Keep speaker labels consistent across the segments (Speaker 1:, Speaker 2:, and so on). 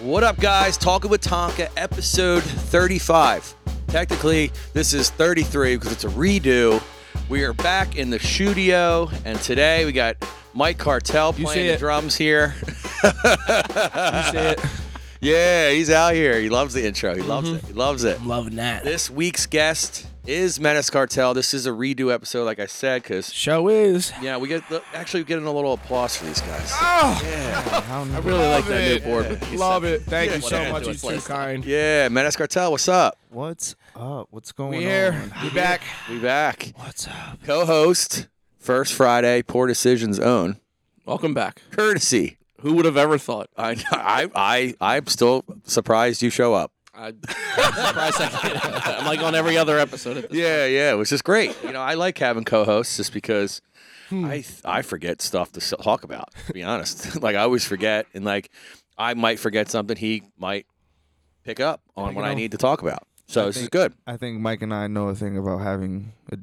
Speaker 1: What up, guys? Talking with Tonka, episode 35. Technically, this is 33 because it's a redo. We are back in the studio, and today we got Mike Cartel
Speaker 2: You
Speaker 1: playing
Speaker 2: see
Speaker 1: the
Speaker 2: it.
Speaker 1: drums here.
Speaker 2: You see it? Mm-hmm.
Speaker 1: yeah, he's out here. He loves the intro. He loves it. He loves it.
Speaker 2: I'm loving that.
Speaker 1: This week's guest is Menace Cartel. This is a redo episode, like I said, because
Speaker 2: show is.
Speaker 1: yeah, we get actually getting a little applause for these guys.
Speaker 3: Ah,
Speaker 2: I really like that
Speaker 1: new board with these
Speaker 2: Love it. Thank you
Speaker 1: what
Speaker 2: so
Speaker 1: I
Speaker 2: much.
Speaker 1: do
Speaker 2: You're
Speaker 1: is
Speaker 2: too
Speaker 1: listen.
Speaker 2: kind.
Speaker 1: Yeah, Menace Cartel, what's up?
Speaker 3: What's up? What's going
Speaker 2: We
Speaker 3: on?
Speaker 2: here. We back.
Speaker 1: We back.
Speaker 3: What's up?
Speaker 1: co-host first friday poor decisions own
Speaker 4: Welcome back.
Speaker 1: courtesy
Speaker 4: Who would have ever thought?
Speaker 1: I, I i i'm still surprised you show up
Speaker 4: I, I'm surprised I can't. I'm like on every other episode. At this
Speaker 1: yeah yeah which is great you know i like having co-hosts just because i th- i forget stuff to s- talk about to be honest like i always forget and like i might forget something he might pick up on what i need to talk about so this is good
Speaker 3: I think Mike and I know a thing about having a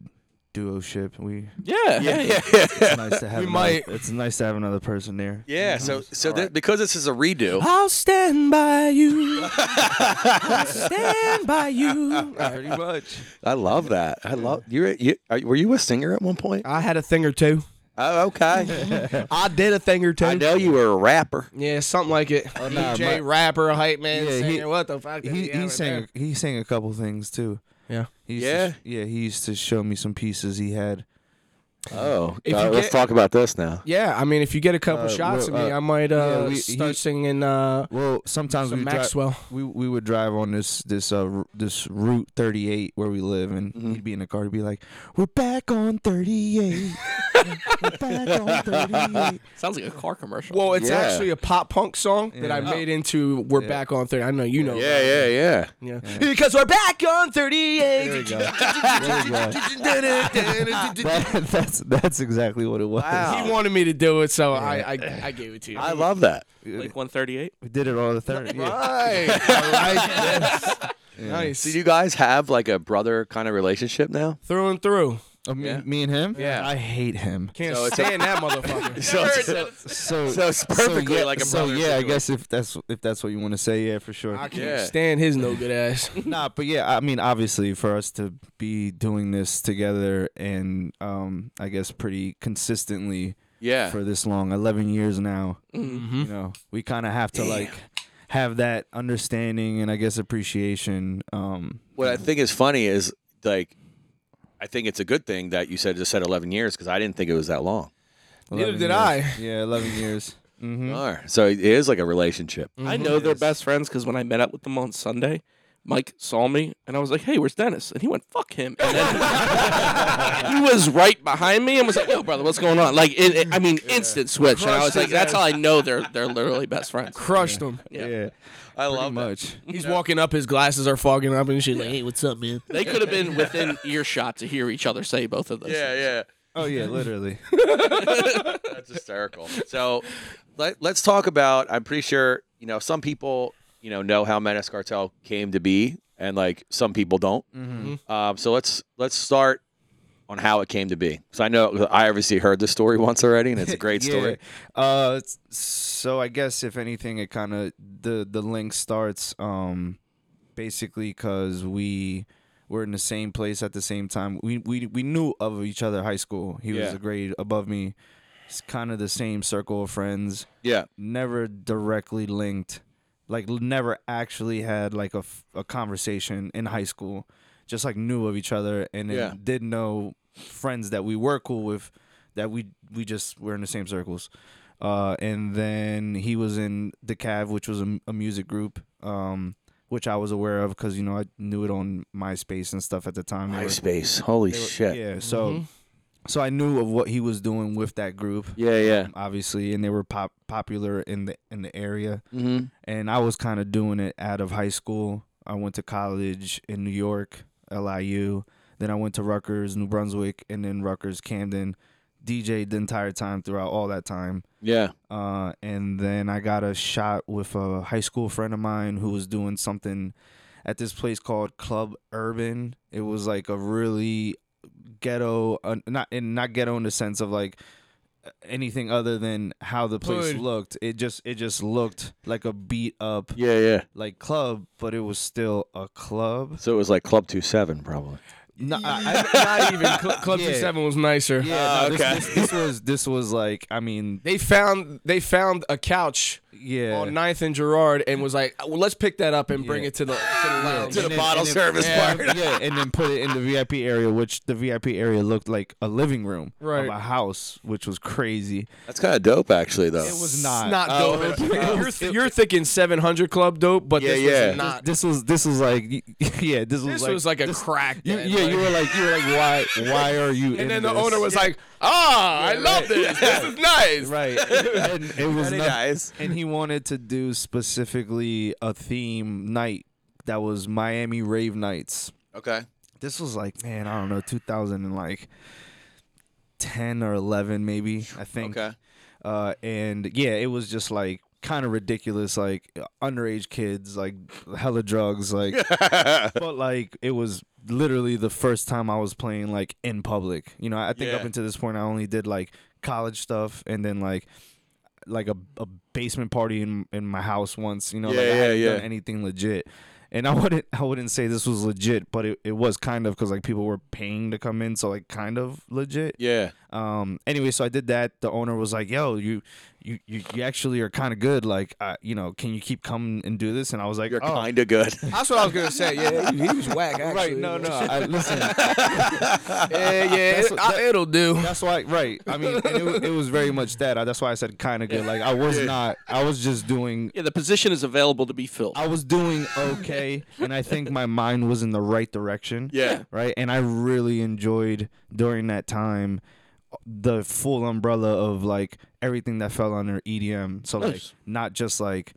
Speaker 3: duo ship. We
Speaker 4: Yeah, yeah, yeah.
Speaker 3: it's nice to have. another-
Speaker 2: might.
Speaker 3: It's nice to have another person there.
Speaker 1: yeah so so thi- because this is a redo
Speaker 2: I'll stand by you. I'll stand by you. Pretty much.
Speaker 1: i love that i love you're you are, were you a singer at one point
Speaker 2: I had a thing or two.
Speaker 1: oh okay
Speaker 2: I did a thing or two.
Speaker 1: i know you were a rapper
Speaker 2: Yeah, something like it.
Speaker 3: Oh, nah,
Speaker 2: DJ,
Speaker 3: my-
Speaker 2: rapper, hype man,
Speaker 3: Yeah, he-
Speaker 2: singer. what the fuck?
Speaker 3: He he sang he sang a couple things too.
Speaker 2: Yeah.
Speaker 3: He used to
Speaker 1: Yeah?
Speaker 3: sh- yeah. He used to show me some pieces he had.
Speaker 1: Oh,
Speaker 2: If
Speaker 1: uh,
Speaker 2: you
Speaker 1: let's
Speaker 2: get-
Speaker 1: talk about this now.
Speaker 2: Yeah, I mean, if you get a couple
Speaker 3: Uh,
Speaker 2: shots at
Speaker 3: well,
Speaker 2: me,
Speaker 3: uh,
Speaker 2: I might uh,
Speaker 3: yeah, we-
Speaker 2: start
Speaker 3: he-
Speaker 2: singing uh,
Speaker 3: Well, sometimes
Speaker 2: some
Speaker 3: we
Speaker 2: Maxwell.
Speaker 3: we we would drive on this this uh r- this route 38 where we live, and he'd be in the car to be like, "We're back on 38. We're back on 38."
Speaker 4: Sounds like a car commercial.
Speaker 2: Well, it's
Speaker 1: Yeah.
Speaker 2: actually a pop punk song that I
Speaker 3: Yeah.
Speaker 2: made into "We're Back on 30." I know you know.
Speaker 1: Yeah, yeah, yeah.
Speaker 2: yeah. Because we're back on 38.
Speaker 3: go. There we go. That- that's that's exactly what it was.
Speaker 2: He wanted me to do it, so I, I I gave it to you.
Speaker 1: I love that.
Speaker 4: like 138.
Speaker 3: We did it on the third. Yeah.
Speaker 2: nice.
Speaker 1: Do you guys have like a brother kind of relationship now?
Speaker 2: through and through.
Speaker 3: Oh, me, me and him.
Speaker 1: Yeah.
Speaker 3: I hate him.
Speaker 2: Can't
Speaker 1: So it's a-
Speaker 2: stand that motherfucker.
Speaker 1: So, so,
Speaker 4: Mm-hmm.
Speaker 3: So
Speaker 1: so it's perfectly
Speaker 3: yeah,
Speaker 1: like a
Speaker 3: so
Speaker 1: brother.
Speaker 3: yeah. I
Speaker 1: situation.
Speaker 3: guess if that's if that's what you want to say, yeah, for sure.
Speaker 2: I can't
Speaker 1: Yeah.
Speaker 2: stand his no good ass.
Speaker 3: nah, but yeah, I mean, obviously, for us to be doing this together and um, I guess pretty consistently
Speaker 1: Yeah. Mm-hmm.
Speaker 3: for this long, eleven years now, you know, we kind of have to like have that understanding and I guess appreciation. Um,
Speaker 1: What I think is funny is like, I think it's a good thing that you said just said 11 years because I didn't think it was that long.
Speaker 3: 11
Speaker 2: did
Speaker 3: years.
Speaker 2: I.
Speaker 3: Yeah, eleven years. hmm
Speaker 1: Are. So it is like a relationship.
Speaker 4: I know they're best friends because when I met up with them on Sunday, Mike saw me and I was like, "Hey, where's Dennis?" And he went, "Fuck him." And then he was right behind me and was like, "Yo, brother, what's going on?" Like, it, it- I mean, instant switch. And I was like, "That's how I know they're they're literally best friends."
Speaker 2: Crushed him.
Speaker 4: Yeah.
Speaker 3: Yeah,
Speaker 1: I
Speaker 3: pretty
Speaker 1: love that.
Speaker 3: much.
Speaker 2: He's walking up, his glasses are fogging up and shit. Like, hey, what's up, man?
Speaker 4: They could have been within earshot to hear each other say both of those.
Speaker 1: Yeah,
Speaker 4: things.
Speaker 1: yeah.
Speaker 3: Oh yeah, literally.
Speaker 1: That's hysterical. So let, let's talk about. I'm pretty sure you know some people you know know how Menace Cartel came to be, and like some people don't.
Speaker 3: Mm-hmm.
Speaker 1: Um, so let's let's start on how it came to be. So I know I obviously heard this story once already, and it's a great story.
Speaker 3: Yeah. Uh, s- so I guess if anything, it kind of the the link starts um, basically because we were in the same place at the same time. We we we knew of each other high school. He
Speaker 1: Yeah.
Speaker 3: was a grade above me. It's kind of the same circle of friends.
Speaker 1: Yeah,
Speaker 3: Never directly linked. Like l- never actually had like a, f- a conversation in high school. Just like knew of each other and then
Speaker 1: Yeah.
Speaker 3: did know friends that we were cool with that we we just were in the same circles. Uh, and then he was in the Cav, which was a, a music group, um, which I was aware of because you know I knew it on MySpace and stuff at the time. They were-
Speaker 1: MySpace. Holy shit.
Speaker 3: yeah, so so I knew of what he was doing with that group,
Speaker 1: Yeah, yeah.
Speaker 3: obviously, and they were pop popular in the in the area.
Speaker 1: hmm
Speaker 3: And I was kind of doing it out of high school. I went to college in New York, LIU. Then I went to Rutgers, New Brunswick, and then Rutgers, Camden. DJ'd the entire time throughout all that time.
Speaker 1: Yeah.
Speaker 3: Uh, and then I got a shot with a high school friend of mine who was doing something at this place called Club Urban. It was like a really ghetto, uh, not and not ghetto in the sense of like anything other than how the place
Speaker 2: Hood.
Speaker 3: looked. It just it just looked like a beat up
Speaker 1: Yeah, yeah.
Speaker 3: like club, but it was still a club.
Speaker 1: So it was like Club Two Seven, probably.
Speaker 3: No, I, I-
Speaker 2: Not even Cl- Club
Speaker 3: Yeah.
Speaker 2: 27 was nicer.
Speaker 3: yeah, no, this-
Speaker 1: okay.
Speaker 3: this, this was this was like I mean
Speaker 2: Ah, They found they found a couch
Speaker 3: yeah.
Speaker 2: on 9th and Gerard and was like, well, let's pick that up and bring
Speaker 3: Yeah.
Speaker 2: it to the to the lounge.
Speaker 1: To the bottle service
Speaker 2: yeah,
Speaker 1: part.
Speaker 3: yeah, and then put it in the VIP area, which the VIP area looked like a living room
Speaker 2: Right.
Speaker 3: of a house, which was crazy.
Speaker 1: That's kind of dope, actually, though.
Speaker 3: It was
Speaker 2: It's
Speaker 3: not.
Speaker 2: not dope. at all. you're, th- you're thinking 700 Club dope, but
Speaker 1: Yeah,
Speaker 2: this
Speaker 1: yeah.
Speaker 2: was not.
Speaker 3: This was this was like yeah. This was
Speaker 2: Uh, This
Speaker 3: like,
Speaker 2: was like a crack.
Speaker 3: you,
Speaker 2: den,
Speaker 3: yeah.
Speaker 2: like-
Speaker 3: you were like you were like why why are you? in
Speaker 2: and then the
Speaker 3: this?
Speaker 2: owner was like, "Ah, I love this. This is nice."
Speaker 3: right, and it was
Speaker 1: Very
Speaker 3: not-
Speaker 1: nice.
Speaker 3: and he wanted to do specifically a theme night that was Miami rave nights.
Speaker 1: Okay.
Speaker 3: This was like man, I don't know, two thousand and like ten or eleven maybe. I think.
Speaker 1: Okay.
Speaker 3: uh, and yeah, it was just like kind of ridiculous, like underage kids, like hella drugs, like. but like, it was literally the first time I was playing like in public. You know, I think
Speaker 1: Yeah.
Speaker 3: up until this point, I only did like college stuff, and then like like a, a basement party in in my house once. You know,
Speaker 1: Yeah,
Speaker 3: like, I
Speaker 1: yeah,
Speaker 3: hadn't done
Speaker 1: yeah.
Speaker 3: anything legit. And I wouldn't, I wouldn't say this was legit, but it, it was kind of because like people were paying to come in, so like kind of legit.
Speaker 1: Yeah.
Speaker 3: Um. Anyway, so I did that. The owner was like, "Yo, you, you, you, you actually are kind of good. Like, uh, you know, can you keep coming and do this?" And I was like,
Speaker 1: You're
Speaker 3: "Oh,
Speaker 1: kind of good.
Speaker 2: That's what I was gonna say. Yeah, he was whack. Actually.
Speaker 3: right? No, no. I, listen,
Speaker 2: Yeah, yeah.
Speaker 3: That's
Speaker 2: It,
Speaker 3: what-
Speaker 2: I- it'll do.
Speaker 3: that's why. Right. I mean, and it, wa- it was very much that. I, that's why I said kind of good. Like, I was not. I was just doing.
Speaker 4: Yeah, the position is available to be filled.
Speaker 3: I was doing okay, and I think my mind was in the right direction.
Speaker 1: Yeah.
Speaker 3: right? And I really enjoyed during that time the full umbrella of like everything that fell under EDM. So like
Speaker 4: Nice.
Speaker 3: not just like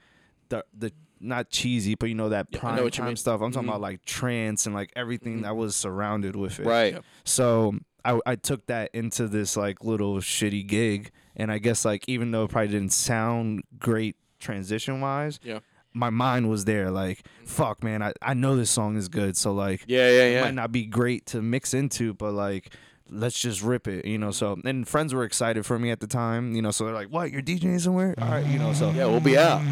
Speaker 3: the the not cheesy, but you know that
Speaker 4: I
Speaker 3: prime
Speaker 4: know what you
Speaker 3: time
Speaker 4: mean. Mm-hmm.
Speaker 3: stuff. I'm talking about like trance and like everything that was surrounded with it.
Speaker 1: Right.
Speaker 3: So I I took that into this like little shitty gig, and I guess like even though it probably didn't sound great transition wise,
Speaker 4: Yeah.
Speaker 3: my mind was there like fuck man, I I know this song is good, so like
Speaker 1: Yeah, yeah, yeah.
Speaker 3: might not be great to mix into, but like let's just rip it, you know. So and friends were excited for me at the time, you know. So they're like, "What? You're DJing somewhere? All right, you know." So
Speaker 1: yeah, we'll be out.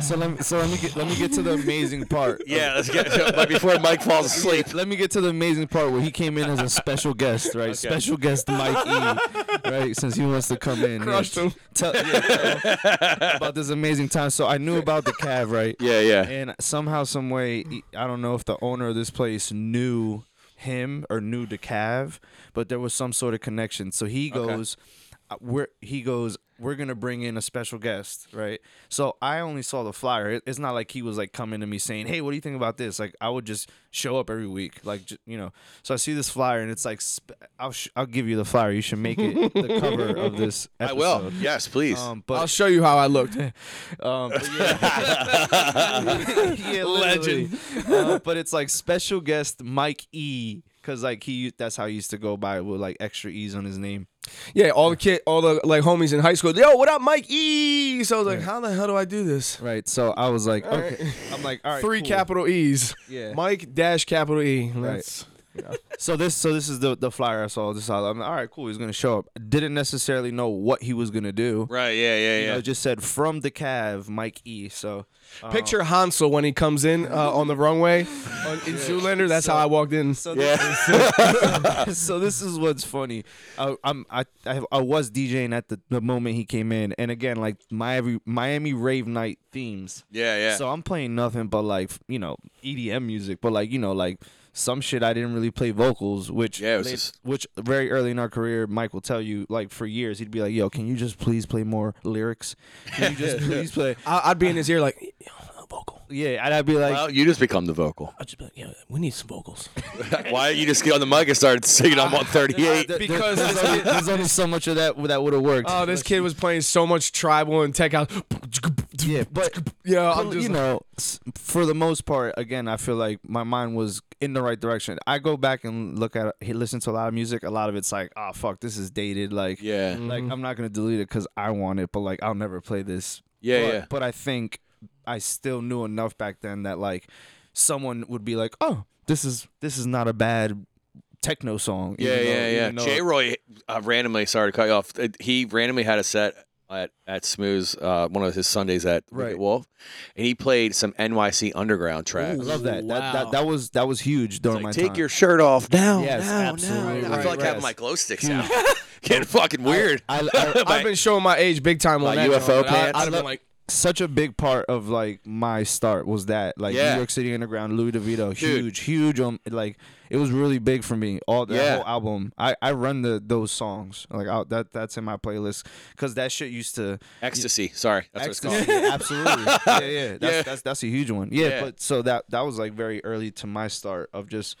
Speaker 3: so let me, so let me get let me get to the amazing part.
Speaker 1: Yeah, let's get to it. But before Mike falls asleep.
Speaker 3: Let me get to the amazing part where he came in as a special guest, right? Special guest Mike E, right? Since he wants to come in,
Speaker 2: Crushed him.
Speaker 3: Tell, yeah, tell him about this amazing time. So I knew about the Cav, right?
Speaker 1: Yeah, yeah.
Speaker 3: and somehow, some way, e- I don't know if the owner of this place knew him or knew the Cav, but there was some sort of connection. So he goes, uh, "We're he goes, we're gonna bring in a special guest, right?" So I only saw the flyer. It- It's not like he was like coming to me saying, "Hey, what do you think about this?" Like I would just show up every week, like j- you know. So I see this flyer, and it's like, sp- "I'll sh- I'll give you the flyer. You should make it the cover of this."
Speaker 1: I
Speaker 3: Episode.
Speaker 1: will. Yes, please.
Speaker 3: Um, but
Speaker 2: I'll show you how I looked.
Speaker 3: um, but yeah. Yeah, literally. Uh, but it's like special guest Mike E. Cause like he, that's how he used to go by with like extra E's on his name.
Speaker 2: Yeah, all the kid, all the like homies in high school. Yo, what up, Mike E? So I was like, how the hell do I do this?
Speaker 3: Right. So I was like, okay. I'm like, all right.
Speaker 2: Three
Speaker 3: cool.
Speaker 2: capital E's.
Speaker 3: Yeah.
Speaker 2: Mike dash capital E. That's-
Speaker 3: So this, so this is the the flyer I saw. This is how I'm like, all right, cool. He's gonna show up. Didn't necessarily know what he was gonna do.
Speaker 1: right, yeah, yeah,
Speaker 3: You
Speaker 1: yeah.
Speaker 3: know, it just said from the Cav, Mike E. So
Speaker 2: Picture
Speaker 3: um,
Speaker 2: Hansel when he comes in uh, on the wrong way on, in Zoolander. That's how I walked in.
Speaker 3: So
Speaker 1: Yeah.
Speaker 3: this is, so this is what's funny. I, I'm I, I I was DJing at the, the moment he came in, and again like Miami Miami rave night themes.
Speaker 1: yeah, yeah.
Speaker 3: So I'm playing nothing but like you know EDM music, but like you know like some shit I didn't really play vocals, which
Speaker 1: Yeah, it was
Speaker 3: late-
Speaker 1: just-
Speaker 3: which very early in our career, Mike will tell you like for years he'd be like, "Yo, can you just please play more lyrics? Can you just please play?"
Speaker 2: I, I'd be in his ear like, "Yo, vocal.
Speaker 3: Yeah, and I'd be like,
Speaker 1: well, you just become the vocal.
Speaker 2: I'd just be like, yeah, we need some vocals.
Speaker 1: Why don't you just get on the mic and start singing on 138?
Speaker 3: "There- there-
Speaker 2: because
Speaker 3: there's,
Speaker 2: this
Speaker 3: only,
Speaker 2: kid-
Speaker 3: there's only so much of that that would have worked."
Speaker 2: Oh, this kid was playing so much tribal and tech house.
Speaker 3: yeah, but
Speaker 2: Yeah, I'm
Speaker 3: Well,
Speaker 2: just
Speaker 3: you know, s- for the most part, again, I feel like my mind was in the right direction. I go back and look at, he listen to a lot of music. A lot of it's like, oh fuck, this is dated. Like,
Speaker 1: Yeah,
Speaker 3: like I'm not gonna delete it because I want it, but like I'll never play this.
Speaker 1: Yeah,
Speaker 3: but,
Speaker 1: yeah.
Speaker 3: But I think I still knew enough back then that like someone would be like, oh, this is this is not a bad techno song.
Speaker 5: Yeah,
Speaker 3: even though-
Speaker 5: yeah, yeah.
Speaker 3: even though-
Speaker 5: J. Roy uh, randomly, sorry to cut you off. uh, He randomly had a set at at Smooth's, uh, one of his Sundays at Wicked
Speaker 3: Right.
Speaker 5: Wolf, and he played some NYC Underground tracks.
Speaker 3: I love that. that.
Speaker 6: Wow.
Speaker 3: That that was that was huge during my
Speaker 5: Like, take
Speaker 3: time.
Speaker 5: your shirt off now.
Speaker 3: Yes,
Speaker 5: now, now,
Speaker 3: absolutely.
Speaker 5: now. I
Speaker 2: Right,
Speaker 5: feel like
Speaker 2: right.
Speaker 5: having my glow sticks out. Getting fucking weird.
Speaker 3: I, I,
Speaker 2: I've been showing my age big time on
Speaker 5: Like
Speaker 2: that.
Speaker 5: UFO
Speaker 2: joint. I-
Speaker 5: pants?
Speaker 2: I
Speaker 4: I'd have
Speaker 2: love-
Speaker 4: been like,
Speaker 3: such a big part of like my start was that like
Speaker 5: Yeah.
Speaker 3: New York City Underground, Louis DeVito,
Speaker 5: Dude.
Speaker 3: huge, huge. Um, like it was really big for me. All that
Speaker 5: Yeah.
Speaker 3: whole album, I I run the those songs like I, that that's in my playlist because that shit used to
Speaker 5: Ecstasy. Sorry, that's what it's
Speaker 3: Ecstasy,
Speaker 5: called.
Speaker 3: yeah, absolutely. Yeah, yeah. That's,
Speaker 5: Yeah.
Speaker 3: that's that's a huge one. Yeah,
Speaker 5: Yeah.
Speaker 3: but so that that was like very early to my start of just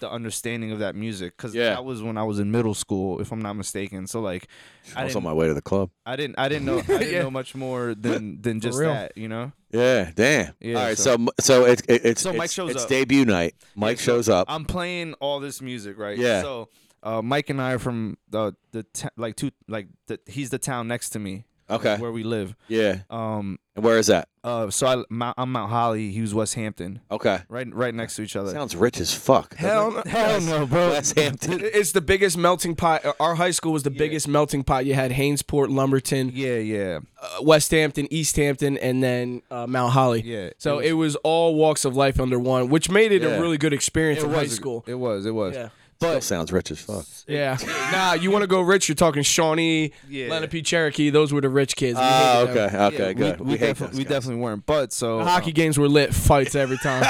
Speaker 3: the understanding of that music because
Speaker 5: Yeah.
Speaker 3: that was when I was in middle school, if I'm not mistaken. So like, I
Speaker 5: I was on
Speaker 3: didn't,
Speaker 5: my way to the club.
Speaker 3: I didn't, I didn't know, I didn't know much more than than just
Speaker 2: real.
Speaker 3: that, you know.
Speaker 5: Yeah, damn.
Speaker 3: Yeah,
Speaker 5: All right,
Speaker 3: so-
Speaker 5: so m- so it's it, it's
Speaker 3: So Mike
Speaker 5: it's,
Speaker 3: shows
Speaker 5: it's
Speaker 3: up.
Speaker 5: debut night. Mike
Speaker 3: so
Speaker 5: shows up.
Speaker 3: I'm playing all this music, right?
Speaker 5: Yeah.
Speaker 3: So uh, Mike and I are from the the t- like two like the, he's the town next to me.
Speaker 5: Okay.
Speaker 3: Where we live.
Speaker 5: yeah,
Speaker 3: Um.
Speaker 5: and where is that?
Speaker 3: Uh. So I Mount, I'm Mount Holly. He was West Hampton.
Speaker 5: Okay,
Speaker 3: Right. Right next to each other.
Speaker 5: sounds rich as fuck.
Speaker 2: Hell no.
Speaker 3: Hell no, bro.
Speaker 5: West Hampton.
Speaker 2: It's the biggest melting pot. Our high school was the biggest melting pot. You had Haynesport, Lumberton,
Speaker 3: Yeah, yeah,
Speaker 2: uh, West Hampton, East Hampton, and then uh, Mount Holly.
Speaker 3: yeah.
Speaker 2: So it was all walks of life under one, which made it
Speaker 5: Yeah.
Speaker 2: a really good experience in high
Speaker 3: was a-
Speaker 2: school.
Speaker 3: It was. It was.
Speaker 2: Yeah.
Speaker 5: Still sounds rich as fuck.
Speaker 2: Yeah. nah, you want to go rich? You're talking Shawnee,
Speaker 3: Yeah.
Speaker 2: Lenape, Cherokee. Those were the rich kids. We
Speaker 5: Ah,
Speaker 2: hated them.
Speaker 5: okay, okay,
Speaker 3: We-
Speaker 5: good.
Speaker 3: We,
Speaker 5: hate
Speaker 3: defi-
Speaker 5: those
Speaker 3: we
Speaker 5: guys.
Speaker 3: definitely weren't. But so
Speaker 2: The hockey games were lit fights every time.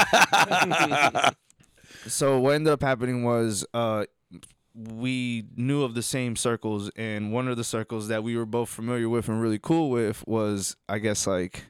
Speaker 3: so what ended up happening was uh, we knew of the same circles, and one of the circles that we were both familiar with and really cool with was, I guess, like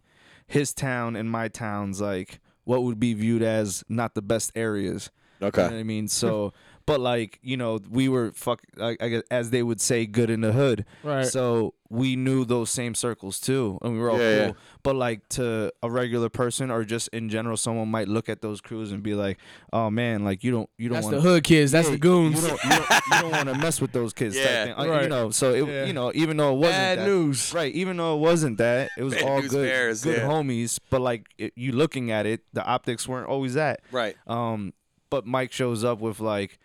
Speaker 3: his town and my town's like what would be viewed as not the best areas. You know
Speaker 5: Okay.
Speaker 3: what I
Speaker 2: Hmm.
Speaker 3: mean? So, but like, you know, we were fuck, I, I guess, as they would say, good in the hood.
Speaker 2: Right.
Speaker 3: So we knew those same circles too, and we were all
Speaker 5: Yeah, yeah.
Speaker 3: cool. But like to a regular person, or just in general, someone might look at those crews and be like, "Oh man, like you don't, you don't
Speaker 2: That's
Speaker 3: want."
Speaker 2: the hood kids. That's the goons.
Speaker 3: You don't, you don't, you don't want to mess with those kids. type
Speaker 5: Yeah.
Speaker 3: thing. Like, You
Speaker 2: Right.
Speaker 3: know, so it,
Speaker 2: Yeah.
Speaker 3: you know, even though it wasn't
Speaker 2: Bad
Speaker 3: that,
Speaker 2: news.
Speaker 3: right? Even though it wasn't that, it was
Speaker 5: Bad
Speaker 3: all
Speaker 5: news
Speaker 3: good,
Speaker 5: bears,
Speaker 3: good
Speaker 5: yeah.
Speaker 3: homies. But like it, you looking at it, the optics weren't always that.
Speaker 5: Right.
Speaker 3: Um, but Mike shows up with like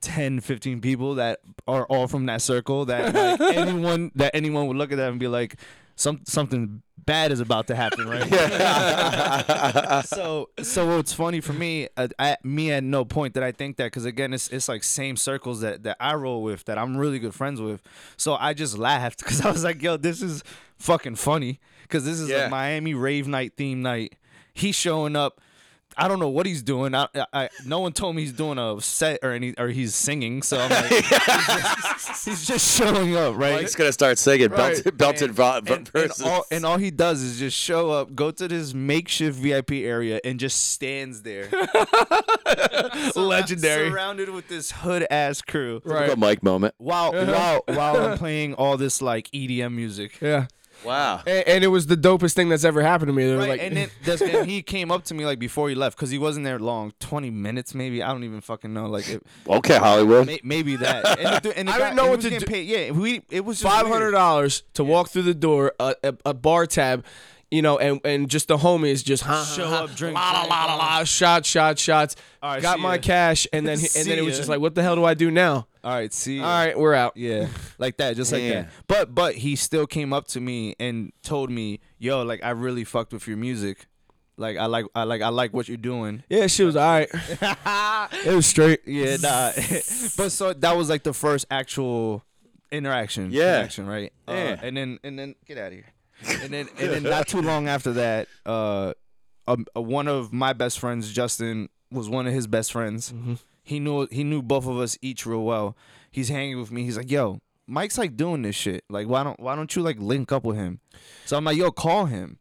Speaker 3: 10, 15 people that are all from that circle that like, anyone that anyone would look at that and be like, some something bad is about to happen, right? so so what's funny for me, uh, I, me at no point did I think that because again, it's it's like same circles that that I roll with that I'm really good friends with. So I just laughed because I was like, yo, this is fucking funny because this is
Speaker 5: Yeah.
Speaker 3: a Miami rave night theme night. He's showing up. I don't know what he's doing. I, I, I no one told me he's doing a set or any or he's singing. So I'm like, he's, just, he's just showing up, right?
Speaker 5: Mike's gonna start singing
Speaker 3: Right.
Speaker 5: belted, belted vo-
Speaker 3: and, and
Speaker 5: verses.
Speaker 3: all, and all he does is just show up, go to this makeshift VIP area, and just stands there. Legendary. Surrounded with this hood ass crew.
Speaker 5: Typical Mike moment.
Speaker 3: While, while, while I'm playing all this like EDM music.
Speaker 2: Uh-huh. Yeah.
Speaker 5: Wow.
Speaker 2: And, and it was the dopest thing that's ever happened to me. They were
Speaker 3: Right,
Speaker 2: like,
Speaker 3: and then that's, and he came up to me like before he left because he wasn't there long, twenty minutes maybe. I don't even fucking know. Like, it,
Speaker 5: Okay, Hollywood.
Speaker 3: may, maybe that. And the, dude- and the
Speaker 2: I
Speaker 3: guy-
Speaker 2: didn't know
Speaker 3: and he
Speaker 2: what
Speaker 3: was
Speaker 2: to
Speaker 3: getting
Speaker 2: do-
Speaker 3: Paid. Yeah, we it was just
Speaker 2: five
Speaker 3: weird.
Speaker 2: hundred dollars to walk through the door, a, a, a bar tab, you know, and and just the homies just ha, ha,
Speaker 3: Show
Speaker 2: ha,
Speaker 3: up, drink,
Speaker 2: la la
Speaker 3: drink,
Speaker 2: la la la, shot shot shots.
Speaker 3: All right,
Speaker 2: got
Speaker 3: see
Speaker 2: my
Speaker 3: ya.
Speaker 2: cash, and then
Speaker 3: See
Speaker 2: and then it was
Speaker 3: ya.
Speaker 2: just like, what the hell do I do now?
Speaker 3: All right, see. ya.
Speaker 2: All right, we're out.
Speaker 3: Yeah, like that, just like
Speaker 5: Damn.
Speaker 3: that. But but he still came up to me and told me, "Yo, like I really fucked with your music. Like I like I like I like what you're doing."
Speaker 2: Yeah, she was all right. it was straight.
Speaker 3: Yeah, nah. but so that was like the first actual interaction.
Speaker 5: Yeah.
Speaker 3: connection, right? Uh,
Speaker 5: Yeah.
Speaker 3: and then and then get out of here. And then and then not too long after that, uh, um, uh, one of my best friends, Justin, was one of his best friends.
Speaker 5: Mm-hmm.
Speaker 3: He knew he knew both of us each real well. He's hanging with me. He's like, "Yo, Mike's like doing this shit. Like, why don't why don't you like link up with him?" So I'm like, "Yo, call him."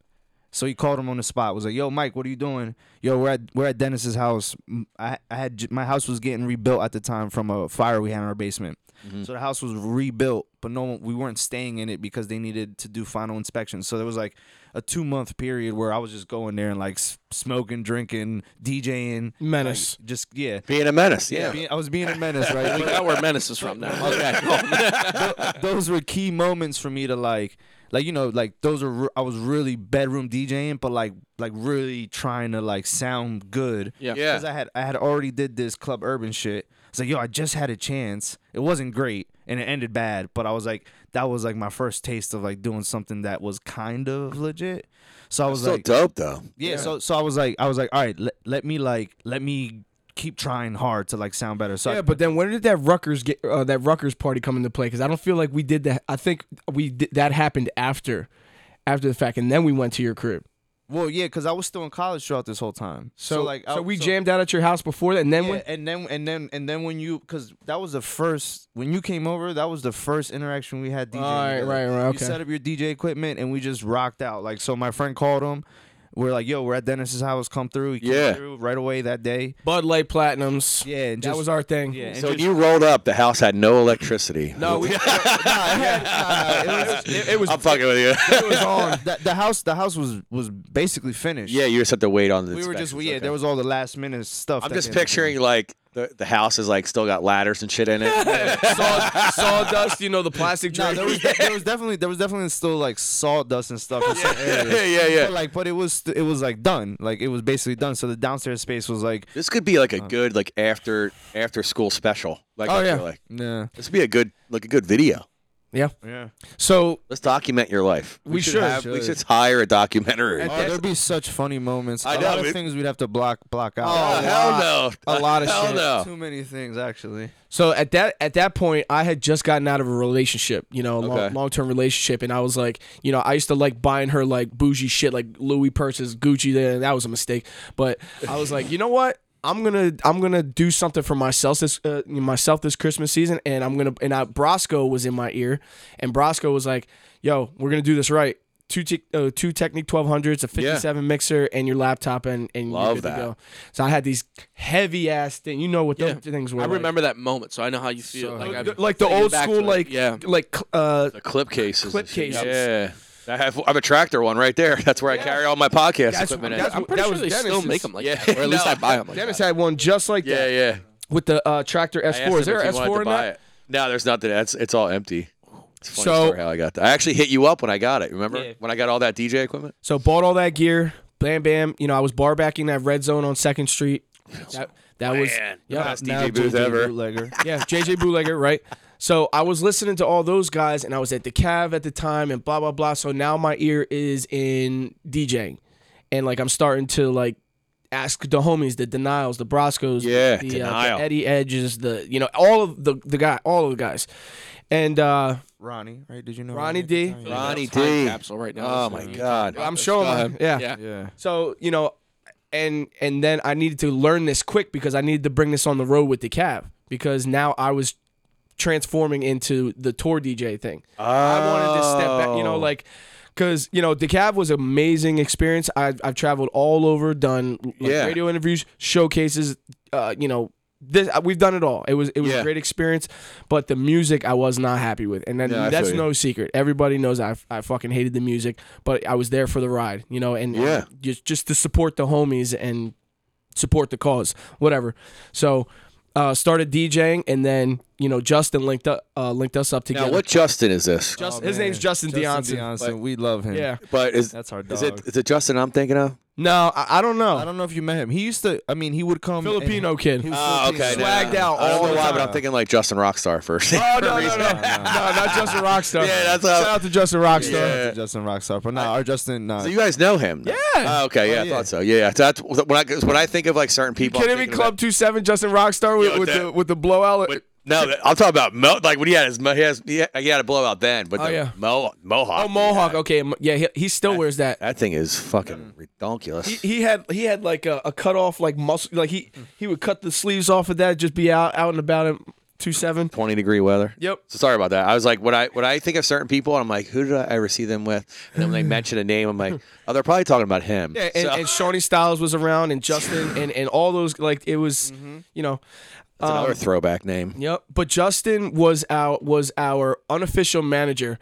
Speaker 3: So he called him on the spot. Was like, "Yo, Mike, what are you doing? Yo, we're at we're at Dennis's house. M- I I had j- my house was getting rebuilt at the time from a fire we had in our basement. So the house was rebuilt, but no one, we weren't staying in it because they needed to do final inspections. So there was like a two month period where I was just going there and like s- smoking, drinking, DJing,
Speaker 2: Menace.
Speaker 3: like, just yeah,
Speaker 5: Being a menace. Yeah.
Speaker 3: Being- I was being a menace, right?
Speaker 4: we got where Menace is from now.
Speaker 3: those were key moments for me to like like you know like those are re- i was really bedroom djing but like like really trying to like sound good
Speaker 4: Yeah.
Speaker 5: Yeah.
Speaker 3: because i had i had already did this club urban shit It's like, yo, I just had a chance. It wasn't great and it ended bad, but I was like, that was like my first taste of like doing something that was kind of legit. So I was
Speaker 1: Still
Speaker 3: like,
Speaker 1: dope though.
Speaker 3: yeah, So so I was like, I was like, all right, let, let me like, let me keep trying hard to like sound better. So I-
Speaker 2: Yeah, but then when did that Rutgers get uh, that Rutgers party come into play? Because I don't feel like we did that. I think we did, that happened after, after the fact, and then we went to your crib.
Speaker 3: well, yeah, because I was still in college throughout this whole time.
Speaker 2: So, oh,
Speaker 3: like, I-
Speaker 2: so we jammed out at your house before that, and then
Speaker 3: Yeah,
Speaker 2: when,
Speaker 3: and then and then and then when you because that was the first when you came over that was the first interaction we had DJ
Speaker 2: Right, right, right,
Speaker 3: you
Speaker 2: okay.
Speaker 3: set up your DJ equipment and we just rocked out like so my friend called him we're like yo we're at Dennis's house come through he came
Speaker 1: Yeah.
Speaker 3: through right away that day
Speaker 2: Bud Light Platinums.
Speaker 3: yeah and
Speaker 2: that
Speaker 3: just
Speaker 2: was our thing.
Speaker 3: yeah and
Speaker 1: So when
Speaker 3: just-
Speaker 1: you rolled up, the house had no electricity.
Speaker 2: No, we, it was
Speaker 1: I'm fucking with you.
Speaker 3: it was on the, the house the house was was basically finished
Speaker 1: yeah, you just have to wait on the.
Speaker 3: we were just
Speaker 1: inspections,
Speaker 3: yeah
Speaker 1: okay.
Speaker 3: there was all the last minute stuff
Speaker 1: I'm
Speaker 3: that
Speaker 1: just
Speaker 3: they had to do.
Speaker 1: picturing like the, the house is like still got ladders and shit in it.
Speaker 2: saw, sawdust. You know the plastic
Speaker 3: No,
Speaker 2: drink.
Speaker 3: there was, there was definitely there was definitely still like sawdust and stuff. In some areas.
Speaker 1: yeah, yeah, yeah.
Speaker 3: But like, but it was st- it was like done. Like it was basically done. So the downstairs space was like,
Speaker 1: this could be like a good like after after school special. Like,
Speaker 2: Oh,
Speaker 1: I feel
Speaker 2: yeah.
Speaker 1: like
Speaker 3: nah.
Speaker 1: this would be a good like a good video.
Speaker 3: Yeah.
Speaker 2: so
Speaker 1: Let's document your life.
Speaker 2: We should.
Speaker 1: have- we should hire a documentary.
Speaker 2: And-
Speaker 3: Oh,
Speaker 2: That's-
Speaker 3: there'd be such funny moments.
Speaker 1: I
Speaker 3: A
Speaker 1: know,
Speaker 3: lot
Speaker 1: it-
Speaker 3: of things we'd have to block block out.
Speaker 1: Oh, hell no!
Speaker 2: a lot of
Speaker 1: hell
Speaker 2: shit.
Speaker 1: no!
Speaker 3: Too many things actually.
Speaker 2: So at that at that point, I had just gotten out of a relationship, you know, a
Speaker 1: Okay.
Speaker 2: long long term relationship, and I was like, you know, I used to like buying her like bougie shit, like Louis purses, Gucci. There, that was a mistake, but I was like, you know what? I'm gonna I'm gonna do something for myself this uh, myself this Christmas season, and I'm gonna and I, Brosco was in my ear, and Brosco was like, yo, we're gonna do this right. Two te- uh, two Technic 1200s, a 57 mixer, and your laptop, and and
Speaker 1: Love
Speaker 2: you're good
Speaker 1: that.
Speaker 2: to go. So I had these heavy ass things. You know what those things were.
Speaker 4: I
Speaker 2: like.
Speaker 4: remember that moment, so I know how you feel. like, I've
Speaker 2: Th- like the
Speaker 4: thinking
Speaker 2: old
Speaker 4: back to
Speaker 2: school,
Speaker 4: it.
Speaker 2: like
Speaker 4: yeah.
Speaker 2: like uh,
Speaker 1: The clip cases. and
Speaker 2: Clip
Speaker 1: shit.
Speaker 2: cases.
Speaker 1: Yeah. I have I'm a tractor one right there. That's where I carry all my podcast
Speaker 2: That's-
Speaker 1: equipment.
Speaker 2: that's
Speaker 1: in.
Speaker 4: I'm pretty
Speaker 2: that
Speaker 4: sure
Speaker 2: was
Speaker 4: they still
Speaker 2: Dennis's.
Speaker 4: make them like
Speaker 1: Yeah.
Speaker 4: that, or at least
Speaker 1: No.
Speaker 4: I buy them like
Speaker 2: Dennis
Speaker 4: that.
Speaker 2: had one just like
Speaker 1: yeah,
Speaker 2: that
Speaker 1: yeah.
Speaker 2: with the uh, tractor
Speaker 1: I
Speaker 2: S4.
Speaker 1: asked
Speaker 2: Is
Speaker 1: him
Speaker 2: there
Speaker 1: if
Speaker 2: an
Speaker 1: he wanted
Speaker 2: S4
Speaker 1: to
Speaker 2: in
Speaker 1: buy
Speaker 2: that?
Speaker 1: it. No, there's nothing. That's it's all empty. It's a funny
Speaker 2: So-
Speaker 1: story how I got that. I actually hit you up when I got it. Remember when I got all that DJ equipment?
Speaker 2: So bought all that gear, bam, bam. You know, I was bar backing that red zone on Second Street. That, that was yeah,
Speaker 1: best
Speaker 3: Now
Speaker 1: DJ booth
Speaker 3: JJ
Speaker 1: ever.
Speaker 3: bootlegger.
Speaker 2: yeah, JJ Bootlegger, right? So I was listening to all those guys, and I was at the Cav at the time, and blah blah blah. So now my ear is in DJing, and like I'm starting to like ask the homies, the Denials, the Broscos,
Speaker 1: Yeah,
Speaker 2: the,
Speaker 1: Denial.
Speaker 2: the Eddie Edges, the you know all of the the guy, all of the guys, and uh
Speaker 3: Ronnie, right? Did you know
Speaker 2: Ronnie
Speaker 3: at
Speaker 2: D?
Speaker 3: the time?
Speaker 1: Ron- Ronnie
Speaker 4: Time
Speaker 1: D.
Speaker 4: Capsule right now.
Speaker 1: Oh my god.
Speaker 2: I'm showing my yeah.
Speaker 4: Yeah.
Speaker 3: Yeah.
Speaker 2: So you know, and and then I needed to learn this quick because I needed to bring this on the road with the Cav because now I was transforming into the tour DJ thing. I wanted to step back, you know,
Speaker 1: Oh.
Speaker 2: like because you know the cab was an amazing experience. I've, I've traveled all over, done like,
Speaker 1: Yeah.
Speaker 2: radio interviews, showcases, uh, you know. This, uh, we've done it all. It was it was
Speaker 1: Yeah.
Speaker 2: a great experience, but the music I was not happy with, and then
Speaker 1: Yeah, I
Speaker 2: that's
Speaker 1: feel you.
Speaker 2: no secret. Everybody knows I, I fucking hated the music, but I was there for the ride, you know, and
Speaker 1: Yeah.
Speaker 2: just just to support the homies and support the cause, whatever. So uh, started DJing, and then you know Justin linked up uh, linked us up together.
Speaker 1: Now what Justin is this?
Speaker 2: Just,
Speaker 3: Oh,
Speaker 2: his
Speaker 3: man.
Speaker 2: name's Justin,
Speaker 3: Justin
Speaker 2: Deonson.
Speaker 3: Deonson, we love him.
Speaker 2: Yeah.
Speaker 1: But is
Speaker 3: That's our dog.
Speaker 1: is it is it Justin I'm thinking of?
Speaker 2: No, I, I don't know.
Speaker 3: I don't know if you met him. He used to. I mean, he would come. and-
Speaker 2: Filipino kid.
Speaker 3: He was
Speaker 1: Oh,
Speaker 3: Filipino.
Speaker 1: okay. no, no,
Speaker 2: Swagged
Speaker 1: no.
Speaker 2: out
Speaker 1: I don't
Speaker 2: all
Speaker 1: know
Speaker 2: the
Speaker 1: why, but
Speaker 2: time.
Speaker 1: I'm thinking like Justin Rockstar first.
Speaker 2: Oh no, no, no, no, not Justin Rockstar.
Speaker 1: Yeah, that's what I-
Speaker 2: shout out to Justin Rockstar.
Speaker 1: Yeah.
Speaker 3: Shout out to Justin Rockstar, but no, our Justin. Nah,
Speaker 1: So you guys know him? Yeah. okay.
Speaker 2: Oh,
Speaker 1: Yeah, I
Speaker 3: yeah.
Speaker 1: thought so. Yeah, yeah. So that's when I 'cause when I think of like certain people. I'm
Speaker 2: Kidding me?
Speaker 1: thinking about-
Speaker 2: Club Two Seven, Justin Rockstar with,
Speaker 1: Yo,
Speaker 2: with
Speaker 1: that-
Speaker 2: the with the blowout.
Speaker 1: But no, that- I'm talking about mo- like when he had his mo- he has he had, he had a blowout then, but
Speaker 2: Oh,
Speaker 1: the
Speaker 2: yeah.
Speaker 1: mo- mohawk.
Speaker 2: oh, Mohawk.
Speaker 1: he had.
Speaker 2: Okay, m- yeah, he, he still wears that.
Speaker 1: That thing is fucking ridiculous.
Speaker 2: Mm. He, he had he had like a, a cut off like muscle like he he would cut the sleeves off of that just be out out and about him two seven.
Speaker 1: 20 degree weather.
Speaker 2: Yep.
Speaker 1: So sorry about that. I was like, when I when I think of certain people, I'm like, who did I ever see them with? And then when they mention a name, I'm like, oh, they're probably talking about him.
Speaker 2: Yeah, and,
Speaker 1: So-
Speaker 2: and Shawnee Styles was around and Justin and and all those like it was you know
Speaker 1: That's
Speaker 2: um,
Speaker 1: another throwback name.
Speaker 2: Yep. But Justin was our was our unofficial manager.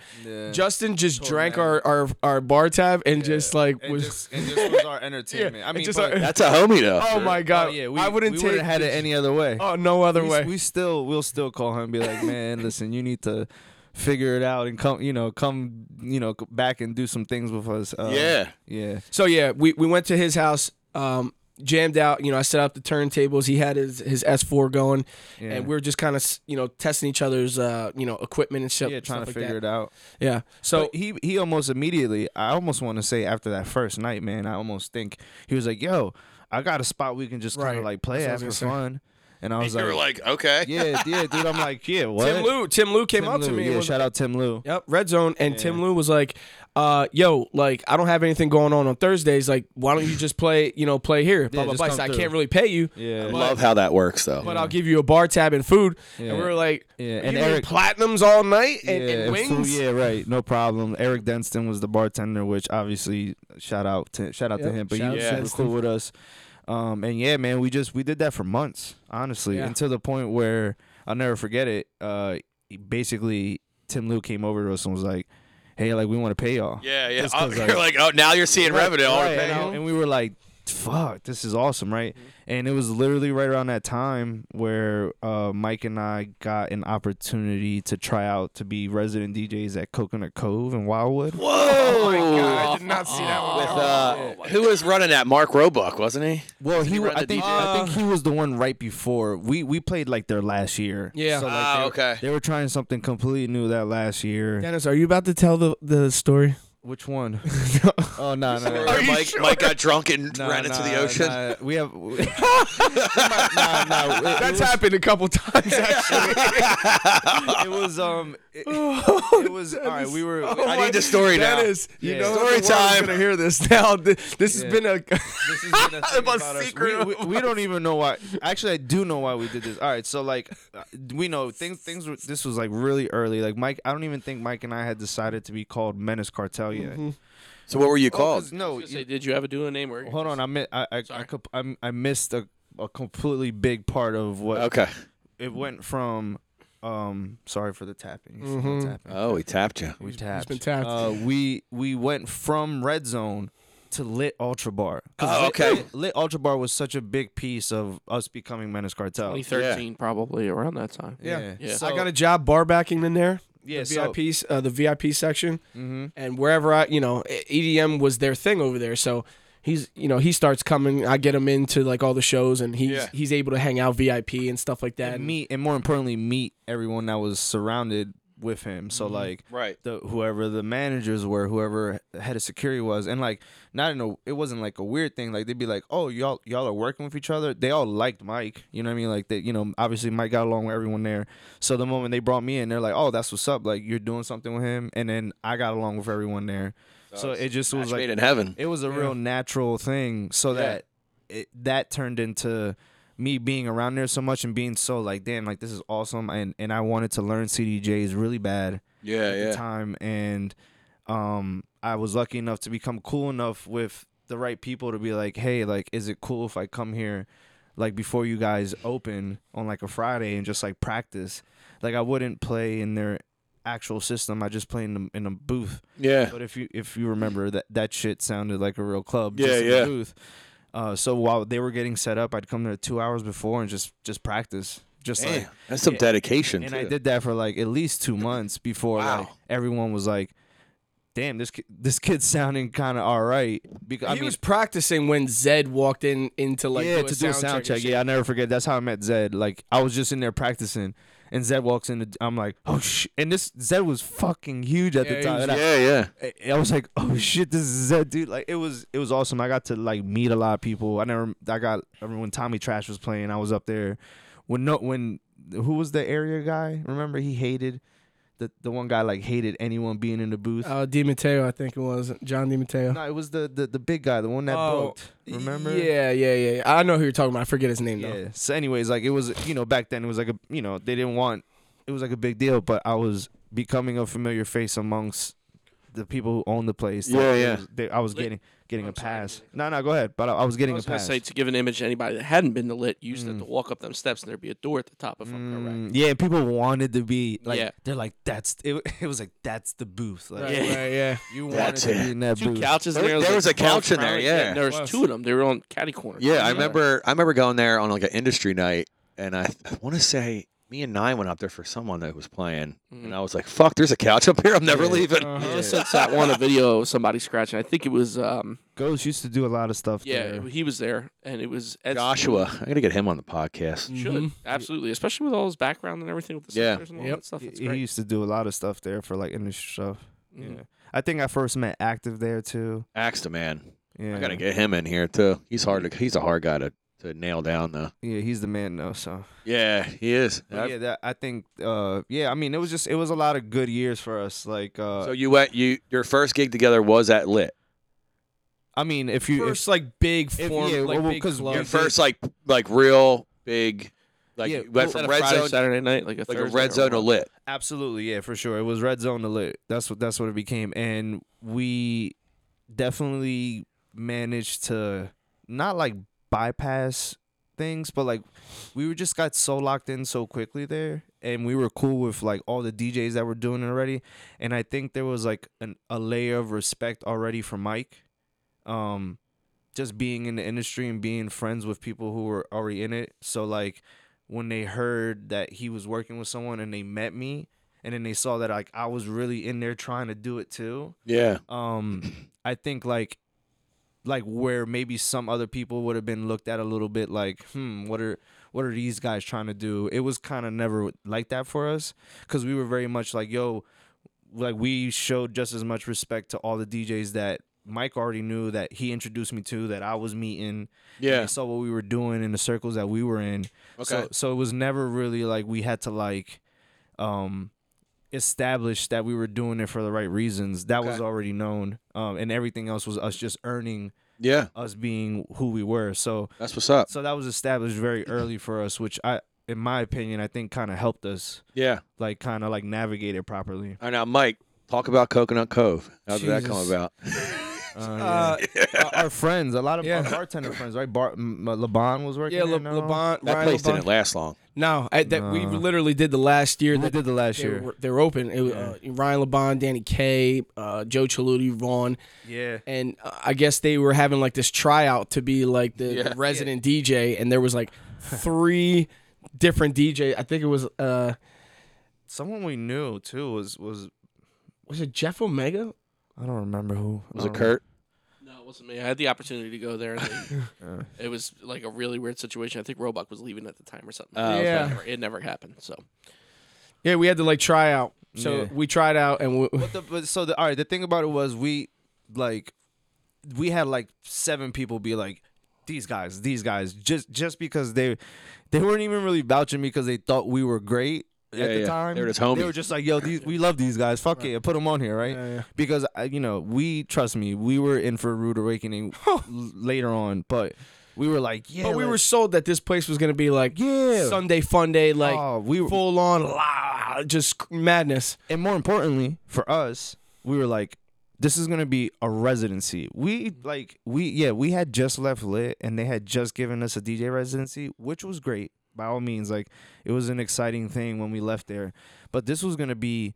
Speaker 2: Justin just drank our, our our bar tab and just like
Speaker 3: and
Speaker 2: was.
Speaker 3: just, and just was our entertainment. I mean,
Speaker 2: just
Speaker 3: but-
Speaker 2: our-
Speaker 1: That's a homie though.
Speaker 2: oh my god!
Speaker 3: Oh, yeah, we,
Speaker 2: I wouldn't
Speaker 3: we
Speaker 2: take
Speaker 3: would've had it any other way.
Speaker 2: Oh no other
Speaker 3: we,
Speaker 2: way.
Speaker 3: we still we'll still call him and be like, man, listen, you need to figure it out and come, you know, come, you know, c- back and do some things with us. Uh,
Speaker 1: Yeah.
Speaker 3: yeah.
Speaker 2: so yeah, we we went to his house. Um, jammed out. You know, I set up the turntables. He had his his S4 going,
Speaker 3: Yeah.
Speaker 2: and we were just kind of you know testing each other's uh, you know equipment and shit.
Speaker 3: yeah, trying to
Speaker 2: stuff like
Speaker 3: figure
Speaker 2: that.
Speaker 3: it out.
Speaker 2: Yeah. So
Speaker 3: So he he almost immediately. I almost want to say after that first night, man. I almost think he was like, "Yo, I got a spot we can just kind
Speaker 2: Right.
Speaker 3: of like play at
Speaker 2: That's what I
Speaker 3: for
Speaker 2: was
Speaker 3: fun." And I was
Speaker 5: you
Speaker 3: like,
Speaker 5: were like, okay.
Speaker 3: "Yeah, yeah, dude." I'm like, "Yeah, what?"
Speaker 2: Tim Lou, Tim Lou came
Speaker 3: Tim
Speaker 2: up to
Speaker 3: Lou,
Speaker 2: me. and
Speaker 3: Yeah,
Speaker 2: was
Speaker 3: shout out Tim Lou.
Speaker 2: Yep, red zone. And Tim Lou was like, uh, yo, like, I don't have anything going on on Thursdays. Like, why don't you just play, you know, play here? Blah, blah,
Speaker 3: just
Speaker 2: blah.
Speaker 3: come
Speaker 2: So I
Speaker 3: through.
Speaker 2: can't really pay you,
Speaker 3: Yeah,
Speaker 5: I love how that works though.
Speaker 2: but I'll give you a bar tab and food.
Speaker 3: Yeah.
Speaker 2: And we were like,
Speaker 3: Yeah,
Speaker 2: you
Speaker 3: and
Speaker 2: mean
Speaker 3: Eric-
Speaker 2: platinums all night and,
Speaker 3: yeah,
Speaker 2: and
Speaker 3: food,
Speaker 2: wings?
Speaker 3: yeah, right. No problem. Eric Denston was the bartender, which obviously shout out to shout out
Speaker 2: Yep,
Speaker 3: to him, but
Speaker 2: shout
Speaker 3: he was
Speaker 5: out
Speaker 3: super
Speaker 5: Denston.
Speaker 3: cool with us. Um, and yeah, man, we just we did that for months, honestly,
Speaker 2: Yeah.
Speaker 3: until the point where I'll never forget it. Uh, basically, Tim Lou came over to us and was like, "Hey, like we want to pay y'all."
Speaker 5: yeah, yeah.
Speaker 3: Just 'cause,
Speaker 5: you're
Speaker 3: like-
Speaker 5: like, oh, now you're seeing revenue. I wanna
Speaker 3: Right,
Speaker 5: pay
Speaker 3: and,
Speaker 5: you.
Speaker 3: I- and we were like, "Fuck, this is awesome!" Right,
Speaker 5: Mm-hmm.
Speaker 3: and it was literally right around that time where uh, Mike and I got an opportunity to try out to be resident DJs at Coconut Cove in Wildwood.
Speaker 5: Whoa!
Speaker 3: "Oh
Speaker 7: I did not see that one.
Speaker 5: With uh, who was running that? Mark Roebuck, wasn't he?
Speaker 3: Well, he,
Speaker 5: he
Speaker 3: wa-
Speaker 5: run
Speaker 3: I
Speaker 5: the
Speaker 3: think
Speaker 5: DJ?
Speaker 3: I think he was the one right before we we played like their last year.
Speaker 2: Yeah.
Speaker 3: so, like,
Speaker 5: Ah,
Speaker 3: they were-
Speaker 5: okay.
Speaker 3: They were trying something completely new that last year.
Speaker 2: Dennis, are you about to tell the, the story?
Speaker 3: Which one? oh no, no, no.
Speaker 5: Where Mike, Mike got drunk and
Speaker 3: No,
Speaker 5: ran into the
Speaker 3: no,
Speaker 5: ocean.
Speaker 3: no. we have. no, no, Uh, it- it
Speaker 2: That's
Speaker 3: was-
Speaker 2: happened a couple times, actually.
Speaker 3: it was um it,
Speaker 2: Oh,
Speaker 3: it was all right we were
Speaker 5: I need the story now.
Speaker 2: Dennis, you
Speaker 3: Yeah.
Speaker 2: know,
Speaker 5: Story
Speaker 2: the world's
Speaker 5: time.
Speaker 2: gonna hear this now. This, this
Speaker 3: Yeah.
Speaker 2: has been a.
Speaker 3: this has been a thing
Speaker 2: About
Speaker 3: about us.
Speaker 2: secret
Speaker 3: we, we, we don't even know why actually i do know why we did this all right so like uh, we know things things were, this was like really early like mike i don't even think mike and i had decided to be called menace cartel yet
Speaker 5: Mm-hmm. So what were you
Speaker 3: Oh, 'cause
Speaker 5: called?
Speaker 3: no
Speaker 4: Say, did you ever do a name
Speaker 3: you-
Speaker 4: word?
Speaker 3: hold on i mi- I, I, I, comp- I'm- I missed a, a completely big part of what
Speaker 5: Okay.
Speaker 3: it went from um sorry for the tapping, You see the
Speaker 2: Mm-hmm.
Speaker 3: tapping.
Speaker 5: Oh, he tapped you.
Speaker 3: we tapped.
Speaker 2: been tapped.
Speaker 3: Uh, we we went from red zone to lit ultra bar. 'Cause
Speaker 5: Oh,
Speaker 3: Lit-
Speaker 5: okay.
Speaker 3: Lit, Lit ultra bar was such a big piece of us becoming Menace Cartel.
Speaker 4: 2013, probably around that time.
Speaker 2: Yeah.
Speaker 4: Yeah.
Speaker 3: So,
Speaker 2: I got a job bar backing in there.
Speaker 3: yeah,
Speaker 2: the
Speaker 3: so,
Speaker 2: VIP,
Speaker 3: Mm-hmm.
Speaker 2: uh, the VIP section, and wherever I, you know, E- EDM was their thing over there. So he's, you know, he starts coming. I get him into like all the shows, and he's
Speaker 5: Yeah.
Speaker 2: he's able to hang out VIP and stuff like that.
Speaker 3: and meet and more importantly meet everyone that was surrounded with him. So like
Speaker 5: Mm-hmm. Right.
Speaker 3: the whoever the managers were, whoever head of security was, and like not in a it wasn't like a weird thing. Like they'd be like, oh y'all y'all are working with each other. They all liked Mike. You know what I mean? Like that you know obviously Mike got along with everyone there. So the moment they brought me in, they're like, oh that's what's up. Like you're doing something with him, and then I got along with everyone there. So, it just was
Speaker 5: Match
Speaker 3: like
Speaker 5: made in heaven.
Speaker 3: it was a real natural thing so that it, that turned into me being around there so much and being so like damn like this is awesome and and I wanted to learn CDJs really bad
Speaker 5: Yeah,
Speaker 3: at the
Speaker 5: yeah.
Speaker 3: time and um I was lucky enough to become cool enough with the right people to be like hey like is it cool if I come here like before you guys open on like a Friday and just like practice like I wouldn't play in their actual system I just play in the, in a booth
Speaker 5: Yeah.
Speaker 3: but if you if you remember that that shit sounded like a real club.
Speaker 5: Yeah,
Speaker 3: just in the
Speaker 5: yeah.
Speaker 3: booth. Uh, so while they were getting set up, I'd come there two hours before and just just practice, just
Speaker 5: Damn,
Speaker 3: like.
Speaker 5: that's some dedication.
Speaker 3: And
Speaker 5: too.
Speaker 3: I did that for like at least two months before
Speaker 5: Wow.
Speaker 3: like everyone was like, "Damn, this ki- this kid's sounding kind of all right." Because
Speaker 2: he
Speaker 3: I mean,
Speaker 2: was practicing when Zed walked in into like
Speaker 3: yeah, to do a
Speaker 2: sound
Speaker 3: sound
Speaker 2: check and
Speaker 3: check. Yeah, I'll never forget. That's how I met Zed. Like I was just in there practicing, and Zed walks in. The, I'm like, "Oh shit!" And this Zed was fucking huge at
Speaker 2: Yeah,
Speaker 3: the
Speaker 2: he
Speaker 3: time.
Speaker 2: was
Speaker 3: and I-
Speaker 5: Yeah, yeah.
Speaker 3: I, I was like, oh shit, this is that dude. Like it was it was awesome. I got to like meet a lot of people. I never I got I remember when Tommy Trash was playing, I was up there. When no when who was the area guy? Remember he hated the the one guy like hated anyone being in the booth.
Speaker 2: shit. Uh, Di Matteo, I think it was John Di Matteo.
Speaker 3: no, it was the, the the big guy, the one that
Speaker 2: Oh,
Speaker 3: booked. Remember?
Speaker 2: Yeah, yeah, yeah. I know who you're talking about. I forget his name though.
Speaker 3: Yeah. So, anyways, like it was, you know, back then it was like a, you know, they didn't want, it was like a big deal, but I was becoming a familiar face amongst the people who own the place. Like,
Speaker 5: Yeah,
Speaker 3: it
Speaker 5: yeah.
Speaker 3: was- they- I was
Speaker 4: Lit-
Speaker 3: getting getting a
Speaker 4: I'm sorry, I
Speaker 3: pass. No, no, go ahead. But I, I was
Speaker 4: I
Speaker 3: getting
Speaker 4: was
Speaker 3: a
Speaker 4: gonna
Speaker 3: pass.
Speaker 4: say to give an image to anybody that hadn't been to lit, you used to have to walk up them steps and there'd be a door at the top if I'm correct.
Speaker 3: Mm, yeah, people wanted to be like
Speaker 4: Yeah.
Speaker 3: they're like that's it, it was like that's the booth. Like
Speaker 4: Yeah.
Speaker 2: Right, yeah.
Speaker 3: you wanted
Speaker 5: That's
Speaker 3: to
Speaker 5: it.
Speaker 3: be in that
Speaker 4: Two
Speaker 3: booth.
Speaker 4: couches in
Speaker 5: There-
Speaker 4: there.
Speaker 5: there was a couch in there, yeah.
Speaker 4: there was two of them. They were on catty corner.
Speaker 5: Yeah, I remember I remember going there on like an industry night and I I want to say me and Nine went up there for someone that was playing, and I was like, "Fuck, there's a couch up here. I'm never leaving."
Speaker 4: Ever Since that one, a video of somebody scratching. I think it was, um,
Speaker 3: Ghost used to do a lot of stuff.
Speaker 4: yeah,
Speaker 3: there.
Speaker 4: he was there, and it was Ed
Speaker 5: Joshua, I'm gonna get him on the podcast.
Speaker 4: Should absolutely, especially with all his background and everything with the
Speaker 5: Yeah.
Speaker 4: sisters and all
Speaker 2: Yep.
Speaker 4: that stuff.
Speaker 3: he,
Speaker 4: It's
Speaker 3: he
Speaker 4: great.
Speaker 3: used to do a lot of stuff there for like industry stuff.
Speaker 4: Mhm.
Speaker 3: Yeah, I think I first met Active there too.
Speaker 5: Axta man,
Speaker 3: Yeah,
Speaker 5: I gotta get him in here too. He's hard to he's a hard guy to, to nail down though.
Speaker 3: Yeah, he's the man though. So
Speaker 5: Yeah, he is.
Speaker 3: But yeah, that, I think. Uh, yeah, I mean, it was just it was a lot of good years for us. Like, uh,
Speaker 5: So you went you your first gig together was at Lit.
Speaker 3: I mean, if you if,
Speaker 2: First, like big
Speaker 3: if-
Speaker 2: form,
Speaker 3: yeah,
Speaker 2: like
Speaker 3: well,
Speaker 2: big
Speaker 3: 'cause
Speaker 2: club.
Speaker 5: Your
Speaker 3: we-
Speaker 5: first like like real big like
Speaker 3: Yeah,
Speaker 5: you
Speaker 4: Well,
Speaker 5: went
Speaker 4: was
Speaker 5: from
Speaker 4: that a
Speaker 5: red
Speaker 4: Friday,
Speaker 5: zone
Speaker 4: Saturday night, like a
Speaker 5: like a
Speaker 4: Thursday
Speaker 5: red
Speaker 4: or
Speaker 5: zone to
Speaker 4: what?
Speaker 5: Lit.
Speaker 3: absolutely, yeah, for sure, it was red zone to lit. That's what that's what it became, and we definitely managed to not like bypass things, but like we were just got so locked in so quickly there, and we were cool with like all the DJs that were doing it already, and I think there was like an, a layer of respect already for Mike, um, just being in the industry and being friends with people who were already in it. So like when they heard that he was working with someone and they met me. And then they saw that like I was really in there trying to do it too
Speaker 5: Yeah.
Speaker 3: um i think like like where maybe some other people would have been looked at a little bit like hmm what are what are these guys trying to do it was kind of never like that for us because we were very much like yo like we showed just as much respect to all the djs that mike already knew that he introduced me to that i was meeting and
Speaker 5: Yeah.
Speaker 3: they saw what we were doing in the circles that we were in so,
Speaker 5: Okay.
Speaker 3: so it was never really like we had to like um establish that we were doing it for the right reasons. That was
Speaker 5: Okay.
Speaker 3: already known. Um and everything else was us just earning
Speaker 5: Yeah.
Speaker 3: us being who we were. So
Speaker 5: That's what's up.
Speaker 3: so that was established very early for us, which I in my opinion I think kinda helped us
Speaker 5: Yeah.
Speaker 3: like kinda like navigate it properly.
Speaker 5: All right, now Mike, talk about Coconut Cove. How did that come
Speaker 3: Jesus.
Speaker 5: about?
Speaker 3: Uh, yeah. Our- our friends, a lot of
Speaker 2: Yeah.
Speaker 3: our bartender friends, right? Bar M- uh, LeBon was working.
Speaker 2: yeah,
Speaker 3: there
Speaker 2: Le-
Speaker 3: now?
Speaker 2: LeBon.
Speaker 5: That
Speaker 2: Ryan
Speaker 5: place
Speaker 2: LeBon.
Speaker 5: didn't last long.
Speaker 2: No, I, that we
Speaker 3: No.
Speaker 2: literally did the last year.
Speaker 3: We
Speaker 2: That
Speaker 3: Uh. did the last
Speaker 2: they
Speaker 3: year.
Speaker 2: were, they were open. It was, uh, Ryan LeBon, Danny Kaye, uh, Joe Chaludi, Vaughn,
Speaker 3: Yeah.
Speaker 2: and uh, I guess they were having like this tryout to be like the, the resident DJ, and there was like three different DJ. I think it was uh,
Speaker 3: Someone we knew too was was
Speaker 2: was it Jeff Omega?
Speaker 3: I don't remember who.
Speaker 5: Was
Speaker 3: I
Speaker 5: it
Speaker 3: don't-
Speaker 5: Kurt?
Speaker 4: No, it wasn't me. I had the opportunity to go there. And they- it was like a really weird situation. I think Roebuck was leaving at the time or something.
Speaker 1: Uh,
Speaker 5: Oh, okay.
Speaker 2: Yeah.
Speaker 4: It never, it never happened. So
Speaker 2: Yeah, we had to like try out. So
Speaker 3: Yeah.
Speaker 2: we tried out, and we,
Speaker 3: But the, but so the all right. The thing about it was we like we had like seven people be like these guys, these guys, just just because they they weren't even really vouching me because they thought we were great
Speaker 5: Yeah,
Speaker 3: at the
Speaker 5: yeah.
Speaker 3: time.
Speaker 5: They were just homies.
Speaker 3: They were just like, yo, these, we love these guys. Fuck it, put them on here, right? Because I, you know, we trust me, we were in for a rude awakening l- later on, but we were like, yeah,
Speaker 2: but we were
Speaker 3: let's-
Speaker 2: sold that this place was gonna be like
Speaker 3: Yeah.
Speaker 2: Sunday fun day, like
Speaker 3: Oh, we were-
Speaker 2: full on, la, just madness.
Speaker 3: and more importantly for us, we were like, this is gonna be a residency. We like we yeah we had just left lit and they had just given us a DJ residency, which was great by all means. Like it was an exciting thing when we left there, but this was gonna be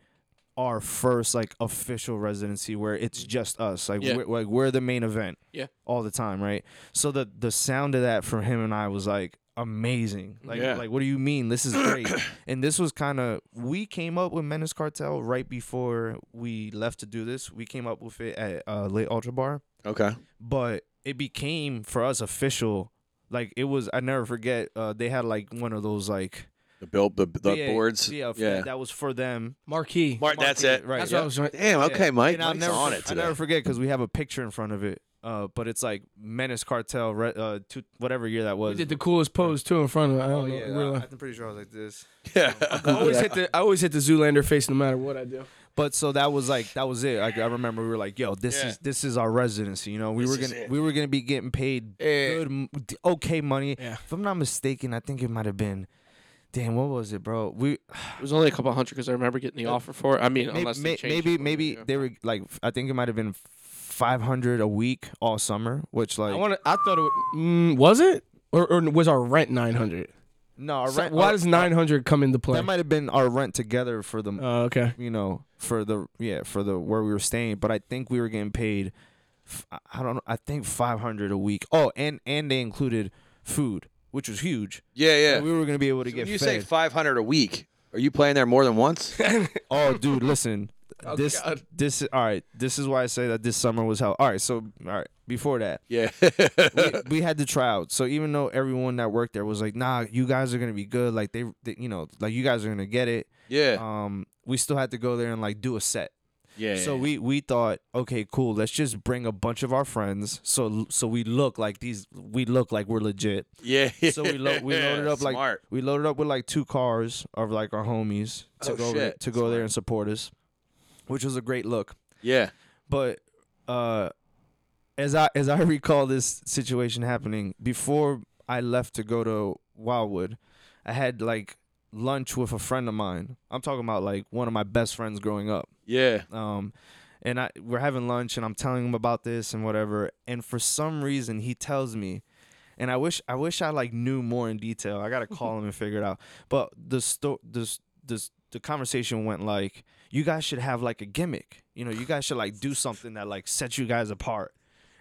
Speaker 3: our first like official residency where it's just us. Like
Speaker 4: Mm-hmm. Yeah.
Speaker 3: we're, like we're the main event.
Speaker 4: Yeah.
Speaker 3: all the time, right? So the the sound of that for him and I was like amazing. Like
Speaker 5: Yeah.
Speaker 3: like what do you mean? This is great. and this was kind of we came up with Menace Cartel right before we left to do this. We came up with it at uh, Late Ultra Bar,
Speaker 5: Okay.
Speaker 3: but it became for us official. Like it was, I never forget. Uh, they had like one of those like
Speaker 5: The build the, the
Speaker 3: yeah,
Speaker 5: boards.
Speaker 3: Yeah,
Speaker 5: yeah.
Speaker 3: that was for them.
Speaker 2: Marquee.
Speaker 5: Mark, that's it.
Speaker 3: Market, right,
Speaker 2: That's
Speaker 3: yeah.
Speaker 2: what I was. Right.
Speaker 5: Damn. Okay, Mike.
Speaker 3: And I'll
Speaker 5: Mike's
Speaker 3: never,
Speaker 5: on it
Speaker 3: I
Speaker 5: today.
Speaker 3: never forget because we have a picture in front of it. Uh, but it's like Menace Cartel, re- uh, two, whatever year that was.
Speaker 2: We did the Oh, coolest pose too in front of. I don't know. we were like-
Speaker 3: I'm pretty sure I was like this.
Speaker 2: I always hit the I always hit the Zoolander face no matter what I do.
Speaker 3: But so that was like that was it. Like I remember we were like, "Yo, this is this is our residency." You know, we were gonna we were gonna be getting paid good, m- d- okay money.
Speaker 2: Yeah.
Speaker 3: If I'm not mistaken, I think it might have been, damn, what was it, bro? We
Speaker 4: it was only a couple hundred because I remember getting the offer for it. I mean,
Speaker 3: maybe
Speaker 4: unless they
Speaker 3: may-
Speaker 4: changed it
Speaker 3: maybe,
Speaker 4: for
Speaker 3: maybe
Speaker 4: me, yeah.
Speaker 3: they were like, I think it might have been five hundred a week all summer, which like
Speaker 2: I want to. I thought it would, mm, was it or, or was our rent nine hundred?
Speaker 3: no, our rent,
Speaker 2: Why
Speaker 3: our-
Speaker 2: does nine hundred come into play?
Speaker 3: that might have been our rent together for the
Speaker 2: Oh, okay.
Speaker 3: you know, for the yeah, for the where we were staying. But I think we were getting paid. f- I don't know. I think five hundred a week. Oh, and and they included food. which was huge.
Speaker 5: Yeah, yeah.
Speaker 3: We were gonna be able to
Speaker 5: When
Speaker 3: get
Speaker 5: you say
Speaker 3: fed.
Speaker 5: 500 a week, are you playing there more than once?
Speaker 3: oh, dude, listen.
Speaker 5: Oh,
Speaker 3: this
Speaker 2: God.
Speaker 3: this all right. This is why I say that this summer was hell. All right, so all right. Before that,
Speaker 5: yeah.
Speaker 3: we, we had to try out. So even though everyone that worked there was like, "Nah, you guys are gonna be good. Like they, they you know, like you guys are gonna get it."
Speaker 5: yeah.
Speaker 3: Um, we still had to go there and like do a set.
Speaker 5: Yeah.
Speaker 3: uh, So we we thought, okay, cool. Let's just bring a bunch of our friends. So so we look like these. We look like we're legit.
Speaker 5: yeah.
Speaker 3: So we lo- we loaded up like
Speaker 5: Smart.
Speaker 3: we loaded up with like two cars of like our homies to
Speaker 5: Oh,
Speaker 3: go
Speaker 5: shit.
Speaker 3: to go there and support us, which was a great look.
Speaker 5: Yeah.
Speaker 3: But uh, as I as I recall this situation happening before I left to go to Wildwood, I had like lunch with a friend of mine. I'm talking about like one of my best friends growing up
Speaker 5: Yeah.
Speaker 3: um and I we're having lunch and I'm telling him about this and whatever and for some reason he tells me and I wish I wish I like knew more in detail. I got to call him and figure it out. But the sto- this this the conversation went like you guys should have like a gimmick. You know, you guys should like do something that like sets you guys apart.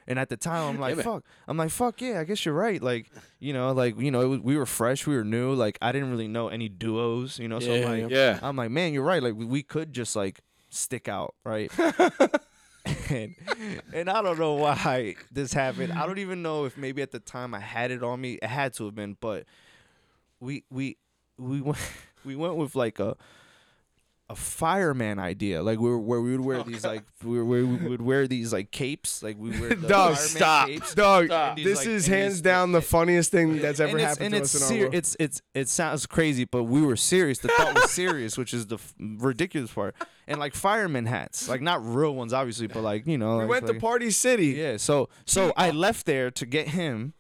Speaker 3: And at the time, I'm like,
Speaker 5: Gimmick.
Speaker 3: fuck. I'm like, fuck yeah. I guess you're right. Like, you know, like you know, it was, we were fresh, we were new. Like, I didn't really know any duos. You know, so I'm
Speaker 4: Yeah,
Speaker 3: like,
Speaker 4: yeah.
Speaker 5: Yeah.
Speaker 3: I'm like, man, you're right. Like we, we could just like stick out, right? and, and I don't know why this happened. I don't even know if maybe at the time I had it on me. It had to have been, but we we we went we went with like a a fireman idea, like we were, where we would
Speaker 2: Oh,
Speaker 3: wear these like we, were, we would wear these like capes, like we wear the
Speaker 2: Dog,
Speaker 3: fireman
Speaker 2: stop.
Speaker 3: capes.
Speaker 2: Dog,
Speaker 5: Stop.
Speaker 2: this
Speaker 3: Like,
Speaker 2: is
Speaker 3: and
Speaker 2: hands
Speaker 3: he's-
Speaker 2: down the funniest thing that's ever
Speaker 3: and
Speaker 2: happened
Speaker 3: it's,
Speaker 2: to us in
Speaker 3: and it's
Speaker 2: our
Speaker 3: ser-
Speaker 2: world.
Speaker 3: it's it's it sounds crazy, but we were serious. The thought was serious, which is the f- ridiculous part. And like fireman hats, like not real ones, obviously, but like you know,
Speaker 2: we
Speaker 3: like,
Speaker 2: went to
Speaker 3: like-
Speaker 2: Party City.
Speaker 3: Yeah, so so I left there to get him,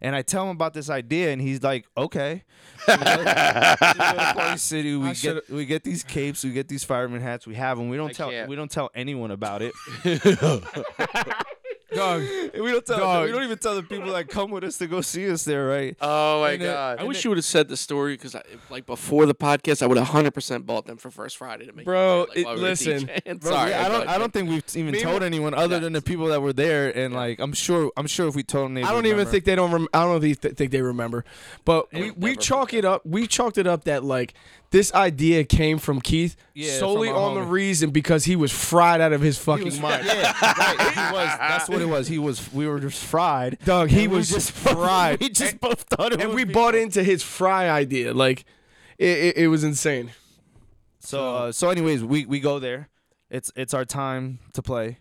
Speaker 3: and I tell him about this idea, and he's like, okay. So we go- we go to Party City, we get we get these capes, we get these fireman hats, we have them. We don't tell
Speaker 5: can't.
Speaker 3: we don't tell anyone about it.
Speaker 2: Dog,
Speaker 3: we don't tell
Speaker 2: Dog.
Speaker 3: we don't even tell the people that come with us to go see us there, right?
Speaker 5: Oh my
Speaker 3: And it-
Speaker 5: god.
Speaker 4: I wish you would have said the story because, like, before the podcast, I would have 100% bought them for First Friday to make.
Speaker 2: Bro,
Speaker 4: like, while
Speaker 2: it-
Speaker 4: we were
Speaker 2: listen,
Speaker 4: DJing.
Speaker 3: Bro,
Speaker 4: Sorry,
Speaker 3: we- I don't.
Speaker 4: thought-
Speaker 3: I don't think we've even
Speaker 2: Me-
Speaker 3: told anyone other than the people that were there, and like I'm sure. I'm sure if we told them, they
Speaker 2: I
Speaker 3: would
Speaker 2: don't even
Speaker 3: remember.
Speaker 2: think they don't. Rem- I don't th- think they remember. But we,
Speaker 4: would
Speaker 2: we
Speaker 4: never
Speaker 2: chalk it up. We chalked it up that like this idea came from Keith
Speaker 3: Yeah,
Speaker 2: solely
Speaker 3: from our
Speaker 2: on the
Speaker 3: homie.
Speaker 2: reason because he was fried out of his fucking mind.
Speaker 3: Yeah, right. He was. That's what it was. He was. We were just fried.
Speaker 2: Dog,
Speaker 3: and
Speaker 2: he
Speaker 3: we
Speaker 2: was
Speaker 3: just
Speaker 2: fried.
Speaker 3: we just both thought it.
Speaker 2: and
Speaker 3: would
Speaker 2: we
Speaker 3: be-
Speaker 2: bought into his fry idea. Like it, it, it was insane.
Speaker 3: So uh, so, anyways, we we go there. It's it's our time to play,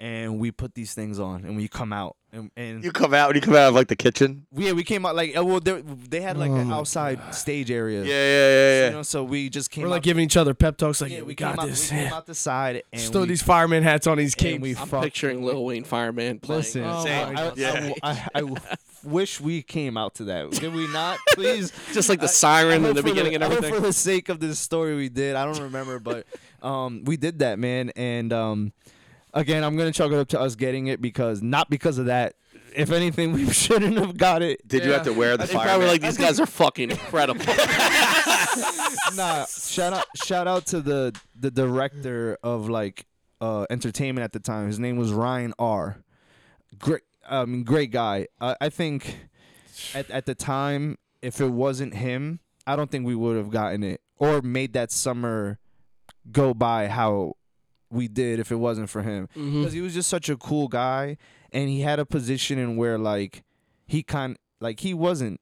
Speaker 3: and we put these things on, and we come out, and and
Speaker 5: You come out when you come out of like the kitchen.
Speaker 3: yeah, we came out like uh, well, they, they had
Speaker 2: Oh
Speaker 3: like an outside stage area.
Speaker 5: Yeah, yeah, yeah, yeah.
Speaker 3: You know, so we just came.
Speaker 2: We're like
Speaker 3: out,
Speaker 2: giving each other pep talks. Like
Speaker 3: yeah, we
Speaker 2: we
Speaker 3: came
Speaker 2: got
Speaker 3: out-
Speaker 2: this.
Speaker 3: We came out the side and
Speaker 2: Throw
Speaker 3: we
Speaker 2: these fireman hats on these
Speaker 3: and
Speaker 2: capes.
Speaker 3: we
Speaker 4: I'm
Speaker 3: fuck-
Speaker 4: picturing Lil Wayne Fireman playing.
Speaker 3: Listen,
Speaker 2: Oh
Speaker 3: I,
Speaker 2: my
Speaker 3: I-
Speaker 5: Yeah.
Speaker 3: I- I- I w- wish we came out to that. Did we not? Please.
Speaker 4: just like the siren
Speaker 3: I
Speaker 4: in
Speaker 3: hope
Speaker 4: the
Speaker 3: for
Speaker 4: beginning and
Speaker 3: I hope
Speaker 4: everything.
Speaker 3: For the sake of this story, we did. I don't remember, but um, we did that, man. And um, again, I'm gonna chalk it up to us getting it because not because of that. If anything, we shouldn't have got it.
Speaker 5: Did you have to wear the
Speaker 4: They probably
Speaker 5: fire?
Speaker 4: were like, these guys are fucking incredible.
Speaker 3: nah, shout out shout out to the the director of like uh entertainment at the time. His name was Ryan R. Great I mean great guy. I I think at at the time if it wasn't him, I don't think we would have gotten it or made that summer go by how we did if it wasn't for him
Speaker 5: Mm-hmm.
Speaker 3: because he was just such a cool guy and he had a position in where like he kind like he wasn't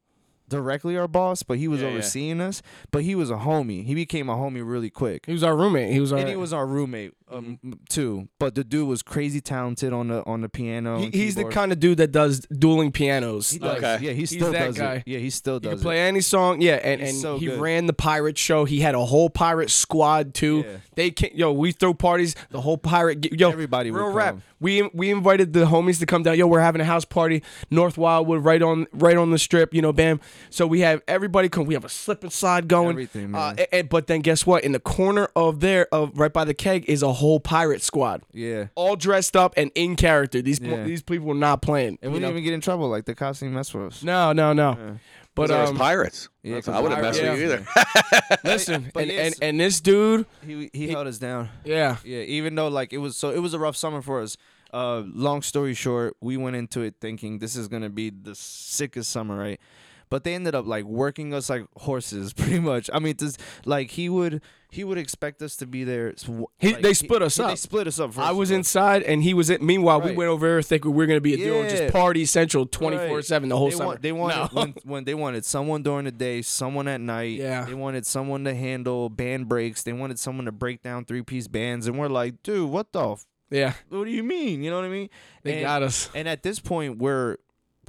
Speaker 3: directly our boss but he was
Speaker 5: Yeah, yeah.
Speaker 3: overseeing us but he was a homie he became a homie really quick
Speaker 2: he was our roommate. He was our.
Speaker 3: and he was our roommate um,
Speaker 2: Mm-hmm.
Speaker 3: too but the dude was crazy talented on the on the piano
Speaker 2: he-
Speaker 3: and
Speaker 2: he's the
Speaker 3: keyboard.
Speaker 2: kind of dude that does dueling pianos.
Speaker 3: he
Speaker 2: Like,
Speaker 3: does.
Speaker 5: Okay.
Speaker 3: yeah he still
Speaker 2: that
Speaker 3: does
Speaker 2: guy.
Speaker 3: it yeah he still
Speaker 2: He
Speaker 3: does
Speaker 2: could
Speaker 3: it.
Speaker 2: play any song, yeah, and,
Speaker 3: He's
Speaker 2: and
Speaker 3: so
Speaker 2: he
Speaker 3: good.
Speaker 2: ran the pirate show. He had a whole pirate squad too.
Speaker 3: Yeah.
Speaker 2: They can yo, we throw parties. The whole pirate, ge- yo,
Speaker 3: Everybody would
Speaker 2: real rap.
Speaker 3: come.
Speaker 2: We we invited the homies to come down. Yo, we're having a house party, North Wildwood, right on right on the strip. You know, bam. So we have everybody come. We have a slip and slide going.
Speaker 3: Everything,
Speaker 2: Uh,
Speaker 3: man.
Speaker 2: a- and- but then guess what? In the corner of there, of right by the keg, is a whole pirate squad,
Speaker 3: yeah
Speaker 2: all dressed up and in character. These
Speaker 3: Yeah.
Speaker 2: these people were not playing.
Speaker 3: and we
Speaker 2: you know?
Speaker 3: didn't even get in trouble like the cops didn't mess with us
Speaker 2: no, no, no. But
Speaker 5: There was
Speaker 2: um,
Speaker 5: pirates.
Speaker 3: Yeah,
Speaker 5: I wouldn't mess with
Speaker 2: pirates,
Speaker 5: you
Speaker 2: yeah.
Speaker 5: either.
Speaker 2: listen,
Speaker 3: But
Speaker 2: and,
Speaker 3: yes.
Speaker 2: and and this dude,
Speaker 3: he, he held us down
Speaker 2: yeah.
Speaker 3: Yeah, even though like it was so it was a rough summer for us. Uh long story short, we went into it thinking this is gonna be the sickest summer, right? But they ended up like working us like horses, pretty much. I mean, just like he would he would expect us to be there. s- w-
Speaker 2: He-
Speaker 3: like,
Speaker 2: they split us
Speaker 3: They
Speaker 2: up.
Speaker 3: split us up. First
Speaker 2: I was
Speaker 3: of all.
Speaker 2: inside and he was in. Meanwhile, we
Speaker 3: Right.
Speaker 2: went over there thinking we were going to be at doing
Speaker 3: Yeah.
Speaker 2: just party central 24 7 the whole
Speaker 3: they
Speaker 2: summer.
Speaker 3: Want, they wanted when, when they wanted someone during the day, someone at night.
Speaker 2: Yeah.
Speaker 3: They wanted someone to handle band breaks. They wanted someone to break down three piece bands, and we're like, dude, what the? F-
Speaker 2: yeah,
Speaker 3: what do you mean? You know what I mean?
Speaker 2: they
Speaker 3: And-
Speaker 2: got us.
Speaker 3: And at this point, we're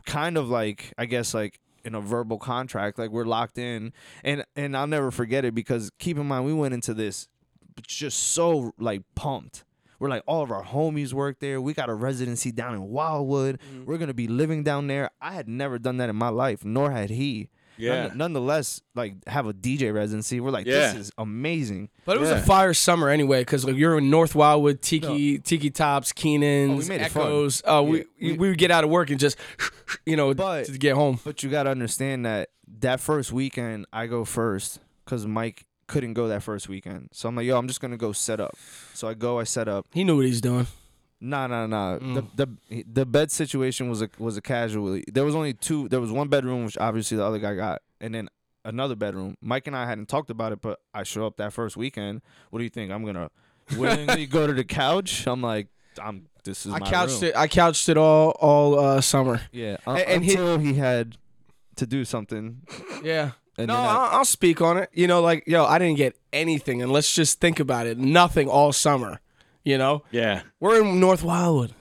Speaker 3: kind of like, I guess, like in a verbal contract, like we're locked in. And and I'll never forget it because keep in mind, we went into this just so like pumped. We're like all of our homies work there. We got a residency down in Wildwood.
Speaker 5: Mm-hmm.
Speaker 3: We're gonna be living down there. I had never done that in my life, nor had he.
Speaker 5: Yeah.
Speaker 3: None- nonetheless, like have a DJ residency. We're like, this
Speaker 5: Yeah.
Speaker 3: is amazing.
Speaker 2: But it was
Speaker 5: Yeah.
Speaker 2: a fire summer anyway, because like you're in North Wildwood, Tiki Tiki Tops,
Speaker 3: Oh,
Speaker 2: Keenan's,
Speaker 3: we made it fun.
Speaker 2: Echoes. Uh, we, we we would get out of work and just you know
Speaker 3: But-
Speaker 2: to get home.
Speaker 3: But you got to understand that that first weekend, I go first because Mike couldn't go that first weekend. So I'm like, yo, I'm just going to go set up. So I go, I set up.
Speaker 2: He knew what he's doing.
Speaker 3: Nah, nah, nah.
Speaker 2: Mm.
Speaker 3: The, the the bed situation was a was a casualty. There was only two. There was one bedroom, which obviously the other guy got, and then another bedroom. Mike and I hadn't talked about it, but I show up that first weekend. What do you think? I'm gonna willingly go to the couch? I'm like, I'm. This is
Speaker 2: I
Speaker 3: my
Speaker 2: couched
Speaker 3: room.
Speaker 2: it. I couched it all all uh, summer.
Speaker 3: Yeah.
Speaker 2: A- and he-
Speaker 3: until he had to do something.
Speaker 2: Yeah.
Speaker 3: And
Speaker 2: no,
Speaker 3: then I-
Speaker 2: I'll, I'll speak on it. You know, like yo, I didn't get anything, and let's just think about it. Nothing all summer. You know,
Speaker 5: Yeah.
Speaker 2: we're in North Wildwood.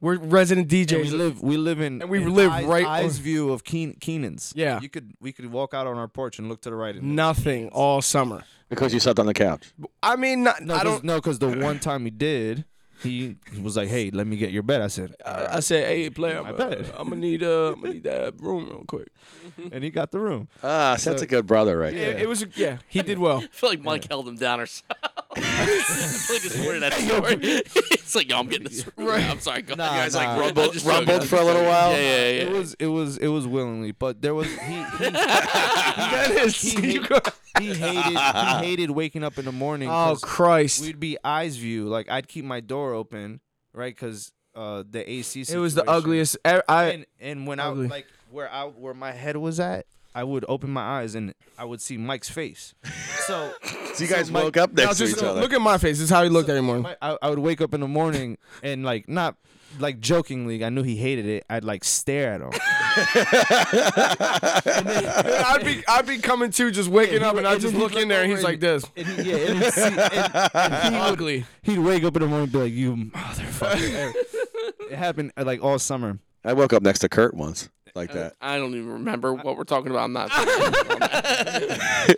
Speaker 2: We're resident
Speaker 3: And we
Speaker 2: DJs.
Speaker 3: live we live in
Speaker 2: And we
Speaker 3: in
Speaker 2: live
Speaker 3: eyes,
Speaker 2: right
Speaker 3: eyes
Speaker 2: on-
Speaker 3: view of Keen, Keenan's.
Speaker 2: Yeah.
Speaker 3: you could we could walk out on our porch and look to the right. And
Speaker 2: Nothing all summer.
Speaker 5: Because you slept on the couch.
Speaker 2: I mean, not,
Speaker 3: no,
Speaker 2: I
Speaker 3: 'cause-
Speaker 2: don't.
Speaker 3: no, because the one time he did, he was like, "Hey, let me get your bed." I said,
Speaker 2: I I said, hey, player,
Speaker 3: My
Speaker 2: I'm,
Speaker 3: bad.
Speaker 2: I'm gonna need uh, I'm gonna need that room real quick.
Speaker 3: and he got the room.
Speaker 5: Ah, so that's a good brother right
Speaker 2: It,
Speaker 5: there.
Speaker 2: it was, yeah, he did well.
Speaker 4: I feel like Mike held him down or something. I just heard that story. it's like, yo, I'm getting this. I'm sorry. Go
Speaker 3: Nah,
Speaker 4: ahead.
Speaker 3: nah.
Speaker 4: I'm
Speaker 5: rumbled,
Speaker 4: just joking.
Speaker 5: rumbled for a little while.
Speaker 4: Yeah, yeah, yeah.
Speaker 3: It was it was it was willingly, but there was he he,
Speaker 2: that is.
Speaker 3: he, ha- he hated he hated waking up in the morning.
Speaker 2: oh
Speaker 3: 'cause
Speaker 2: Christ!
Speaker 3: we'd be eyes view. Like I'd keep my door open, right? Because uh, the AC.
Speaker 2: It was the
Speaker 3: situation.
Speaker 2: ugliest. I, I
Speaker 3: and and when
Speaker 2: Ugly.
Speaker 3: I like where I where my head was at, I would open my eyes and I would see Mike's face. So
Speaker 5: So you guys
Speaker 3: so Mike-
Speaker 5: woke up
Speaker 2: now
Speaker 5: next to
Speaker 2: just
Speaker 5: each other.
Speaker 2: look at my face. This is how he looked every morning.
Speaker 3: my, I, I would wake up in the morning and like not like jokingly, I knew he hated it. I'd like stare at him.
Speaker 2: I'd be I'd be coming to just waking up and I just
Speaker 3: then
Speaker 2: look
Speaker 3: he'd
Speaker 2: in there and
Speaker 3: over
Speaker 2: he's like this.
Speaker 3: And he, yeah, and he'd, see, and, and he would,
Speaker 2: Ugly.
Speaker 3: he'd wake up in the morning and be like, "You motherfucker!" it happened uh, like all summer.
Speaker 5: I woke up next to Kurt once
Speaker 3: Uh,
Speaker 5: like that.
Speaker 4: I don't even remember what we're talking about. I'm not.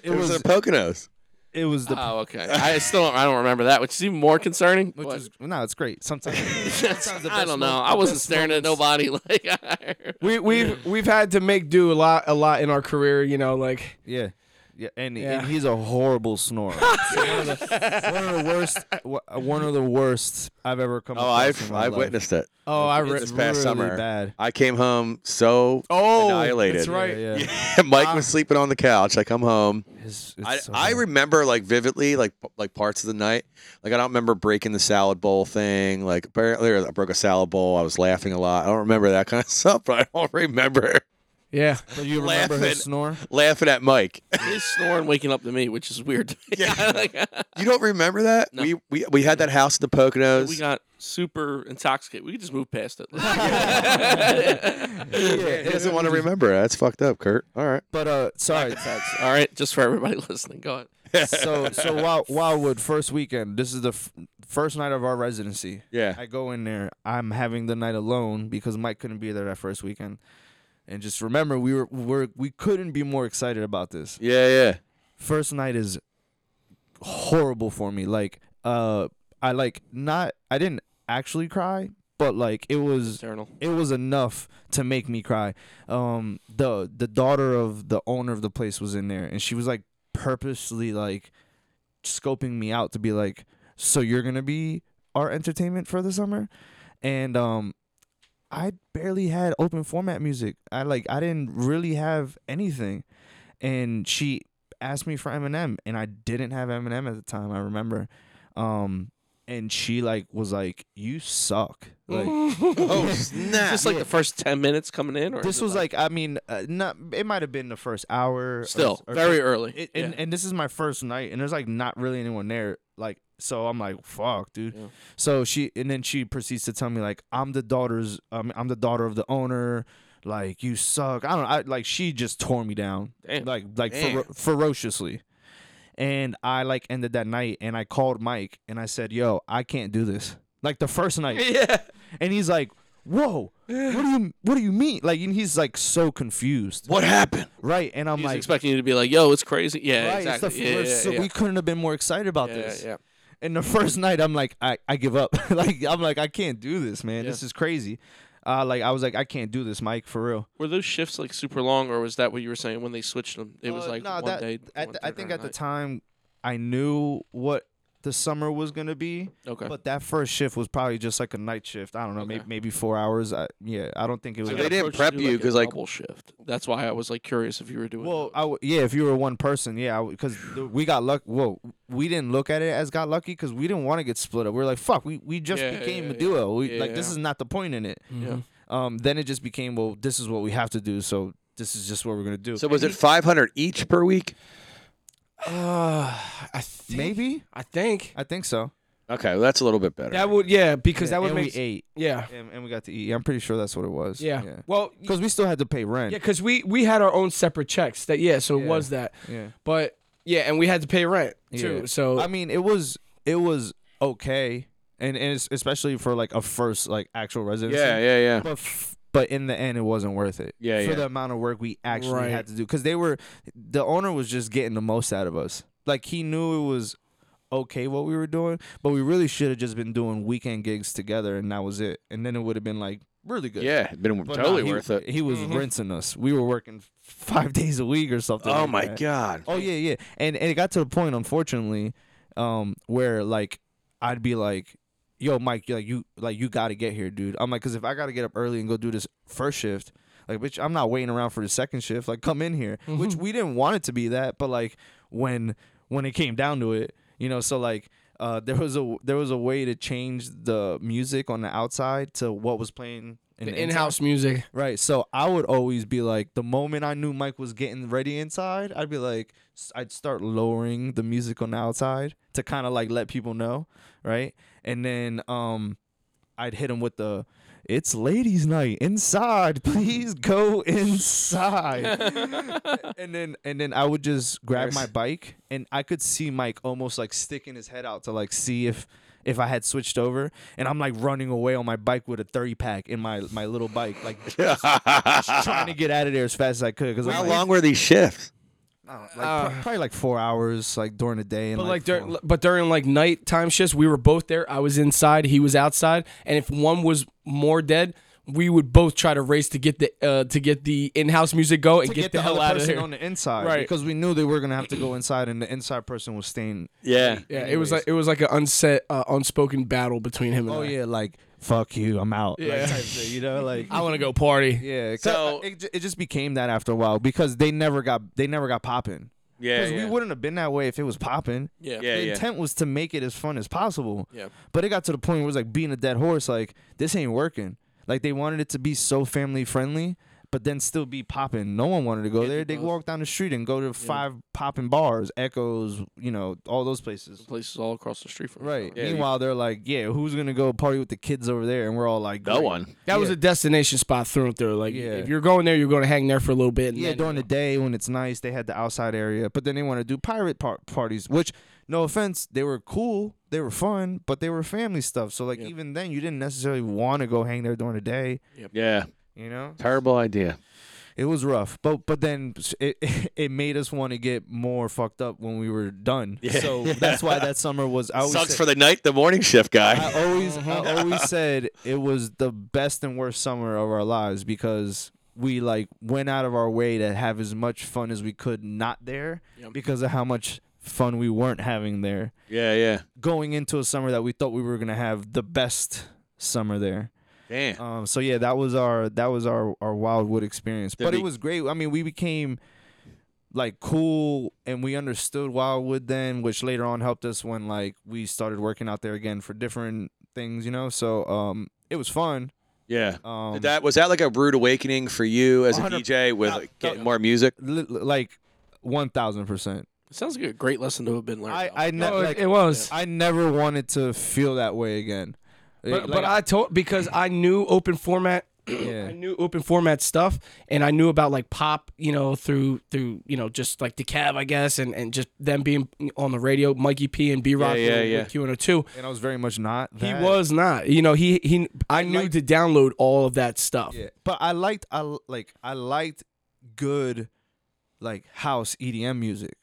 Speaker 5: It, was,
Speaker 3: was-
Speaker 5: at Poconos.
Speaker 3: It was the
Speaker 4: oh, okay. I still don't, I don't remember that, which is even more concerning.
Speaker 3: which
Speaker 4: What?
Speaker 3: is no, it's great. Sometimes, sometimes the
Speaker 4: I
Speaker 3: best
Speaker 4: don't know.
Speaker 3: mo-
Speaker 4: I
Speaker 3: the
Speaker 4: wasn't
Speaker 3: best
Speaker 4: staring at
Speaker 3: moments-
Speaker 4: nobody. Like, I-
Speaker 2: We we've we've had to make do a lot a lot in our career, you know, like
Speaker 3: Yeah. Yeah, and,
Speaker 2: Yeah.
Speaker 3: and he's a horrible snorer. It's one, of the, one of the worst, wa- one of the worst I've ever come.
Speaker 5: Oh,
Speaker 3: across
Speaker 5: I've
Speaker 3: in my
Speaker 5: I've
Speaker 3: life.
Speaker 5: witnessed it.
Speaker 2: oh I
Speaker 5: It's
Speaker 2: re-
Speaker 5: this past
Speaker 3: really
Speaker 5: summer.
Speaker 3: bad.
Speaker 5: I came home so
Speaker 2: oh
Speaker 5: annihilated.
Speaker 2: That's right.
Speaker 3: Yeah, yeah.
Speaker 5: Mike was sleeping on the couch. I come home.
Speaker 3: It's-
Speaker 5: I,
Speaker 3: it's so
Speaker 5: I
Speaker 3: bad.
Speaker 5: remember like vividly like p- like parts of the night. Like I don't remember breaking the salad bowl thing. Like apparently I broke a salad bowl. I was laughing a lot. I don't remember that kind of stuff, but I don't remember
Speaker 2: Yeah.
Speaker 3: But you remember
Speaker 5: laughing.
Speaker 3: his snore?
Speaker 5: laughing at Mike.
Speaker 4: he's snoring, waking up to me, which is weird. To me. Yeah.
Speaker 5: You don't remember that? We, we we had that house in the Poconos.
Speaker 4: we got super intoxicated. We could just move past it.
Speaker 5: he doesn't want to remember. it. That's fucked up, Kurt. All right.
Speaker 3: But uh, sorry.
Speaker 4: All right, just for everybody listening, go ahead.
Speaker 3: so so Wild, Wildwood first weekend. This is the f- first night of our residency.
Speaker 5: Yeah.
Speaker 3: I go in there. I'm having the night alone because Mike couldn't be there that first weekend. And just remember, we were we're we couldn't be more excited about this.
Speaker 5: Yeah, yeah.
Speaker 3: first night is horrible for me. Like, uh, I like not. I didn't actually cry, but like it was.
Speaker 4: Eternal.
Speaker 3: It was enough to make me cry. Um, the the daughter of the owner of the place was in there, and she was like purposely like scoping me out to be like, so you're gonna be our entertainment for the summer, and um. I barely had open format music. I like I didn't really have anything, and she asked me for Eminem, and I didn't have Eminem at the time. I remember, um, and she like was like, "You suck." Like
Speaker 5: Oh snap!
Speaker 4: Just like the first ten minutes coming in, or
Speaker 3: this was like, I mean, uh, not it might have been the first hour. or-
Speaker 4: still
Speaker 3: or-
Speaker 4: very early.
Speaker 3: it, and, and this is my first night and there's like not really anyone there like so i'm like fuck dude
Speaker 4: Yeah.
Speaker 3: so she and then she proceeds to tell me like i'm the daughter's um, i'm the daughter of the owner like you suck i don't I, like she just tore me down
Speaker 4: Damn.
Speaker 3: like like
Speaker 5: Damn.
Speaker 3: fero- ferociously and i like ended that night and i called mike and i said yo i can't do this like the first night
Speaker 4: yeah.
Speaker 3: and he's like whoa what do you what do you mean like and he's like so confused
Speaker 5: what happened?
Speaker 3: right and i'm
Speaker 4: He's
Speaker 3: like
Speaker 4: expecting you to be like, "Yo, it's crazy." Yeah,
Speaker 3: right,
Speaker 4: exactly.
Speaker 3: it's the
Speaker 4: yeah,
Speaker 3: first,
Speaker 4: yeah,
Speaker 3: so
Speaker 4: yeah.
Speaker 3: we couldn't have been more excited about
Speaker 4: yeah,
Speaker 3: this.
Speaker 4: yeah.
Speaker 3: And the first night, I'm like, I, I give up. like, I'm like, I can't do this, man.
Speaker 4: Yeah.
Speaker 3: This is crazy. Uh, like, I was like, I can't do this, Mike, for real.
Speaker 4: Were those shifts like super long, or was that what you were saying when they switched them? It was
Speaker 3: Uh,
Speaker 4: like
Speaker 3: no,
Speaker 4: one
Speaker 3: that-
Speaker 4: day.
Speaker 3: At
Speaker 4: one
Speaker 3: the, I
Speaker 4: third
Speaker 3: think
Speaker 4: or
Speaker 3: at the
Speaker 4: night.
Speaker 3: time, I knew what the summer was gonna be,
Speaker 4: Okay.
Speaker 3: but that first shift was probably just like a night shift. I don't know,
Speaker 4: Okay.
Speaker 3: maybe maybe four hours. I, yeah, I don't think it was.
Speaker 5: So
Speaker 4: I
Speaker 5: they
Speaker 4: got
Speaker 5: didn't
Speaker 4: approached to
Speaker 5: prep
Speaker 4: do,
Speaker 5: you
Speaker 4: a
Speaker 5: 'cause, like-
Speaker 4: double shift. That's why I was like curious if you were doing.
Speaker 3: Well,
Speaker 4: those.
Speaker 3: I w- yeah, if you were one person, yeah, because we got luck. Whoa, we didn't look at it as got lucky because we didn't want to get split up. We were like, fuck, we, we just
Speaker 4: Yeah,
Speaker 3: became
Speaker 4: yeah,
Speaker 3: a
Speaker 4: yeah.
Speaker 3: duo. We,
Speaker 4: Yeah,
Speaker 3: like this
Speaker 4: yeah.
Speaker 3: is not the point in it.
Speaker 4: yeah.
Speaker 2: Mm-hmm.
Speaker 3: Um, then it just became, well, this is what we have to do. So this is just what we're gonna do.
Speaker 5: So was it 500 each per week?
Speaker 2: Uh, I think,
Speaker 3: maybe
Speaker 2: I think
Speaker 3: I think so.
Speaker 5: Okay, well, that's a little bit better.
Speaker 2: that would yeah because that would
Speaker 3: and
Speaker 2: make
Speaker 3: we ate
Speaker 2: yeah
Speaker 3: and, and we got to eat. I'm pretty sure that's what it was.
Speaker 2: yeah well y-
Speaker 3: Because we still had to pay rent.
Speaker 2: yeah because we we had our own separate checks that yeah so it
Speaker 3: Yeah.
Speaker 2: was that
Speaker 3: yeah.
Speaker 2: but yeah and we had to pay rent too
Speaker 3: Yeah.
Speaker 2: so
Speaker 3: I mean, it was it was okay, and and it's, especially for like a first like actual residency.
Speaker 5: yeah, yeah, yeah.
Speaker 3: but f- but in the end, it wasn't worth it.
Speaker 5: Yeah,
Speaker 3: for
Speaker 5: yeah.
Speaker 3: the amount of work we actually
Speaker 2: Right.
Speaker 3: had to do, because they were the owner was just getting the most out of us. Like he knew it was okay what we were doing, but we really should have just been doing weekend gigs together, and that was it. And then it would have been like really good.
Speaker 5: Yeah, it'd been
Speaker 3: But
Speaker 5: totally
Speaker 3: nah, he-
Speaker 5: worth it.
Speaker 3: He was rinsing us. We were working five days a week or something.
Speaker 5: Oh
Speaker 3: like
Speaker 5: my
Speaker 3: that.
Speaker 5: god.
Speaker 3: Oh yeah, yeah. And and it got to the point, unfortunately, um, where like I'd be like, "Yo, Mike, you like you like you got to get here, dude." I'm like, "Cause if I got to get up early and go do this first shift, like, bitch, I'm not waiting around for the second shift. Like, come in here."
Speaker 2: Mm-hmm.
Speaker 3: Which we didn't want it to be that, but like when when it came down to it, you know, so like. Uh, there was a there was a way to change the music on the outside to what was playing
Speaker 2: the
Speaker 3: in the inside.
Speaker 2: in-house music
Speaker 3: Right. So I would always be like, the moment I knew Mike was getting ready inside, I'd be like, s- I'd start lowering the music on the outside to kind of like let people know, right? And then um, I'd hit him with the, it's ladies' night inside. Please go inside. and then and then I would just grab my bike and I could see Mike almost like sticking his head out to like see if if I had switched over and I'm like running away on my bike with a 30 pack in my my little bike like just trying to get out of there as fast as I could cuz
Speaker 5: How long were these shifts?
Speaker 3: probably like 4 hours like during the day and
Speaker 2: but like
Speaker 3: four-
Speaker 2: during but during like nighttime shifts we were both there I was inside he was outside and if one was more dead we would both try to race to get the uh, to get the in-house music go and
Speaker 3: to
Speaker 2: get, the, hell
Speaker 3: other
Speaker 2: out of
Speaker 3: person
Speaker 2: here
Speaker 3: on the inside
Speaker 2: Right.
Speaker 3: because we knew they were going to have to go inside and the inside person was staying
Speaker 5: Yeah.
Speaker 2: Yeah, it was like it was like an unset, uh, unspoken battle between him and
Speaker 3: oh
Speaker 2: I.
Speaker 3: yeah like fuck you I'm out like,
Speaker 2: Yeah.
Speaker 3: type thing, you know like
Speaker 2: I want to go party.
Speaker 3: Yeah, 'cause
Speaker 5: So-
Speaker 3: it, ju- it just became that after a while because they never got they never got popping.
Speaker 5: Yeah.
Speaker 3: Because we wouldn't have been that way if it was popping.
Speaker 4: yeah.
Speaker 5: Yeah,
Speaker 3: the
Speaker 5: yeah.
Speaker 3: intent was to make it as fun as possible.
Speaker 4: Yeah.
Speaker 3: But it got to the point where it was like being a dead horse. Like this ain't working. Like they wanted it to be so family friendly, but then still be popping. No one wanted to go there. They walk down the street and go to five popping bars, Echoes, you know, all those places.
Speaker 4: Places all across the street from each
Speaker 3: Right.
Speaker 4: other.
Speaker 5: Yeah, you-
Speaker 3: Meanwhile, they're like, yeah, who's gonna go party with the kids over there? And we're all like,
Speaker 5: No
Speaker 3: "Great."
Speaker 5: one.
Speaker 2: That was a destination spot through and through. Like,
Speaker 3: Yeah.
Speaker 2: if you're going there, you're going to hang there for a little bit. And
Speaker 3: Yeah,
Speaker 2: then-
Speaker 3: during the day when it's nice, they had the outside area, but then they want to do pirate par- parties, which, no offense, they were cool, they were fun, but they were family stuff. So, like, even then, you didn't necessarily want to go hang there during the day,
Speaker 5: Yeah.
Speaker 3: you know?
Speaker 5: Terrible idea.
Speaker 3: It was rough, but but then it it made us want to get more fucked up when we were done. So that's why that summer was. I always
Speaker 5: Sucks
Speaker 3: said-
Speaker 5: for the night, the morning shift guy.
Speaker 3: I always I always said it was the best and worst summer of our lives because we like went out of our way to have as much fun as we could not there because of how much fun we weren't having there.
Speaker 5: Yeah, yeah.
Speaker 3: Going into a summer that we thought we were gonna have the best summer there.
Speaker 5: Damn.
Speaker 3: Um so yeah, that was our that was our our Wildwood experience.
Speaker 5: Did
Speaker 3: but
Speaker 5: we-
Speaker 3: it was great. I mean we became like cool and we understood Wildwood then, which later on helped us when like we started working out there again for different things, you know. So um, it was fun.
Speaker 5: Yeah.
Speaker 3: Um,
Speaker 5: Did that was that like a rude awakening for you as a
Speaker 3: 100
Speaker 5: DJ with like, getting more music?
Speaker 3: li- li- like one thousand percent.
Speaker 4: Sounds like a great lesson to have been learned.
Speaker 3: I
Speaker 4: though.
Speaker 3: I ne-
Speaker 2: No, Oh, it-
Speaker 3: like,
Speaker 2: it was.
Speaker 3: I never wanted to feel that way again.
Speaker 2: But, but I told because I knew open format. I knew open format stuff, and I knew about like pop, you know, through through you know just like Decab, I guess, and and just them being on the radio, Mikey P and B Rock,
Speaker 5: Yeah, yeah, yeah.
Speaker 2: Q and O two.
Speaker 3: and I was very much not.
Speaker 2: He
Speaker 3: that.
Speaker 2: was not, you know, he he. I knew to download all of that stuff.
Speaker 3: Yeah, but I liked I l- like I liked good like house EDM music,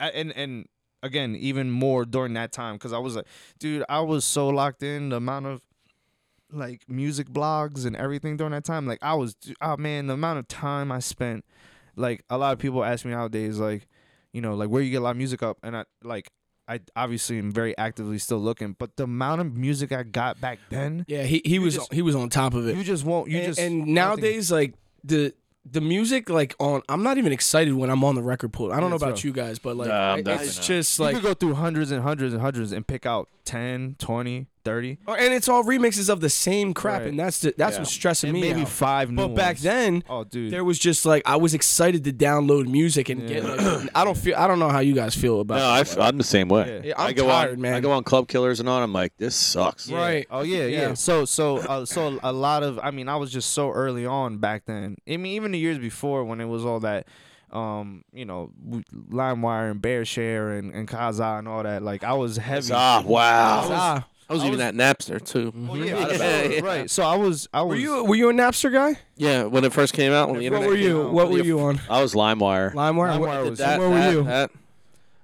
Speaker 3: I, and and again even more during that time because I was like, dude, I was so locked in the amount of like music blogs and everything during that time. Like I was, d- oh man, the amount of time I spent. Like a lot of people ask me nowadays, like you know, like where you get a lot of music up, and I like. I obviously am very actively still looking, but the amount of music I got back then,
Speaker 2: Yeah, he, he was
Speaker 3: just-
Speaker 2: he was on top of it.
Speaker 3: you just won't. You
Speaker 2: and,
Speaker 3: just
Speaker 2: and
Speaker 3: nothing-
Speaker 2: nowadays like the the music like on I'm not even excited when I'm on the record pool. I don't know
Speaker 3: That's
Speaker 2: about
Speaker 3: rough.
Speaker 2: you guys, but like
Speaker 5: Nah, I'm
Speaker 2: I-
Speaker 5: definitely
Speaker 2: it's
Speaker 5: not.
Speaker 2: just
Speaker 3: you
Speaker 2: like
Speaker 3: could go through hundreds and hundreds and hundreds and pick out 10, 20, 30.
Speaker 2: Oh, and it's all remixes of the same crap,
Speaker 3: Right.
Speaker 2: and that's the, that's
Speaker 5: Yeah.
Speaker 2: what's stressing
Speaker 3: And
Speaker 2: me.
Speaker 3: maybe
Speaker 2: out.
Speaker 3: five
Speaker 2: but
Speaker 3: new
Speaker 2: back
Speaker 3: ones.
Speaker 2: then,
Speaker 3: Oh, dude.
Speaker 2: there was just like I was excited to download music and get. Like, I don't feel. I don't know how you guys feel about.
Speaker 5: No, I f- I'm the same way.
Speaker 2: Yeah, I'm
Speaker 5: I go
Speaker 2: tired,
Speaker 5: on,
Speaker 2: man.
Speaker 5: I go on Club Killers and on. I'm like, this sucks.
Speaker 2: Yeah. Right.
Speaker 3: Oh yeah, yeah.
Speaker 2: Yeah.
Speaker 3: So so uh, so a lot of I mean I was just so early on back then. I mean even the years before when it was all that um you know w- LimeWire and BearShare and and Kazaa and all that like I was heavy.
Speaker 5: Ah, wow.
Speaker 2: Ah,
Speaker 4: I was even at Napster too.
Speaker 3: Oh, yeah,
Speaker 5: Mhm.
Speaker 3: I was-
Speaker 5: Yeah,
Speaker 4: yeah.
Speaker 3: right. So I was I
Speaker 2: were
Speaker 3: was
Speaker 2: you were you a Napster guy?
Speaker 4: Yeah, when it first came out, when the
Speaker 2: What
Speaker 4: internet
Speaker 2: were
Speaker 4: came
Speaker 2: you?
Speaker 4: out.
Speaker 2: What were
Speaker 4: Yeah,
Speaker 2: you on?
Speaker 5: I was LimeWire.
Speaker 2: LimeWire.
Speaker 3: LimeWire
Speaker 2: What-
Speaker 3: was-
Speaker 4: That,
Speaker 2: where were
Speaker 4: that,
Speaker 2: you?
Speaker 4: That.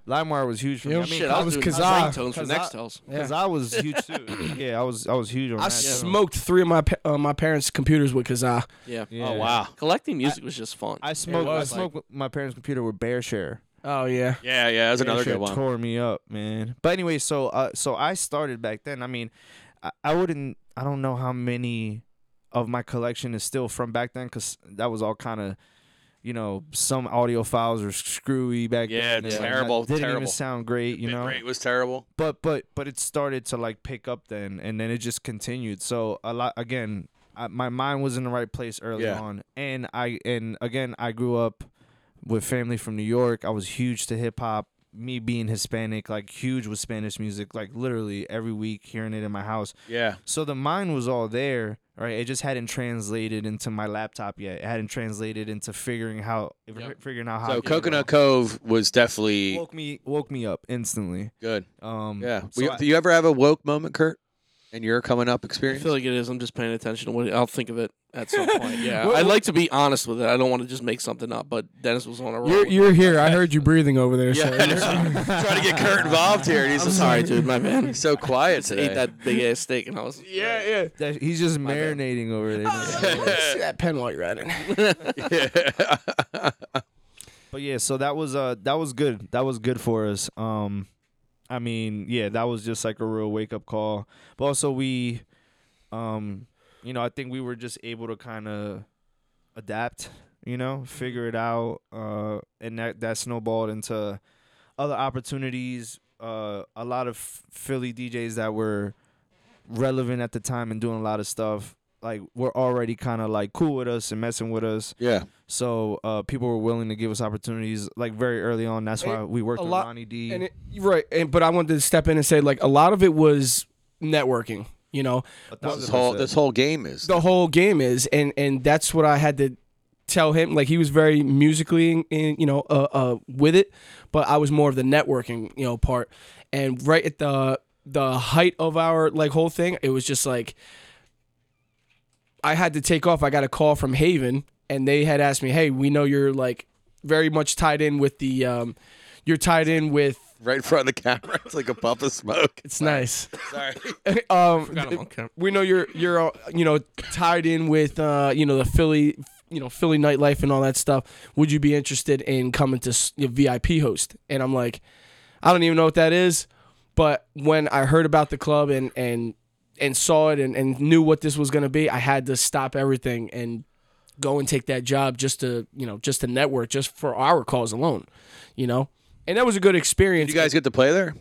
Speaker 3: LimeWire was huge for me.
Speaker 2: Yeah,
Speaker 3: I mean
Speaker 4: Shit, I was
Speaker 2: Kaz-
Speaker 4: doing
Speaker 2: Kazaa.
Speaker 4: ringtones for
Speaker 3: Kazaa-
Speaker 4: Nextels.
Speaker 3: cuz I was huge too. yeah, I was I was huge on
Speaker 2: I
Speaker 3: that. too.
Speaker 2: smoked three of my pa- uh, my parents' computers with Kazaa.
Speaker 4: Yeah.
Speaker 3: Yeah.
Speaker 5: Oh wow.
Speaker 4: Collecting music was just fun.
Speaker 3: I smoked. I
Speaker 2: was, like-
Speaker 3: smoked with my parents' computer with Bear Share.
Speaker 2: Oh yeah.
Speaker 5: Yeah, yeah. That's another
Speaker 3: Bear Share
Speaker 5: good one.
Speaker 3: Tore me up, man. But anyway, so uh, so I started back then. I mean, I, I wouldn't. I don't know how many of my collection is still from back then, because that was all kind of, you know, some audio files are screwy back
Speaker 5: Yeah,
Speaker 3: then. and, like,
Speaker 5: terrible,
Speaker 3: not- didn't even
Speaker 5: terrible.
Speaker 3: sound great, you
Speaker 5: Bit
Speaker 3: know.
Speaker 5: rate was terrible.
Speaker 3: But but but it started to like pick up then, and then it just continued. So a lot again. I, my mind was in the right place early
Speaker 5: Yeah.
Speaker 3: on, and I and again I grew up with family from New York. I was huge to hip hop. Me being Hispanic, like huge with Spanish music, like literally every week hearing it in my house.
Speaker 5: Yeah.
Speaker 3: So the mind was all there, right? It just hadn't translated into my laptop yet. It hadn't translated into figuring how figuring out how.
Speaker 5: So
Speaker 3: to get
Speaker 5: Coconut
Speaker 3: around.
Speaker 5: Cove was definitely
Speaker 3: woke me woke me up instantly.
Speaker 5: good.
Speaker 4: Mm.
Speaker 3: Um,
Speaker 5: Yeah.
Speaker 3: so
Speaker 5: Were you-
Speaker 3: I-
Speaker 5: do you ever have a woke moment, Kurt? In your coming up
Speaker 4: I
Speaker 5: experience?
Speaker 4: feel like it is. I'm just paying attention to what I'll think of it at some point. Yeah,
Speaker 2: What-
Speaker 4: I like to be honest with it. I don't want to just make something up. But Dennis was on a roll.
Speaker 2: You're you're here. I heard you breathing over there.
Speaker 5: yeah.
Speaker 2: So
Speaker 5: trying to get Kurt involved here, and he's
Speaker 4: I'm
Speaker 5: just
Speaker 4: sorry, dude. My man
Speaker 5: He's so quiet today.
Speaker 4: ate that big ass steak, and I was yeah, yeah.
Speaker 3: That, he's just marinating over there.
Speaker 2: see that pen while you're at it.
Speaker 3: but yeah, so that was uh that was good. That was good for us. Um I mean, yeah, that was just like a real wake up call. But also we um you know, I think we were just able to kind of adapt, you know, figure it out uh and that that snowballed into other opportunities uh a lot of Philly DJs that were relevant at the time and doing a lot of stuff like were already kind of like cool with us and messing with us
Speaker 5: yeah.
Speaker 3: so uh, people were willing to give us opportunities like very early on. That's why we worked
Speaker 2: a
Speaker 3: with
Speaker 2: lot-
Speaker 3: Ronnie D.
Speaker 2: And it, right, and, but I wanted to step in and say like a lot of it was networking. You know,
Speaker 3: A thousand
Speaker 5: This whole
Speaker 3: percent.
Speaker 5: this whole game is
Speaker 2: the whole game is, and and that's what I had to tell him. Like he was very musically, in, in, you know, uh, uh, with it, but I was more of the networking, you know, part. And right at the the height of our like whole thing, it was just like I had to take off. I got a call from Haven, and they had asked me, "Hey, we know you're like very much tied in with the, um, you're tied in with."
Speaker 5: right in front of the camera. It's like a puff of smoke.
Speaker 2: It's nice.
Speaker 5: Sorry.
Speaker 2: um,
Speaker 4: Got him on camera.
Speaker 2: we know you're you're uh, you know tied in with uh, you know the Philly you know Philly nightlife and all that stuff. Would you be interested in coming to s- you know, VIP host? And I'm like, I don't even know what that is, but when I heard about the club and and and saw it and, and knew what this was gonna be, I had to stop everything and go and take that job just to you know just to network just for our cause alone, you know. And that was a good experience.
Speaker 5: Did you guys get to play there?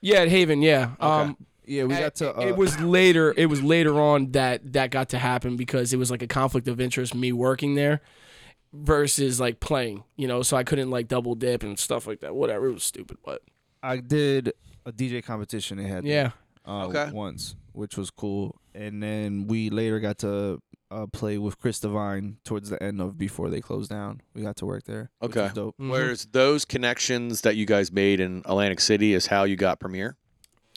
Speaker 2: yeah, at Haven, yeah. Um,
Speaker 3: Yeah, we got to. Uh,
Speaker 2: it was later. It was later on that that got to happen because it was like a conflict of interest. Me working there versus like playing, you know. So I couldn't like double dip and stuff like that. Whatever, it was stupid, but
Speaker 3: I did a DJ competition. They had
Speaker 2: yeah.
Speaker 3: uh,
Speaker 5: Okay.
Speaker 3: once, which was cool. And then we later got to uh, play with Chris Devine towards the end of before they closed down. We got to work there. which
Speaker 5: Okay.
Speaker 3: was dope.
Speaker 4: Mm-hmm.
Speaker 5: Whereas those connections that you guys made in Atlantic City is how you got premiere.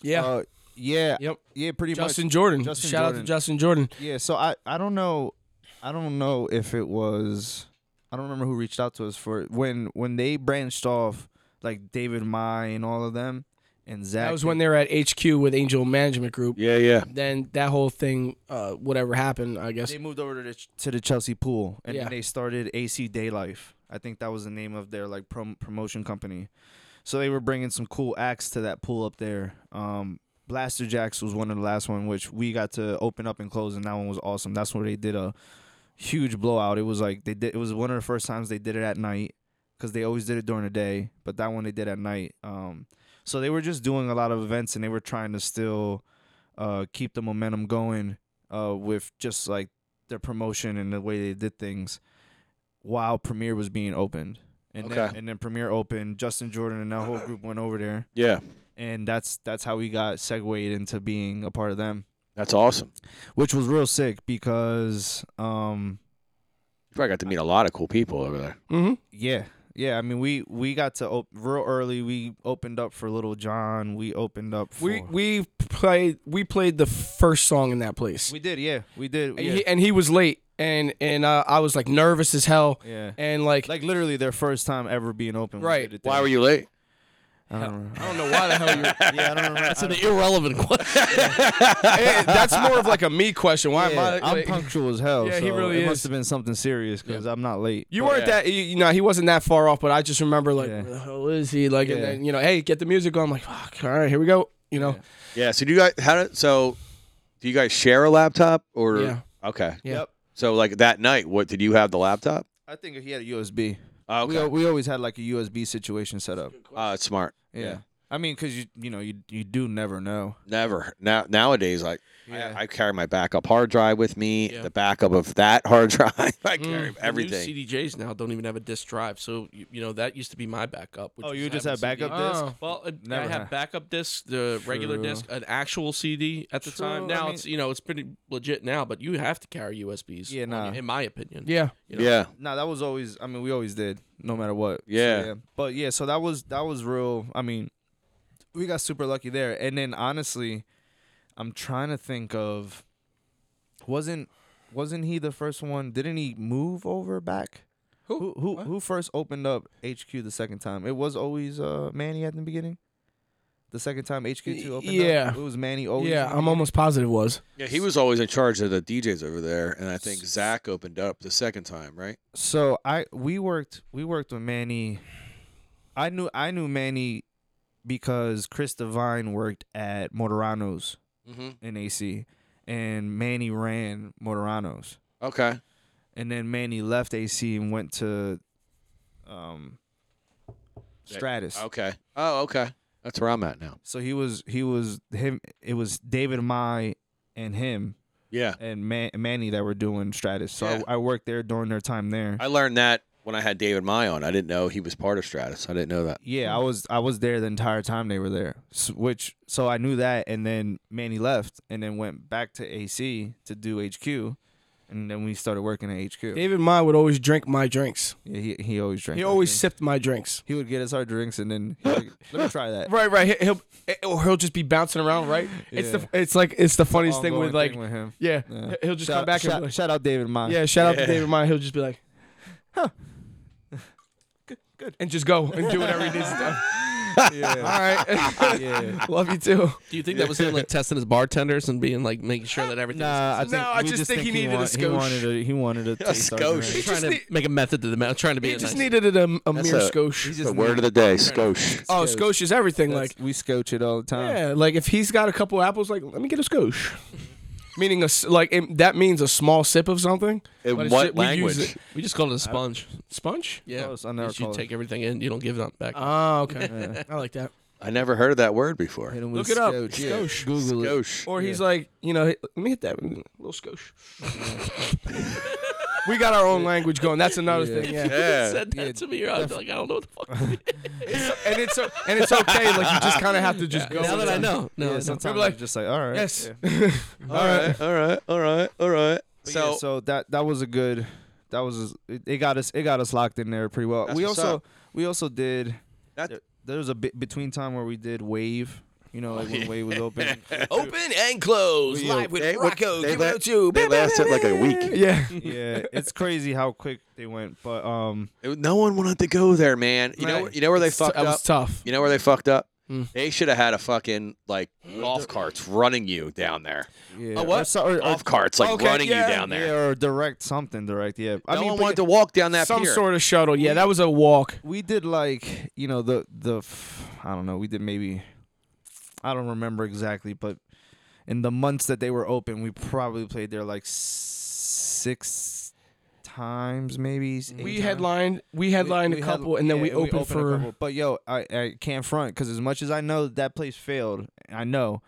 Speaker 2: Yeah.
Speaker 3: Uh, yeah.
Speaker 2: Yep.
Speaker 3: Yeah. Pretty much.
Speaker 2: Justin Jordan.
Speaker 3: Justin
Speaker 2: Shout out
Speaker 3: Jordan.
Speaker 2: to Justin Jordan.
Speaker 3: Yeah, so I I don't know I don't know if it was I don't remember who reached out to us for it. when when they branched off like David Mai and all of them and Zach.
Speaker 2: That was when they were at HQ with Angel Management Group.
Speaker 5: Yeah, yeah.
Speaker 2: Then that whole thing, uh, whatever happened, I guess.
Speaker 3: they moved over to the to the Chelsea pool and
Speaker 2: Yeah.
Speaker 3: then they started AC Daylife. I think that was the name of their like prom- promotion company. So they were bringing some cool acts to that pool up there. Um, Blaster Jacks was one of the last one which we got to open up and close, and that one was awesome. That's where they did a huge blowout. It was like they did. It was one of the first times they did it at night because they always did it during the day, but that one they did at night. Um, so they were just doing a lot of events and they were trying to still uh, keep the momentum going uh, with just like their promotion and the way they did things while Premiere was being opened. And then,
Speaker 5: Okay.
Speaker 3: and then Premiere opened. Justin Jordan and that whole group went over there,
Speaker 5: Yeah.
Speaker 3: and that's that's how we got segued into being a part of them,
Speaker 5: That's awesome.
Speaker 3: which was real sick because um,
Speaker 5: You probably got to meet a lot of cool people over there.
Speaker 2: Mm-hmm.
Speaker 3: Yeah, yeah. I mean, we we got to op- real early. We opened up for Little John. We opened up. For,
Speaker 2: We we played we played the first song in that place,
Speaker 3: we did. Yeah, we did.
Speaker 2: and,
Speaker 3: Yeah,
Speaker 2: he, and he was late, and and uh, I was like nervous as hell,
Speaker 3: yeah.
Speaker 2: and like,
Speaker 3: Like literally their first time ever being open.
Speaker 2: Right.
Speaker 5: Why were you late?
Speaker 3: I don't remember.
Speaker 2: I don't know why the hell you.
Speaker 3: yeah, I don't remember.
Speaker 6: It's an irrelevant question.
Speaker 2: Eh, that's more of like a me question. Why
Speaker 3: yeah,
Speaker 2: am I?
Speaker 3: I'm
Speaker 2: like-
Speaker 3: punctual as hell.
Speaker 2: Yeah, he
Speaker 3: so
Speaker 2: really
Speaker 3: it
Speaker 2: is.
Speaker 3: must have been something serious because I'm not late.
Speaker 2: you weren't
Speaker 5: Yeah.
Speaker 2: that. You, you know, he wasn't that far off, but I just remember like,
Speaker 3: Yeah.
Speaker 2: where the hell is he? Like, and
Speaker 3: Yeah.
Speaker 2: then you know, hey, get the music on. I'm like, fuck, all right, here we go. You know,
Speaker 5: Yeah. So do you guys how did so do you guys share a laptop or
Speaker 2: Yeah.
Speaker 5: okay.
Speaker 2: Yeah.
Speaker 3: Yep.
Speaker 5: So like that night, what did you have the laptop?
Speaker 3: I think he had a USB.
Speaker 5: Oh,
Speaker 3: We al- we always had like a USB situation set up.
Speaker 5: Oh, it's smart.
Speaker 3: Yeah. I mean, cause you you know you you do never know.
Speaker 5: Never. Now nowadays, like
Speaker 3: Yeah.
Speaker 5: I, I carry my backup hard drive with me, the backup of that hard drive. I carry everything.
Speaker 4: New CDJs now don't even have a disk drive, so you, you know that used to be my backup. Which
Speaker 3: Oh,
Speaker 4: was
Speaker 3: you just
Speaker 4: having a
Speaker 3: have
Speaker 4: CD.
Speaker 3: backup
Speaker 2: Oh.
Speaker 3: disc.
Speaker 4: Well, uh,
Speaker 3: Never
Speaker 4: I have
Speaker 3: had.
Speaker 4: backup disc, the regular
Speaker 3: True.
Speaker 4: disc, an actual CD at the
Speaker 3: True,
Speaker 4: time.
Speaker 3: I
Speaker 4: Now
Speaker 3: mean-
Speaker 4: it's you know it's pretty legit now, but you have to carry USBs.
Speaker 3: Yeah,
Speaker 4: on
Speaker 3: nah.
Speaker 4: you, in my opinion.
Speaker 2: yeah.
Speaker 4: You know?
Speaker 5: Yeah.
Speaker 3: No, that was always. I mean, we always did, no matter what. So,
Speaker 5: Yeah.
Speaker 3: But yeah, so that was that was real. I mean, we got super lucky there. And then honestly, I'm trying to think of wasn't wasn't he the first one? Didn't he move over back? Who who who first opened up HQ the second time? It was always uh Manny at the beginning. The second time HQ two opened
Speaker 2: Yeah.
Speaker 3: up, it was Manny always.
Speaker 2: yeah, I'm almost positive it was.
Speaker 5: Yeah, he was always in charge of the DJs over there, and I think Zach opened up the second time, right?
Speaker 3: so I we worked we worked with Manny. I knew I knew Manny because Chris Devine worked at Motorano's
Speaker 5: Mm-hmm.
Speaker 3: in AC, and Manny ran Motorano's,
Speaker 5: Okay.
Speaker 3: and then Manny left AC and went to um, Stratus.
Speaker 5: Okay. Oh, okay. That's where I'm at now.
Speaker 3: So he was he was him. It was David Mai and him
Speaker 5: Yeah.
Speaker 3: and Man- Manny that were doing Stratus. So
Speaker 5: Yeah.
Speaker 3: I, I worked there during their time there.
Speaker 5: I learned that when I had David Mai on. I didn't know he was part of Stratus. I didn't know that.
Speaker 3: Yeah, I was I was there the entire time they were there. S which so I knew that, and then Manny left, and then went back to AC to do HQ, and then we started working at HQ. Yeah,
Speaker 2: David Mai would always drink my drinks.
Speaker 3: he, he always drank.
Speaker 2: He
Speaker 3: our
Speaker 2: always
Speaker 3: drinks.
Speaker 2: sipped my drinks.
Speaker 3: he would get us our drinks, and then he'd like, let me try that.
Speaker 2: Right, right. he- He'll eh, he'll, he'll just be bouncing around. Right. It's the it's like it's the funniest thing with
Speaker 3: Ongoing
Speaker 2: like
Speaker 3: with him.
Speaker 2: yeah,
Speaker 3: Yeah.
Speaker 2: He'll just
Speaker 3: Shout-
Speaker 2: come back
Speaker 3: shout,
Speaker 2: and be like,
Speaker 3: shout out David Mai.
Speaker 2: yeah. Shout out to David Mai. He'll just be like, huh, good, good, and just go and do whatever he needs to. do. All
Speaker 3: yeah,
Speaker 2: right.
Speaker 3: yeah.
Speaker 2: Love you too.
Speaker 4: Do you think that was him like testing his bartenders and being like making sure that everything?
Speaker 3: Uh, Nah, I
Speaker 2: No,
Speaker 3: think,
Speaker 2: I
Speaker 3: we
Speaker 2: just think he needed a
Speaker 3: want-
Speaker 2: skosh.
Speaker 3: He wanted a, he wanted a, taste our
Speaker 5: skosh.
Speaker 3: drink.
Speaker 4: was trying
Speaker 2: just
Speaker 4: to
Speaker 2: need-
Speaker 4: make a method to the mouth, trying to be
Speaker 2: He
Speaker 4: a
Speaker 2: just
Speaker 4: nice-
Speaker 2: needed it a, a mere
Speaker 5: a-
Speaker 2: skosh.
Speaker 3: He just
Speaker 5: word of the day, skosh.
Speaker 2: oh,
Speaker 3: Skosh.
Speaker 2: skosh is everything.
Speaker 3: That's- uh,
Speaker 2: Like
Speaker 3: we scotch it all the time.
Speaker 2: yeah, like if he's got a couple apples, like let me get a skosh. meaning a s- like it, that means a small sip of something.
Speaker 1: In
Speaker 2: But it's
Speaker 1: what
Speaker 2: shit, we use
Speaker 1: language?
Speaker 4: We just call it a sponge.
Speaker 2: Sponge.
Speaker 4: Yeah,
Speaker 3: Close, I never
Speaker 4: you
Speaker 3: call it.
Speaker 4: take everything in. You don't give it back.
Speaker 2: Ah, okay. I like that.
Speaker 1: I never heard of that word before.
Speaker 3: Hit 'em
Speaker 2: Look
Speaker 3: with
Speaker 2: it up.
Speaker 3: scotch.
Speaker 2: Skosh.
Speaker 3: Google it.
Speaker 1: Skosh.
Speaker 2: Or he's like, you know, hey, let me hit that with a little skosh. we got our own language going. That's another thing. Yeah.
Speaker 1: Yeah.
Speaker 4: said that to me, I'd be like, I don't know what the fuck.
Speaker 2: and it's o- and it's okay. Like you just kind of have to just go.
Speaker 4: now
Speaker 2: with
Speaker 4: that I
Speaker 2: it.
Speaker 4: know, no,
Speaker 3: Yeah,
Speaker 4: I
Speaker 3: sometimes
Speaker 4: don't.
Speaker 3: I'm
Speaker 2: like,
Speaker 3: just like, all right.
Speaker 2: Yes.
Speaker 1: All right. All right. All right. All right.
Speaker 3: So,
Speaker 1: So,
Speaker 3: so that that was a good. That was it, it. Got us. It got us locked in there pretty well.
Speaker 1: That's
Speaker 3: we
Speaker 1: what's
Speaker 3: also
Speaker 1: up.
Speaker 3: we also did.
Speaker 1: That-
Speaker 3: there, there was a bit between time where we did wave. You know, like when
Speaker 1: Oh,
Speaker 3: wave was open.
Speaker 8: Open and close.
Speaker 1: Yeah,
Speaker 8: Live with
Speaker 1: they- what-
Speaker 8: Rocco.
Speaker 1: they
Speaker 8: Give
Speaker 1: let-
Speaker 8: it to.
Speaker 1: they lasted like a week.
Speaker 2: Yeah.
Speaker 3: yeah, it's crazy how quick they went. But um,
Speaker 1: It- No one wanted to go there, man. You know.
Speaker 2: Man,
Speaker 1: You know where they
Speaker 2: it's t-
Speaker 1: fucked
Speaker 2: that
Speaker 1: up.
Speaker 2: was tough.
Speaker 1: You know where they fucked up?
Speaker 2: Mm.
Speaker 1: They should have had a fucking like golf carts running you down there.
Speaker 3: yeah.
Speaker 2: A what?
Speaker 3: Or, so- or, or,
Speaker 1: Golf carts Oh, like
Speaker 2: Okay,
Speaker 1: running
Speaker 2: yeah,
Speaker 1: you down there.
Speaker 3: Yeah, or direct something direct. Yeah. I
Speaker 1: no
Speaker 3: mean,
Speaker 1: one
Speaker 3: but
Speaker 1: wanted to walk down that
Speaker 2: Some
Speaker 1: pier.
Speaker 2: sort of shuttle. Yeah, that was a walk.
Speaker 3: we did like you know the the f- I don't know. We did maybe I don't remember exactly, but in the months that they were open, we probably played there like s- six times, maybe. s- eight
Speaker 2: We
Speaker 3: times.
Speaker 2: headlined. We headlined
Speaker 3: we
Speaker 2: a
Speaker 3: had-
Speaker 2: couple, and then
Speaker 3: yeah,
Speaker 2: we opened,
Speaker 3: a
Speaker 2: for.
Speaker 3: couple. But yo, I, I can't front because as much as I know that place failed, I know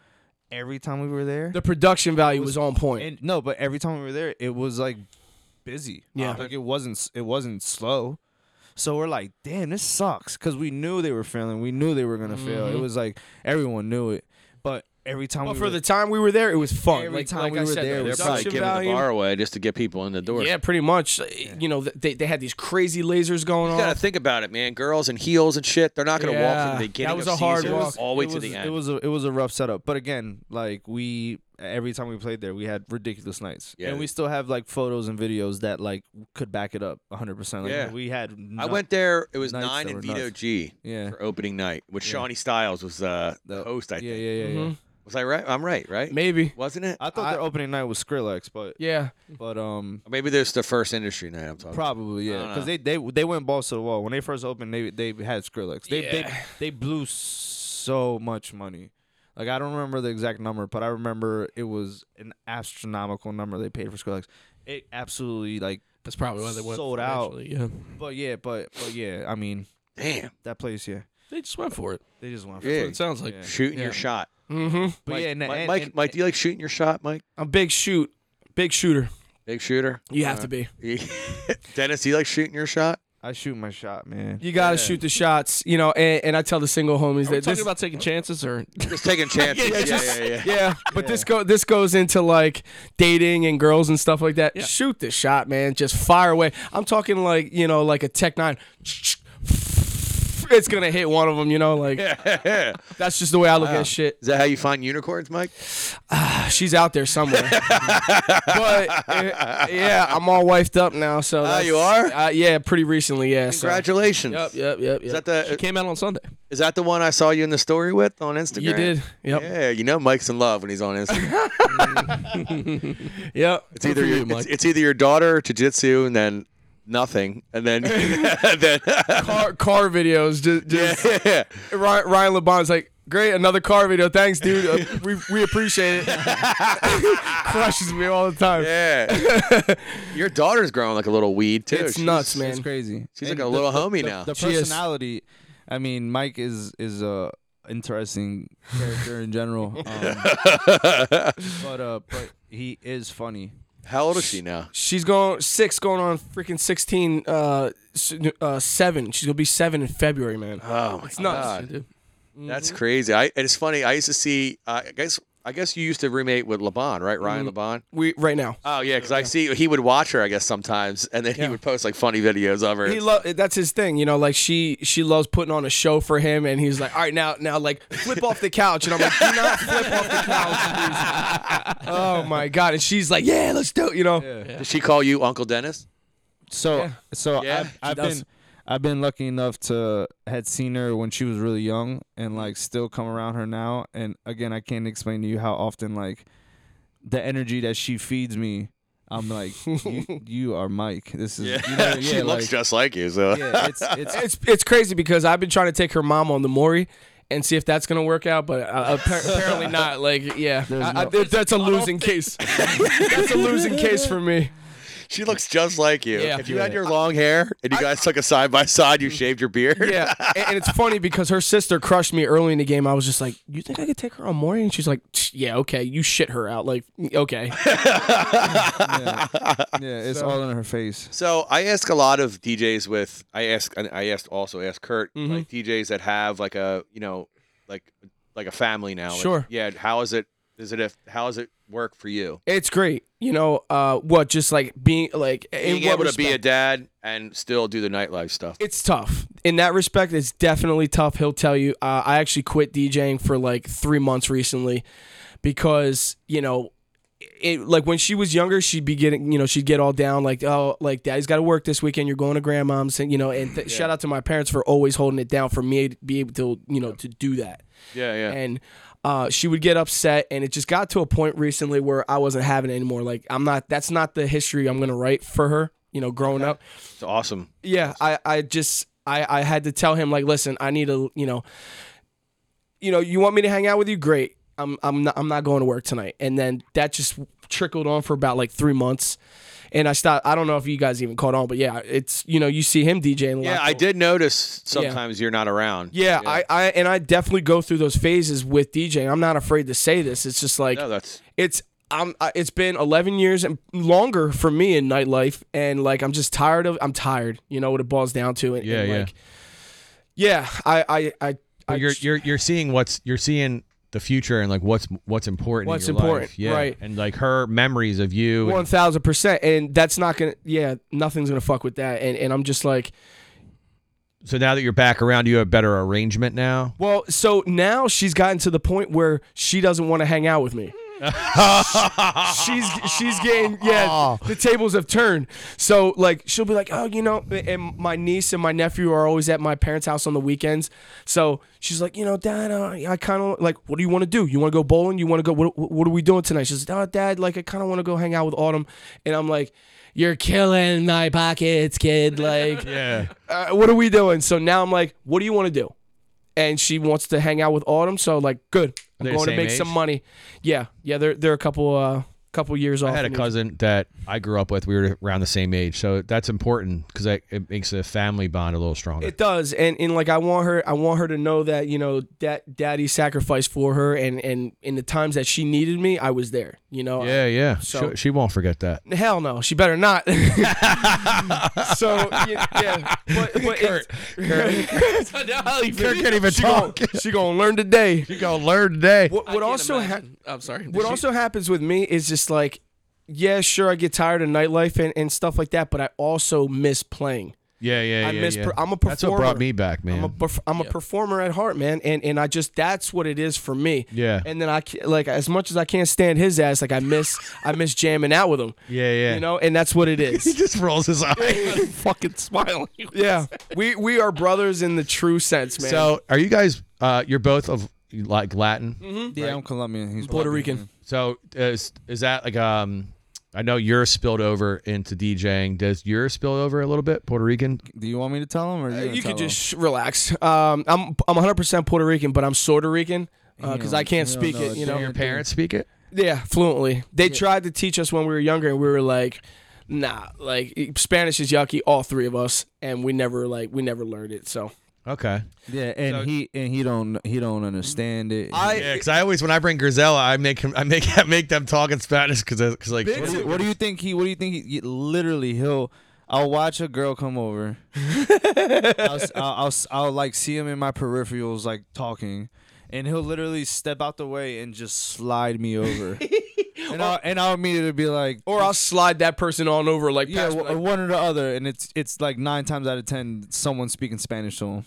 Speaker 3: every time we were there,
Speaker 2: The production value was, on point.
Speaker 3: and no, but every time we were there, it was like busy.
Speaker 2: Yeah.
Speaker 3: like it wasn't s- it wasn't slow. So we're like, damn, this sucks because we knew they were failing. We knew they were gonna fail.
Speaker 2: Mm-hmm.
Speaker 3: It was like everyone knew it, but every time
Speaker 2: but
Speaker 3: we
Speaker 2: for
Speaker 3: were,
Speaker 2: the time we were there, it was fun.
Speaker 3: Every
Speaker 2: like,
Speaker 3: time
Speaker 2: like
Speaker 3: we
Speaker 2: I
Speaker 3: were
Speaker 2: said,
Speaker 3: there,
Speaker 2: the
Speaker 3: we
Speaker 1: They're
Speaker 3: were
Speaker 1: probably
Speaker 2: production
Speaker 1: giving
Speaker 2: value.
Speaker 1: the bar away just to get people in the door.
Speaker 2: Yeah, pretty much. Uh, You know, th- they, they had these crazy lasers going
Speaker 1: You
Speaker 2: on.
Speaker 1: gotta think about it, man. Girls in heels and shit, they're not gonna walk
Speaker 2: Yeah.
Speaker 1: from the beginning
Speaker 2: That was
Speaker 1: of
Speaker 2: a hard
Speaker 1: Caesar's
Speaker 2: walk.
Speaker 1: all the way
Speaker 3: it
Speaker 1: to
Speaker 3: was,
Speaker 1: the end.
Speaker 3: It was a, it was a rough setup, but again, like we every time we played there, we had ridiculous nights,
Speaker 1: Yeah.
Speaker 3: and we still have like photos and videos that like could back it up 100. percent Like
Speaker 1: Yeah.
Speaker 3: we had.
Speaker 1: I
Speaker 3: no-
Speaker 1: went there. It was
Speaker 3: nights
Speaker 1: nine
Speaker 3: that
Speaker 1: and
Speaker 3: were
Speaker 1: Vito
Speaker 3: nuts.
Speaker 1: G
Speaker 3: Yeah.
Speaker 1: for opening night with
Speaker 3: Yeah.
Speaker 1: Shawnee Styles was uh, the
Speaker 3: The-
Speaker 1: host. I
Speaker 3: Yeah, yeah,
Speaker 1: think
Speaker 3: yeah, yeah.
Speaker 2: Mhm.
Speaker 1: was I right? I'm right, right?
Speaker 2: Maybe.
Speaker 1: Wasn't it?
Speaker 3: I thought
Speaker 2: I-
Speaker 3: their opening night was Skrillex, but
Speaker 2: Yeah.
Speaker 3: but um
Speaker 1: Or maybe there's the first industry night. I'm talking. about.
Speaker 3: probably
Speaker 1: I
Speaker 3: yeah
Speaker 1: don't
Speaker 3: because they, they they went balls to the wall when they first opened. They they had Skrillex. They they they blew so much money. Like I don't remember the exact number, but I remember it was an astronomical number they paid for Skrillex. It absolutely like
Speaker 4: That's probably why they went
Speaker 3: Sold out.
Speaker 4: financially, Yeah,
Speaker 3: But yeah, but but yeah, I mean
Speaker 1: Damn,
Speaker 3: that place. Yeah,
Speaker 4: they just went for it.
Speaker 3: they just went. For
Speaker 1: Yeah.
Speaker 4: That's what it sounds like.
Speaker 3: Yeah.
Speaker 1: shooting
Speaker 4: Yeah.
Speaker 1: your shot.
Speaker 2: hmm
Speaker 3: But
Speaker 1: Mike,
Speaker 3: yeah, and,
Speaker 1: Mi-
Speaker 3: and,
Speaker 1: Mike,
Speaker 3: and-
Speaker 1: Mike, do you like shooting your shot, Mike?
Speaker 2: A big shoot. Big shooter.
Speaker 1: Big shooter.
Speaker 2: You have to be.
Speaker 1: Dennis, do you like shooting your shot?
Speaker 3: I shoot my shot, man.
Speaker 2: You gotta shoot the shots, you know. And, and I tell the single homies
Speaker 4: Are we
Speaker 2: that
Speaker 4: talking
Speaker 2: this,
Speaker 4: about taking chances or
Speaker 1: Just taking chances. yeah, yeah, yeah, yeah.
Speaker 2: yeah, but this go this goes into like dating and girls and stuff like that. Shoot the shot, man. Just fire away. I'm talking like you know, like a Tech Nine. It's gonna hit one of them, you know. Like that's just the way I look at shit.
Speaker 1: Is that how you find unicorns, Mike?
Speaker 2: She's out there somewhere, but uh, yeah, I'm all wifed up now. So that's-
Speaker 1: Ah, you are?
Speaker 2: Uh, yeah, pretty recently. Yeah. so-
Speaker 1: Congratulations.
Speaker 2: Yep, yep, yep,
Speaker 1: Is
Speaker 2: yep.
Speaker 1: that the
Speaker 4: it came out on Sunday?
Speaker 1: is that the one I saw you in the story with on Instagram?
Speaker 2: You did. Yep.
Speaker 1: Yeah, you know Mike's in love when he's on Instagram.
Speaker 2: Yep.
Speaker 1: It's either
Speaker 4: you,
Speaker 1: your,
Speaker 4: Mike.
Speaker 1: it's, it's either your daughter jujitsu and then nothing and then and then
Speaker 2: Car, car videos. Just, just
Speaker 1: yeah.
Speaker 2: Ryan, Ryan LeBond's like, great, another car video. Thanks, dude. Uh, we, we appreciate it. Crushes me all the time.
Speaker 1: yeah. your daughter's growing like a little weed too.
Speaker 2: It's
Speaker 1: She's-
Speaker 2: nuts, man.
Speaker 3: It's crazy.
Speaker 1: She's
Speaker 3: And
Speaker 1: like a
Speaker 3: the-
Speaker 1: little
Speaker 3: the-
Speaker 1: homie
Speaker 3: the-
Speaker 1: now.
Speaker 3: The
Speaker 2: She is.
Speaker 3: personality. I mean, Mike is is a interesting character in general. Um, but uh, but he is funny.
Speaker 1: How old is she now?
Speaker 2: She's going six, going on freaking 16, uh, s- uh, seven. She's going to be seven in February, man.
Speaker 1: Oh my
Speaker 2: It's nuts.
Speaker 1: God. That's crazy. I and it's funny. I used to see. Uh, I guess I guess you used to roommate with Lebon, right? Ryan Lebon.
Speaker 2: We Right now.
Speaker 1: Oh yeah, because I see he would watch her. I guess sometimes, and then he would post like funny videos of her.
Speaker 2: He lo- that's his thing, you know. Like she, she loves putting on a show for him, and he's like, "All right, now, now, like flip off the couch," and I'm like, "Do not flip off the couch." please." oh my god! And she's like, "Yeah, let's do it," you know.
Speaker 1: Did she call you Uncle Dennis?
Speaker 3: So so
Speaker 1: Yeah, she
Speaker 3: I've, I've
Speaker 2: does.
Speaker 3: been I've been lucky enough to had seen her when she was really young and like still come around her now. And again, I can't explain to you how often like the energy that she feeds me. I'm like, you, you are Mike. This is you know,
Speaker 1: she
Speaker 3: yeah,
Speaker 1: looks
Speaker 3: like,
Speaker 1: just like you. So
Speaker 3: yeah, it's it's
Speaker 2: it's it's crazy because I've been trying to take her mom on the Maury, and see if that's gonna work out. But uh, appar- apparently not. Like, yeah, I- I- that's a losing case. that's a losing case for me.
Speaker 5: She looks just like you.
Speaker 2: Yeah.
Speaker 5: if you had your long hair and you guys took a side by side, you shaved your beard.
Speaker 2: Yeah, and, and it's funny because her sister crushed me early in the game. I was just like, "You think I could take her on Maury?" And she's like, "Tch, "Yeah, okay." You shit her out, like, "Okay."
Speaker 3: Yeah, it's all in her face.
Speaker 5: So I ask a lot of DJs with I ask and I asked also asked Kurt like DJs that have like a you know like like a family now. Like,
Speaker 2: Sure.
Speaker 5: yeah. How is it? Is it if how does it work for you?
Speaker 2: It's great, you know. Uh, what just like being like in
Speaker 5: Being
Speaker 2: what
Speaker 5: able to be a
Speaker 2: respect?
Speaker 5: dad and still do the nightlife stuff.
Speaker 2: It's tough in that respect. It's definitely tough. He'll tell you. Uh, I actually quit DJing for like three months recently because you know. It, like when she was younger, she'd be getting, you know, she'd get all down, like, oh, like daddy's got to work this weekend. You're going to grandma's, and you know, and th- shout out to my parents for always holding it down for me to be able to, you know, to do that
Speaker 5: Yeah, yeah.
Speaker 2: and uh, she would get upset and it just got to a point recently where i wasn't having it anymore like i'm not that's not the history i'm gonna write for her you know growing up
Speaker 5: it's awesome.
Speaker 2: yeah i i just i i had to tell him like listen i need to you know you know you want me to hang out with you great i'm i'm not, i'm not going to work tonight and then that just trickled on for about like three months and i stopped i don't know if you guys even caught on but yeah it's you know you see him djing a lot
Speaker 5: Yeah, I
Speaker 2: so-
Speaker 5: did notice sometimes you're not around.
Speaker 2: yeah, I, I and I definitely go through those phases with DJing. I'm not afraid to say this. It's just like
Speaker 5: No, that's
Speaker 2: it's I'm I, it's been 11 years and longer for me in nightlife and like I'm just tired of I'm tired. You know what it boils down to and,
Speaker 1: Yeah,
Speaker 2: and,
Speaker 1: yeah.
Speaker 2: like yeah, I I I, I
Speaker 1: But you're you're you're seeing what's you're seeing the future and like what's what's important.
Speaker 2: What's
Speaker 1: in your
Speaker 2: important,
Speaker 1: life. yeah.
Speaker 2: right.
Speaker 1: And like her memories of you. and-
Speaker 2: One thousand percent, and that's not gonna. Yeah, nothing's gonna fuck with that, and and I'm just like,
Speaker 1: so now that you're back around, you have a better arrangement now.
Speaker 2: well, so now she's gotten to the point where she doesn't want to hang out with me. she's she's getting yeah the tables have turned so like she'll be like oh you know and my niece and my nephew are always at my parents house on the weekends so she's like you know dad uh, i kind of like what do you want to do you want to go bowling you want to go what, what are we doing tonight she's like oh dad like i kind of want to go hang out with autumn and i'm like you're killing my pockets kid like
Speaker 1: Yeah.
Speaker 2: uh, what are we doing so now i'm like what do you want to do and she wants to hang out with autumn so like good i'm
Speaker 1: They're the
Speaker 2: going to
Speaker 1: same
Speaker 2: make some
Speaker 1: age?
Speaker 2: money yeah yeah they're, they're a couple uh couple years off
Speaker 1: I had a
Speaker 2: from each
Speaker 1: cousin that I grew up with. We were around the same age, so that's important because it makes the family bond a little stronger.
Speaker 2: It does, and and like I want her, I want her to know that you know that daddy sacrificed for her, and and in the times that she needed me, I was there. You know,
Speaker 1: yeah, yeah.
Speaker 2: So-
Speaker 1: she, she won't forget that.
Speaker 2: hell no, she better not. so yeah, yeah. but, but Kurt,
Speaker 1: Kurt can't even
Speaker 2: she gonna, she gonna learn today.
Speaker 1: You gonna learn today.
Speaker 2: What, what also ha-
Speaker 4: I'm sorry.
Speaker 2: what also happens with me is just like, yeah, sure, I get tired of nightlife and, and stuff like that, but I also miss playing.
Speaker 1: Yeah, yeah, yeah.
Speaker 2: I miss.
Speaker 1: yeah.
Speaker 2: per- I'm a performer.
Speaker 1: That's what brought me back, man.
Speaker 2: I'm a, perf- I'm a performer at heart, man, and and I just that's what it is for me.
Speaker 1: Yeah.
Speaker 2: And then I ca- like as much as I can't stand his ass, like I miss I miss jamming out with him.
Speaker 1: yeah, yeah.
Speaker 2: You know, and that's what it
Speaker 1: he
Speaker 2: is.
Speaker 1: just rolls his eyes.
Speaker 4: fucking smiling.
Speaker 2: yeah. We we are brothers in the true sense, man.
Speaker 1: so, are you guys? Uh, you're both of like Latin.
Speaker 3: Yeah, I'm Colombian. He's
Speaker 2: Puerto Rican.
Speaker 1: So is is that like um? I know you're spilled over into DJing. Does your spill over a little bit? Puerto Rican.
Speaker 3: Do you want me to tell him or you,
Speaker 2: Uh, You could just sh- relax. Um I'm I'm 100% Puerto Rican, but I'm Puerto Rican because I can't
Speaker 3: You don't
Speaker 2: speak
Speaker 3: know
Speaker 2: it,
Speaker 3: it,
Speaker 2: you
Speaker 3: do
Speaker 2: know.
Speaker 1: Your parents speak it.
Speaker 2: Yeah, fluently. They tried to teach us when we were younger, and we were like, "Nah, like Spanish is yucky." All three of us, and we never like we never learned it. So
Speaker 1: Okay.
Speaker 3: Yeah, and he and he don't he don't understand it.
Speaker 1: Yeah, because I always when I bring Grisella, I make him, I make I make them talk in Spanish because because like
Speaker 3: what, do you, what do you think he? What do you think he? he- Literally, he'll. I'll watch a girl come over. I'll, s- I'll, I'll s- I'll, like see him in my peripherals like talking, and he'll literally step out the way and just slide me over. and I'll and I'll immediately be like,
Speaker 2: or I'll slide that person on over like
Speaker 3: yeah,
Speaker 2: past me,
Speaker 3: w-
Speaker 1: uh,
Speaker 2: like,
Speaker 3: one or the other, and it's it's like nine times out of ten someone speaking Spanish to him.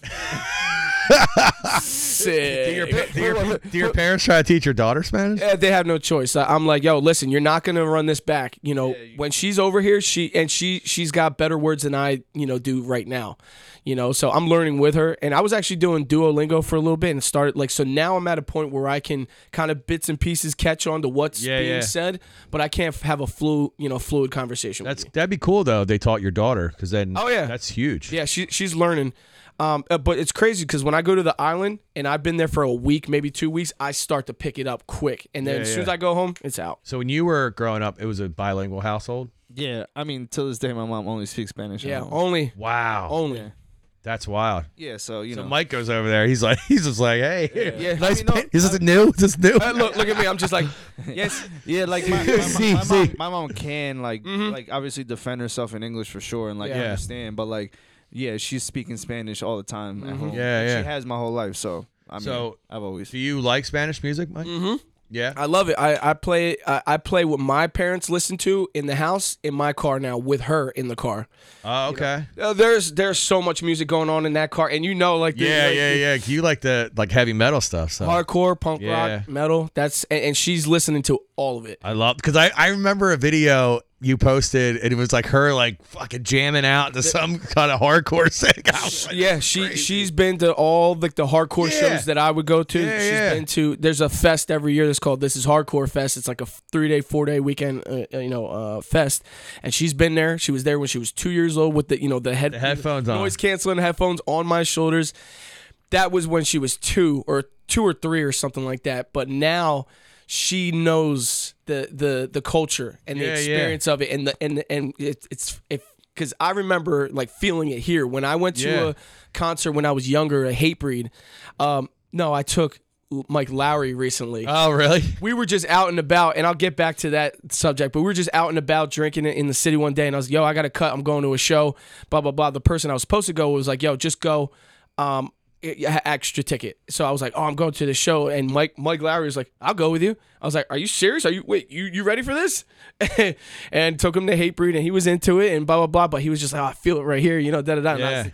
Speaker 2: sick.
Speaker 1: do your, pa- do your, do your parents try to teach your daughter Spanish?
Speaker 2: Eh, they have no choice. I- I'm like, yo, listen, you're not gonna run this back. You know, when she's over here, she and she she's got better words than I you know do right now. You know, so I'm learning with her, and I was actually doing Duolingo for a little bit and started like so. Now I'm at a point where I can kind of bits and pieces catch on to what's
Speaker 1: Yeah,
Speaker 2: being
Speaker 1: yeah.
Speaker 2: said, but I can't f- have a flu you know fluid conversation.
Speaker 1: That's
Speaker 2: with
Speaker 1: that'd be cool though. if They taught your daughter because then
Speaker 2: Oh, yeah.
Speaker 1: that's huge.
Speaker 2: you. yeah, she she's learning. Um, uh, but it's crazy because when I go to the island and I've been there for a week, maybe two weeks, I start to pick it up quick, and then
Speaker 1: Yeah,
Speaker 2: as soon
Speaker 1: yeah.
Speaker 2: as I go home, it's out.
Speaker 1: So when you were growing up, it was a bilingual household.
Speaker 3: Yeah, I mean, till this day, my mom only speaks Spanish. at
Speaker 1: Oh.
Speaker 2: Yeah,
Speaker 3: home.
Speaker 2: only,
Speaker 1: Wow,
Speaker 2: only.
Speaker 1: that's wild.
Speaker 3: yeah. So you
Speaker 1: So
Speaker 3: know,
Speaker 1: Mike goes over there. He's like, he's just like, hey,
Speaker 2: Yeah,
Speaker 1: nice.
Speaker 3: I mean, no,
Speaker 1: pa- is this new? Is this new?
Speaker 2: Uh, look, look at me. I'm just like, yes,
Speaker 3: yeah, like my, my,
Speaker 1: See,
Speaker 3: my, my,
Speaker 1: see.
Speaker 3: mom, my mom can like like obviously defend herself in English for sure, and like
Speaker 2: Yeah.
Speaker 1: Yeah.
Speaker 3: understand, but like yeah, she's speaking Spanish all the time at home.
Speaker 1: Yeah,
Speaker 3: And
Speaker 1: yeah.
Speaker 3: She has my whole life, so I mean,
Speaker 1: So-
Speaker 3: I've always
Speaker 1: Do you like Spanish music, Mike? Mm-hmm. Yeah.
Speaker 2: I love it. I, I play I, I play what my parents listen to in the house, in my car now, with her in the car.
Speaker 1: Oh, okay.
Speaker 2: Uh, there's there's so much music going on in that car, and you know, like the,
Speaker 1: yeah,
Speaker 2: like,
Speaker 1: yeah,
Speaker 2: the
Speaker 1: yeah. You like the like heavy metal stuff. So
Speaker 2: hardcore punk
Speaker 1: Yeah.
Speaker 2: rock metal. That's and, and she's listening to all of it.
Speaker 1: I love because I I remember a video you posted and it was like her like fucking jamming out to some kind of hardcore thing. I was like,
Speaker 2: yeah, she she's been to all like the hardcore
Speaker 1: Yeah.
Speaker 2: shows that I would go to.
Speaker 1: Yeah,
Speaker 2: She's
Speaker 1: yeah.
Speaker 2: been to. There's a fest every year that's called This Is Hardcore Fest. It's like a three day, four day weekend, uh, uh, you know, uh, fest. And she's been there. She was there when she was two years old with the you know the head
Speaker 1: The headphones on.
Speaker 2: noise canceling headphones on my shoulders. That was when she was two or two or three or something like that. But now she knows the the the culture and
Speaker 1: Yeah,
Speaker 2: the
Speaker 1: yeah.
Speaker 2: experience of it and the and and it, it's it because I remember like feeling it here when I went to
Speaker 1: Yeah.
Speaker 2: a concert when I was younger, a hate breed. Um, no, I took L- Mike Lowry recently.
Speaker 1: Oh, really?
Speaker 2: we were just out and about, and I'll get back to that subject, but we were just out and about drinking it in the city one day, and I was, yo, I got to cut. I'm going to a show, blah, blah, blah. The person I was supposed to go was like, yo, just go. Um, y- y- extra ticket. So I was like, "Oh, I'm going to the show," and Mike Mike Lowry was like, "I'll go with you." I was like, "Are you serious? Are you wait you you ready for this?" and took him to Hatebreed, and he was into it, and blah blah blah. But he was just like, oh, "I feel it right here," you know, da da da. And I was
Speaker 1: Yeah.
Speaker 2: like,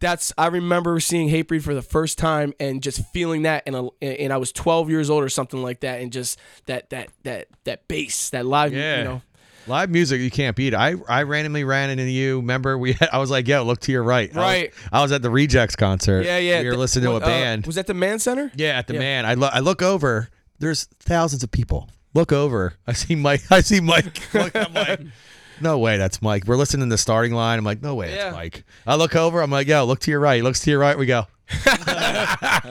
Speaker 2: that's I remember seeing Hatebreed for the first time and just feeling that and and I was 12 years old or something like that and just that that that that bass that live
Speaker 1: Yeah.
Speaker 2: you know
Speaker 1: Live music you can't beat. I I randomly ran into you. Remember we? Had, I was like, yo, look to your right. I was-
Speaker 2: Right.
Speaker 1: I was, at the Rejects concert.
Speaker 2: yeah yeah
Speaker 1: We were
Speaker 2: Th-
Speaker 1: listening to a
Speaker 2: what, uh,
Speaker 1: band.
Speaker 2: was that the Man Center
Speaker 1: yeah, at the
Speaker 2: yeah.
Speaker 1: man. I look I look over. There's thousands of people. Look over. I see Mike. I see Mike. Look, I'm like. No way, that's Mike. We're listening to the starting line. I'm like, no way, that's
Speaker 2: Yeah.
Speaker 1: Mike. I look over. I'm like, yo, look to your right. He looks to your right. We go.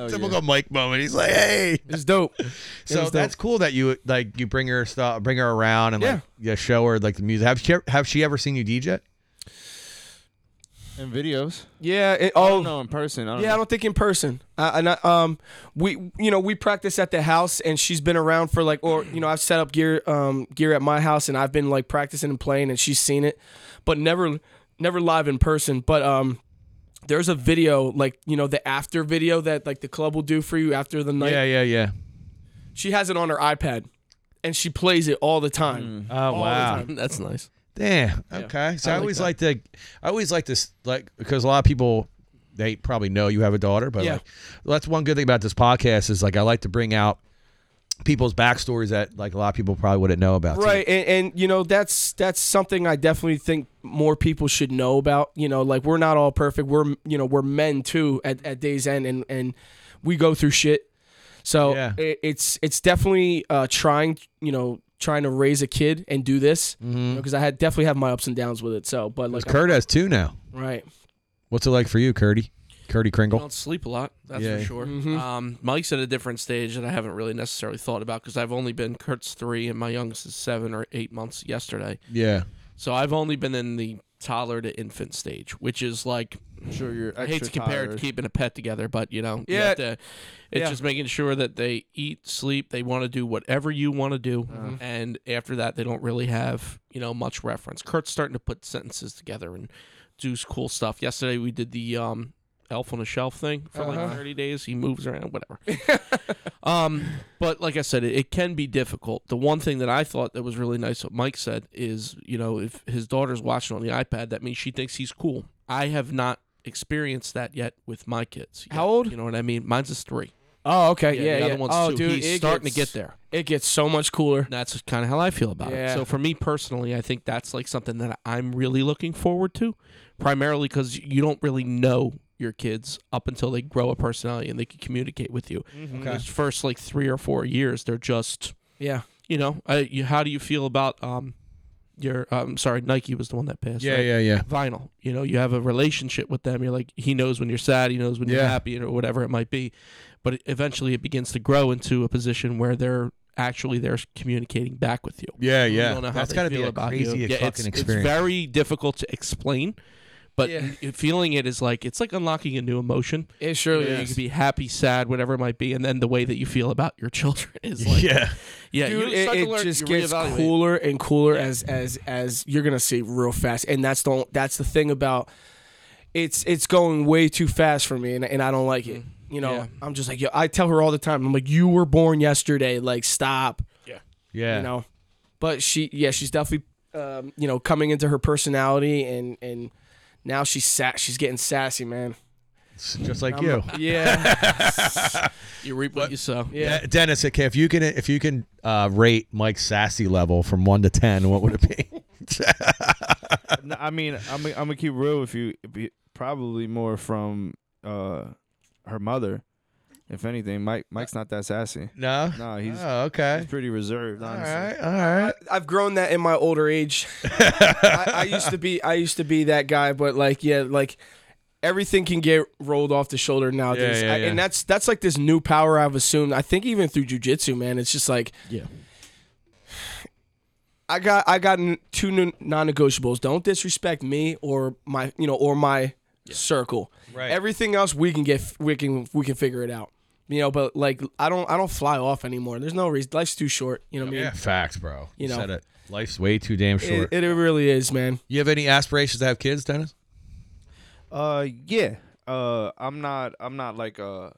Speaker 1: Typical Mike moment. He's like, hey.
Speaker 2: it's dope
Speaker 1: So
Speaker 2: Oh, was dope.
Speaker 1: that's cool that you like you bring her stuff, bring her around, and
Speaker 2: Yeah.
Speaker 1: like yeah, show her like the music. Have she have she ever seen you DJ?
Speaker 3: in videos.
Speaker 2: yeah it,
Speaker 3: I
Speaker 2: oh
Speaker 3: don't know in person. I don't
Speaker 2: Yeah, I
Speaker 3: know.
Speaker 2: don't think in person. I, and I, um, we you know we practice at the house, and she's been around for like, or you know, I've set up gear um gear at my house, and I've been like practicing and playing, and she's seen it, but never never live in person. But um, there's a video like you know the after video that like the club will do for you after the night.
Speaker 1: yeah, yeah, yeah.
Speaker 2: She has it on her iPad, and she plays it all the time.
Speaker 1: Oh wow,
Speaker 4: That's nice.
Speaker 1: damn. Okay, so I,
Speaker 4: I like
Speaker 1: always
Speaker 4: that.
Speaker 1: like to, I always like this like because a lot of people they probably know you have a daughter, but
Speaker 2: Yeah.
Speaker 1: like, that's one good thing about this podcast is like I like to bring out people's backstories that like a lot of people probably wouldn't know about. too.
Speaker 2: right and, and you know that's that's something i definitely think more people should know about you know like we're not all perfect we're you know we're men too at, at days end and and we go through shit so
Speaker 1: Yeah.
Speaker 2: it, it's it's definitely uh trying you know trying to raise a kid and do this because
Speaker 4: Mm-hmm.
Speaker 2: i had definitely have my ups and downs with it so but
Speaker 1: 'Cause
Speaker 2: like
Speaker 1: Kurt has two now.
Speaker 2: right
Speaker 1: What's it like for you, Curdy? Curdy
Speaker 4: I
Speaker 1: Kringle.
Speaker 4: don't sleep a lot. That's
Speaker 1: Yeah.
Speaker 4: for sure.
Speaker 2: Mhm.
Speaker 4: Um, Mike's at a different stage that I haven't really necessarily thought about because I've only been Kurt's three and my youngest is seven or eight months yesterday.
Speaker 1: Yeah.
Speaker 4: So I've only been in the toddler to infant stage, which is like
Speaker 3: I'm sure you're. Extra
Speaker 4: I hate to compare it
Speaker 3: tired.
Speaker 4: to keeping a pet together, but you know, you
Speaker 2: Yeah.
Speaker 4: have to- it's
Speaker 2: Yeah.
Speaker 4: just making sure that they eat, sleep, they want to do whatever you want to do,
Speaker 2: Uh-huh.
Speaker 4: and after that, they don't really have you know much reference. Kurt's starting to put sentences together and do s- cool stuff. Yesterday, we did the um, elf on a shelf thing for like
Speaker 2: Uh-huh.
Speaker 4: thirty days. He moves around, whatever. um, but like I said, it, it can be difficult. The one thing that I thought that was really nice what Mike said is, you know, if his daughter's watching on the iPad, that means she thinks he's cool. I have not experienced that yet with my kids. yet.
Speaker 2: How old?
Speaker 4: You know what I mean? Mine's is three.
Speaker 2: oh okay yeah
Speaker 4: the
Speaker 2: yeah,
Speaker 4: other one's
Speaker 2: oh
Speaker 4: two.
Speaker 2: dude
Speaker 4: he's
Speaker 2: it
Speaker 4: starting to
Speaker 2: gets-
Speaker 4: get there.
Speaker 2: it gets so much cooler
Speaker 4: And that's kind of how I feel about it.
Speaker 2: Yeah.
Speaker 4: So for me personally, I think that's like something that I'm really looking forward to, primarily because you don't really know your kids up until they grow a personality and they can communicate with you.
Speaker 2: Mm-hmm.
Speaker 4: Those first like three or four years, they're just
Speaker 2: yeah
Speaker 4: uh, you know, I, you, how do you feel about um, your um sorry Nike was the one that passed.
Speaker 1: Yeah,
Speaker 4: right?
Speaker 1: yeah, yeah.
Speaker 4: Vinyl. You know, you have a relationship with them. You're like he knows when you're sad, he knows when you're
Speaker 1: Yeah.
Speaker 4: happy, or whatever it might be. But it- eventually, it begins to grow into a position where they're actually they're communicating back with you.
Speaker 1: Yeah,
Speaker 4: You
Speaker 1: yeah.
Speaker 4: don't know how
Speaker 1: That's
Speaker 4: they
Speaker 1: gotta
Speaker 4: feel
Speaker 1: be a
Speaker 4: about
Speaker 1: crazy
Speaker 4: you. Yeah,
Speaker 1: fucking
Speaker 4: it's,
Speaker 1: experience.
Speaker 4: It's very difficult to explain, but
Speaker 2: Yeah.
Speaker 4: n- feeling it is like it's like unlocking a new emotion.
Speaker 2: It
Speaker 1: Oh,
Speaker 2: surely
Speaker 4: You
Speaker 2: is.
Speaker 4: could be happy, sad, whatever it might be, and then the way that you feel about your children is like
Speaker 1: yeah.
Speaker 4: yeah,
Speaker 2: Dude,
Speaker 4: you start
Speaker 2: it,
Speaker 4: to
Speaker 2: it
Speaker 4: learn-
Speaker 2: just
Speaker 4: you
Speaker 2: gets
Speaker 4: reevaluate.
Speaker 2: cooler and cooler as as as you're gonna see real fast, and that's the that's the thing about it's it's going way too fast for me, and, and I don't like it. You know,
Speaker 4: Mm-hmm. Yeah.
Speaker 2: I'm just like yo. I tell her all the time. I'm like, you were born yesterday. Like, stop.
Speaker 1: Yeah.
Speaker 2: You know, but she yeah, she's definitely um, you know coming into her personality, and and now she's sa- she's getting sassy, man.
Speaker 1: It's just like
Speaker 2: I'm-
Speaker 1: you.
Speaker 2: Yeah,
Speaker 4: You reap what you sow.
Speaker 2: yeah.
Speaker 1: De- Dennis, okay, if you can if you can uh, rate Mike's sassy level from one to ten, what would it be?
Speaker 3: No, I mean, I'm I'm gonna keep real with you. It'd be Probably more from uh, her mother, if anything. Mike Mike's not that sassy.
Speaker 1: no.
Speaker 3: No, he's,
Speaker 1: Oh, okay.
Speaker 3: he's pretty reserved.
Speaker 1: All
Speaker 3: Honestly,
Speaker 1: right. All right.
Speaker 2: I've grown that in my older age. I, I used to be I used to be that guy, but like yeah, like everything can get rolled off the shoulder nowadays,
Speaker 1: Yeah, yeah,
Speaker 2: I-
Speaker 1: yeah.
Speaker 2: and that's that's like this new power I've assumed. I think even through jujitsu, man, it's just like
Speaker 4: Yeah.
Speaker 2: I got I got n- two non- non-negotiables. Don't disrespect me or my you know or my circle.
Speaker 1: Right.
Speaker 2: Everything else we can get we can we can figure it out. You know, but like I don't I don't fly off anymore. There's no reason. Life's too short. You know what I mean?
Speaker 1: Yeah, facts, bro.
Speaker 2: You
Speaker 1: You,
Speaker 2: know.
Speaker 1: said it. Life's way too damn short.
Speaker 2: It, it really is, man.
Speaker 1: you have any aspirations to have kids, Dennis?
Speaker 3: Uh, yeah. Uh, I'm not. I'm not like a,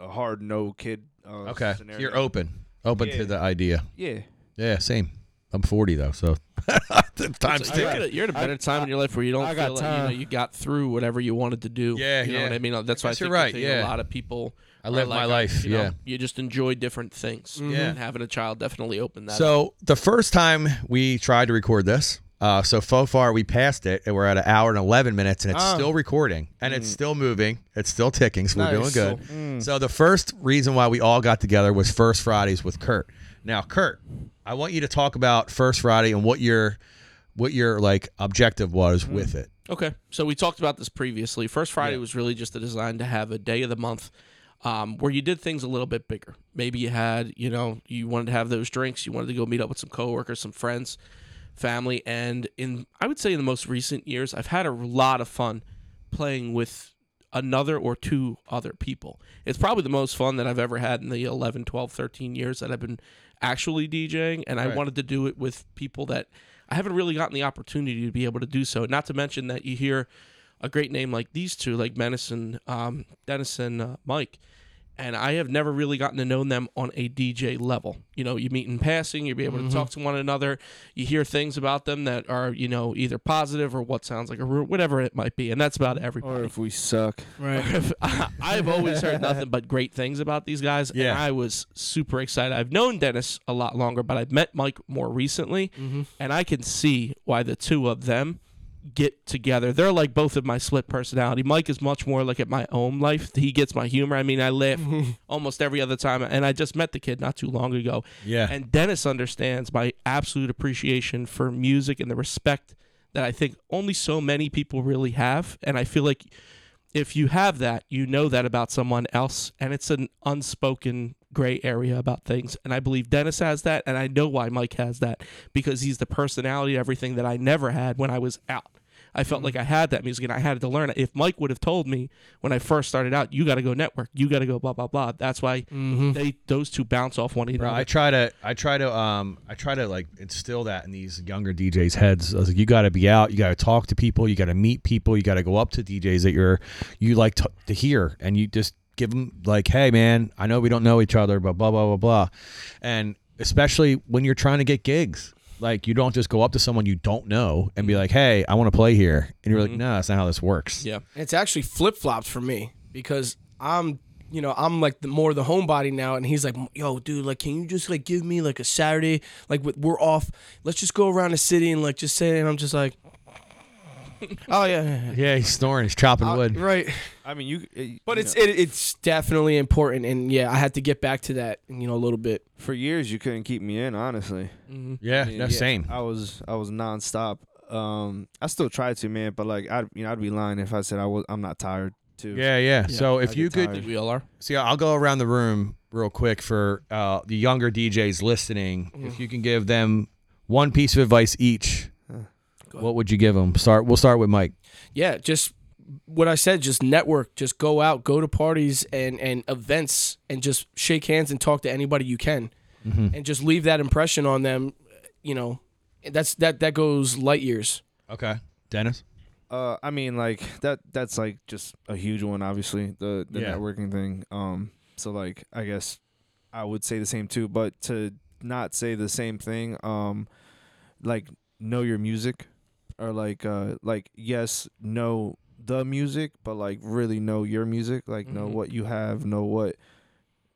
Speaker 3: a hard no kid. Uh,
Speaker 1: Okay.
Speaker 3: Scenario.
Speaker 1: You're open. Open
Speaker 3: Yeah.
Speaker 1: to the idea.
Speaker 3: Yeah.
Speaker 1: Yeah, same. I'm 40 though, so time's
Speaker 4: You're at,
Speaker 1: ticking.
Speaker 4: a, you're at a better time in your life where you don't
Speaker 6: I got
Speaker 4: feel like you, know,
Speaker 6: time.
Speaker 4: you got through whatever you wanted to do.
Speaker 1: Yeah,
Speaker 4: you know
Speaker 1: yeah.
Speaker 4: what I mean. That's why I
Speaker 1: guess you're
Speaker 4: think,
Speaker 1: right,
Speaker 4: I think
Speaker 1: yeah.
Speaker 4: a lot of people.
Speaker 1: I
Speaker 4: are
Speaker 1: live my
Speaker 4: like, uh,
Speaker 1: life.
Speaker 4: You know,
Speaker 1: yeah. Mm-hmm.
Speaker 4: you just enjoy different things.
Speaker 1: Yeah.
Speaker 4: and having a child definitely opened that. up.
Speaker 1: So the first time we tried to record this, uh, so so far we passed it, and we're at an hour and eleven minutes, and it's still recording, and it's still moving, it's still ticking, so we're doing
Speaker 2: Nice.
Speaker 1: good. So the first reason why we all got together was First Fridays with Kurt. Now, Kurt, I want you to talk about First Friday and what your what your like objective was with it.
Speaker 4: Okay, so we talked about this previously. First Friday was really just a design to have a day of the month um, where you did things a little bit bigger. Maybe you had, you know, you wanted to have those drinks, you wanted to go meet up with some coworkers, some friends, family, and in I would say in the most recent years, I've had a lot of fun playing with another or two other people. It's probably the most fun that I've ever had in the 11, 12, 13 years that I've been actually DJing and I wanted to do it with people that I haven't really gotten the opportunity to be able to do so. Not to mention that you hear a great name like these two, like Menison, um, Dennis and uh, Mike. And I have never really gotten to know them on a DJ level. You know, you meet in passing, you'll be able to talk to one another. You hear things about them that are, you know, either positive or what sounds like a rumor, whatever it might be. And that's about everybody.
Speaker 3: Or if we suck.
Speaker 4: I've always heard nothing but great things about these guys,
Speaker 1: Yeah.
Speaker 4: and I was super excited. I've known Dennis a lot longer, but I've met Mike more recently, and I can see why the two of them get together. They're like both of my split personality. Mike is much more like at my own life. He gets my humor. I mean, I laugh almost every other time, and I just met the kid not too long ago.
Speaker 1: Yeah.
Speaker 4: And Dennis understands my absolute appreciation for music and the respect that I think only so many people really have. And I feel like if you have that, you know that about someone else, and it's an unspoken gray area about things. And I believe Dennis has that, and I know why Mike has that because he's the personality, everything that I never had when I was out. I felt like I had that music and I had to learn it. If Mike would have told me when I first started out, you got to go network, you got to go blah blah blah. That's why they those two bounce off one another.
Speaker 1: Bro, I try to, I try to, um, I try to like instill that in these younger DJs' heads. I was like, you got to be out, you got to talk to people, you got to meet people, you got to go up to DJs that you're, you like to, to hear, and you just give them like, hey man, I know we don't know each other, but blah blah blah blah, and especially when you're trying to get gigs, like you don't just go up to someone you don't know and
Speaker 3: Mm-hmm.
Speaker 1: be like, hey, I want to play here, and you're like, no, that's not how this works.
Speaker 4: yeah.
Speaker 2: It's actually flip flops for me because I'm, you know, I'm like the more the homebody now, and he's like, "Yo, dude, like, can you just like give me like a Saturday? Like, w- we're off. Let's just go around the city and like just say." And I'm just like,
Speaker 3: Oh yeah, yeah, yeah.
Speaker 1: Yeah, he's snoring. He's chopping wood.
Speaker 2: Uh, Right.
Speaker 3: I mean, you. it-
Speaker 2: But
Speaker 3: you
Speaker 2: it's
Speaker 3: know,
Speaker 2: it, it's definitely important, and yeah, I had to get back to that, you know, a little bit.
Speaker 3: for years you couldn't keep me in. Honestly,
Speaker 1: Yeah,
Speaker 3: I mean,
Speaker 1: no,
Speaker 3: yeah,
Speaker 1: same.
Speaker 3: I was I was nonstop. Um, I still try to, man. But like, I you know, I'd be lying if I said I was. I'm not tired too.
Speaker 1: Yeah, yeah.
Speaker 3: Yeah,
Speaker 1: so
Speaker 3: I
Speaker 1: if
Speaker 3: get
Speaker 1: you could
Speaker 3: tired.
Speaker 4: We all are.
Speaker 1: see, I'll go around the room real quick for uh, the younger DJs listening.
Speaker 4: Mm.
Speaker 1: If you can give them one piece of advice each, what would you give them? Start. We'll start with Mike.
Speaker 2: Yeah, just what I said, just network, just go out, go to parties and and events, and just shake hands and talk to anybody you can,
Speaker 1: Mm-hmm.
Speaker 2: and just leave that impression on them. You know, that's that that goes light years.
Speaker 1: Okay, Dennis.
Speaker 3: Uh, I mean, like that. That's like just a huge one. Obviously, the the
Speaker 1: Yeah.
Speaker 3: networking thing. Um, so like, I guess I would say the same too, but to not say the same thing. Um, like know your music, or like uh, like yes, know the music, but like really know your music. Like know
Speaker 1: Mm-hmm.
Speaker 2: Mhm.
Speaker 3: what you have, know what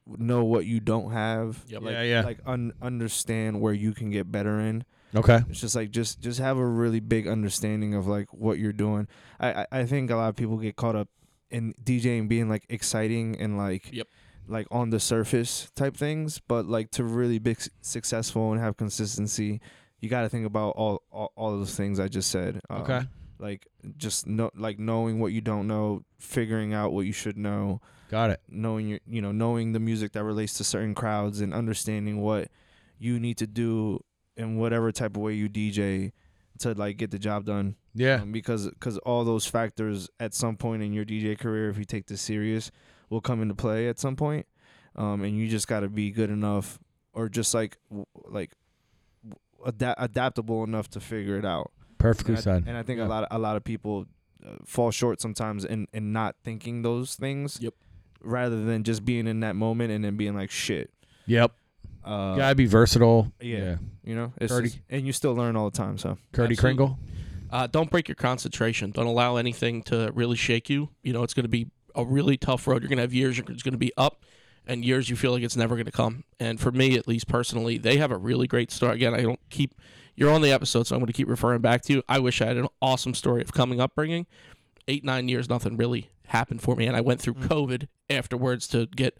Speaker 3: know what you don't have.
Speaker 2: Yep.
Speaker 3: Like,
Speaker 1: Yeah, yeah.
Speaker 3: Like un- understand where you can get better in.
Speaker 1: Okay.
Speaker 3: It's just like just just have a really big understanding of like what you're doing. I I, I think a lot of people get caught up in DJing being like exciting and like
Speaker 4: Yep.
Speaker 3: like on the surface type things, but like to really be s- successful and have consistency, you got to think about all, all all those things I just said. Um,
Speaker 1: Okay.
Speaker 3: Like just know like knowing what you don't know, figuring out what you should know
Speaker 1: Got it.
Speaker 3: knowing your you know knowing the music that relates to certain crowds and understanding what you need to do in whatever type of way you DJ to like get the job done
Speaker 1: Yeah.
Speaker 3: um, because cause all those factors at some point in your DJ career if you take this serious will come into play at some point um and you just got to be good enough or just like w- like w- ada- adaptable enough to figure it out
Speaker 1: Perfectly
Speaker 3: and I,
Speaker 1: said.
Speaker 3: and I think
Speaker 1: Yeah.
Speaker 3: a lot of, a lot of people uh, fall short sometimes in in not thinking those things.
Speaker 2: Yep.
Speaker 3: Rather than just being in that moment and then being like shit.
Speaker 1: Yep.
Speaker 3: Uh,
Speaker 4: um,
Speaker 1: Gotta be versatile.
Speaker 3: yeah. You know, it's
Speaker 1: Dirty.
Speaker 3: just- and you still learn all the time. So
Speaker 1: Curdy
Speaker 4: Absolutely.
Speaker 1: Kringle.
Speaker 4: Uh, don't break your concentration. Don't allow anything to really shake you. You know, it's going to be a really tough road. You're going to have years you're- it's going to be up, and years you feel like it's never going to come. And for me, at least personally, they have a really great story. Again, I don't keep. You're on the episode, so I'm going to keep referring back to you. I wish I had an awesome story of coming upbringing. Eight nine years, nothing really happened for me, and I went through COVID afterwards to get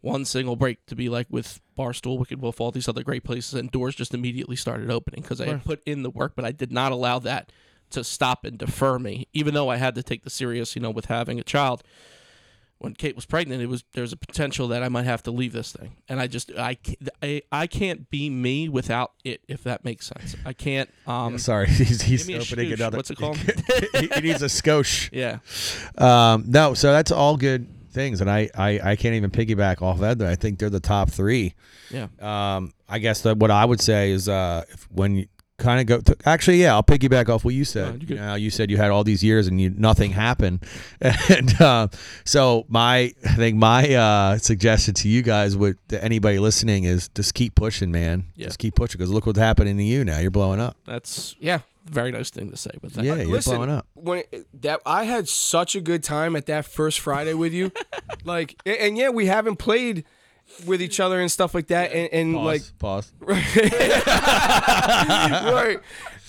Speaker 4: one single break to be like with Barstool, Wicked Wolf, all these other great places, and doors just immediately started opening because I had put in the work, but I did not allow that to stop and defer me, even though I had to take the serious, you know, with having a child. When Kate was pregnant, it was there's a potential that I might have to leave this thing, and I just I ca- I, I can't be me without it, if that makes sense. I can't. Um,
Speaker 1: Sorry, he's, uh, he's
Speaker 4: me a
Speaker 1: opening
Speaker 4: scoosh.
Speaker 1: another.
Speaker 4: What's it called?
Speaker 1: he, he needs a skosh.
Speaker 4: yeah.
Speaker 1: Um, no, so that's all good things, and I, I, I can't even piggyback off that. I think they're the top three.
Speaker 4: Yeah.
Speaker 1: Um, I guess that what I would say is uh, if, when you kind of go, to, actually, yeah, I'll piggyback off what you said.
Speaker 4: you're
Speaker 1: you,
Speaker 4: good.
Speaker 1: know, you said you had all these years and you nothing happened, and uh, so my I think my uh, suggestion to you guys, would to anybody listening, is just keep pushing, man.
Speaker 4: Yeah.
Speaker 1: Just keep pushing because look what's happening to you now. You're blowing up.
Speaker 4: That's yeah, very nice thing to say. But thank
Speaker 1: Yeah,
Speaker 4: you.
Speaker 1: you're
Speaker 2: Listen,
Speaker 1: blowing up.
Speaker 2: When that I had such a good time at that first Friday with you, like, and, and yeah, we haven't played with each other and stuff like that, and, and
Speaker 1: Pause.
Speaker 2: like,
Speaker 1: pause.
Speaker 2: right,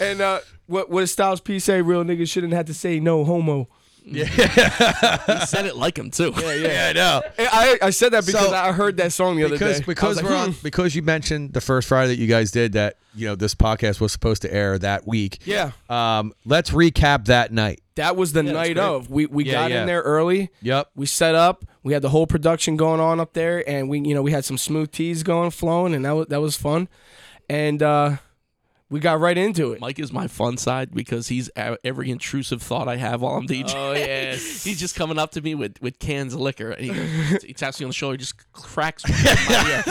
Speaker 2: and uh, what what does Styles P say? Real niggas shouldn't have to say no homo.
Speaker 4: he said it like him too.
Speaker 1: Yeah, I know.
Speaker 2: And I I said that because
Speaker 1: So-
Speaker 2: I heard that song the other
Speaker 1: because
Speaker 2: day. I
Speaker 1: because
Speaker 2: was like,
Speaker 1: we're on
Speaker 2: hmm,
Speaker 1: because you mentioned the first Friday that you guys did that you know this podcast was supposed to air that week.
Speaker 2: Yeah,
Speaker 1: Um, let's recap that night.
Speaker 2: that was the night of. We we
Speaker 1: Yeah,
Speaker 2: got
Speaker 1: yeah.
Speaker 2: in there early.
Speaker 1: Yep.
Speaker 2: We set up. We had the whole production going on up there, and we you know we had some smooth teas going flowing, and that was that was fun, and uh, we got right into it.
Speaker 4: Mike is my fun side because he's a- every intrusive thought I have while I'm DJing.
Speaker 2: Oh yes.
Speaker 4: He's just coming up to me with, with cans of liquor, and he, goes, he taps me on the shoulder, just cracks me in my ear.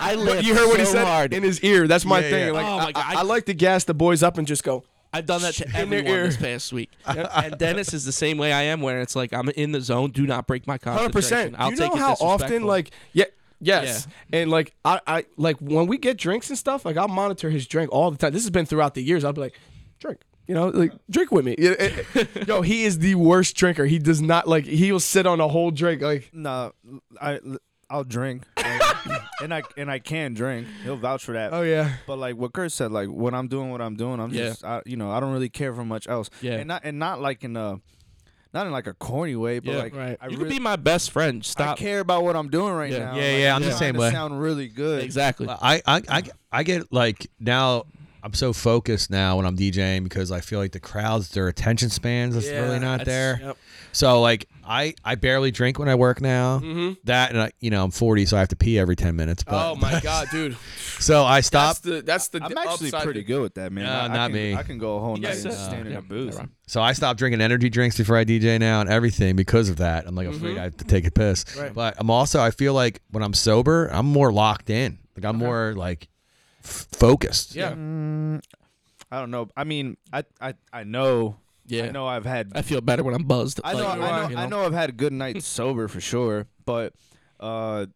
Speaker 4: I laugh
Speaker 2: you heard what he
Speaker 4: so
Speaker 2: said
Speaker 4: hard.
Speaker 2: in his ear. That's my
Speaker 1: Yeah,
Speaker 2: thing.
Speaker 1: yeah.
Speaker 2: Like,
Speaker 4: Oh,
Speaker 2: I,
Speaker 4: my God.
Speaker 2: I- I like to gas the boys up and just go.
Speaker 4: I've done that to
Speaker 2: in their
Speaker 4: everyone
Speaker 2: ear.
Speaker 4: this past week. and Dennis is the same way I am, where it's like I'm in the zone. Do not break my
Speaker 2: Hundred percent.
Speaker 4: concentration. I'll
Speaker 2: You
Speaker 4: take
Speaker 2: know
Speaker 4: it
Speaker 2: how often,
Speaker 4: disrespectful.
Speaker 2: like, yeah, yes, and like, I, I, like when we get drinks and stuff, like I'll monitor his drink all the time. This has been throughout the years. I'll be like, drink, you know, like drink with me. Yeah, eh, eh. Yo, he is the worst drinker. He does not like. He will sit on a whole drink. Like,
Speaker 3: no, I I'll drink, and, and I and I can drink. He'll vouch for that.
Speaker 2: Oh yeah.
Speaker 3: But like what Kurt said, like when I'm doing what I'm doing, I'm
Speaker 6: Yeah.
Speaker 3: just I, you know I don't really care for much else.
Speaker 6: Yeah.
Speaker 3: and not and not like in a not in like a corny way, but
Speaker 6: Yeah.
Speaker 3: like
Speaker 2: Right.
Speaker 3: I
Speaker 4: You could
Speaker 3: really
Speaker 4: be my best friend.
Speaker 3: I
Speaker 4: Stop.
Speaker 3: care about what I'm doing right
Speaker 6: Yeah.
Speaker 3: now.
Speaker 1: Yeah,
Speaker 3: Like,
Speaker 1: yeah,
Speaker 3: I'm
Speaker 1: I'm the
Speaker 3: trying
Speaker 1: same
Speaker 3: to
Speaker 1: way.
Speaker 3: Sound really good.
Speaker 4: Exactly.
Speaker 1: I, I, I, I get like now I'm so focused now when I'm DJing because I feel like the crowds, their attention spans is really not there. So like I, I barely drink when I work now. That and I, you know I'm 40, so I have to pee every 10 minutes. But,
Speaker 2: Mm-hmm. Oh my god, dude.
Speaker 1: So I stop.
Speaker 2: That's the that's the
Speaker 3: I'm actually
Speaker 2: upside-
Speaker 3: pretty good with that, man.
Speaker 1: Nah,
Speaker 3: I- I
Speaker 1: not
Speaker 3: can-
Speaker 1: me.
Speaker 3: I can go a whole night and
Speaker 2: said-
Speaker 3: just stand in a booth.
Speaker 1: So I stopped drinking energy drinks before I DJ now and everything because of that. I'm like afraid I have to take a piss. But I'm also I feel like when I'm sober, I'm more locked in. Like I'm more like f- focused.
Speaker 2: Yeah.
Speaker 3: I don't know. I mean, I I I know. I
Speaker 4: Yeah.
Speaker 3: know I've had
Speaker 4: I feel better when I'm buzzed.
Speaker 3: I know,
Speaker 4: Like,
Speaker 3: I, know,
Speaker 4: you
Speaker 3: I know I've had good nights sober for sure, but uh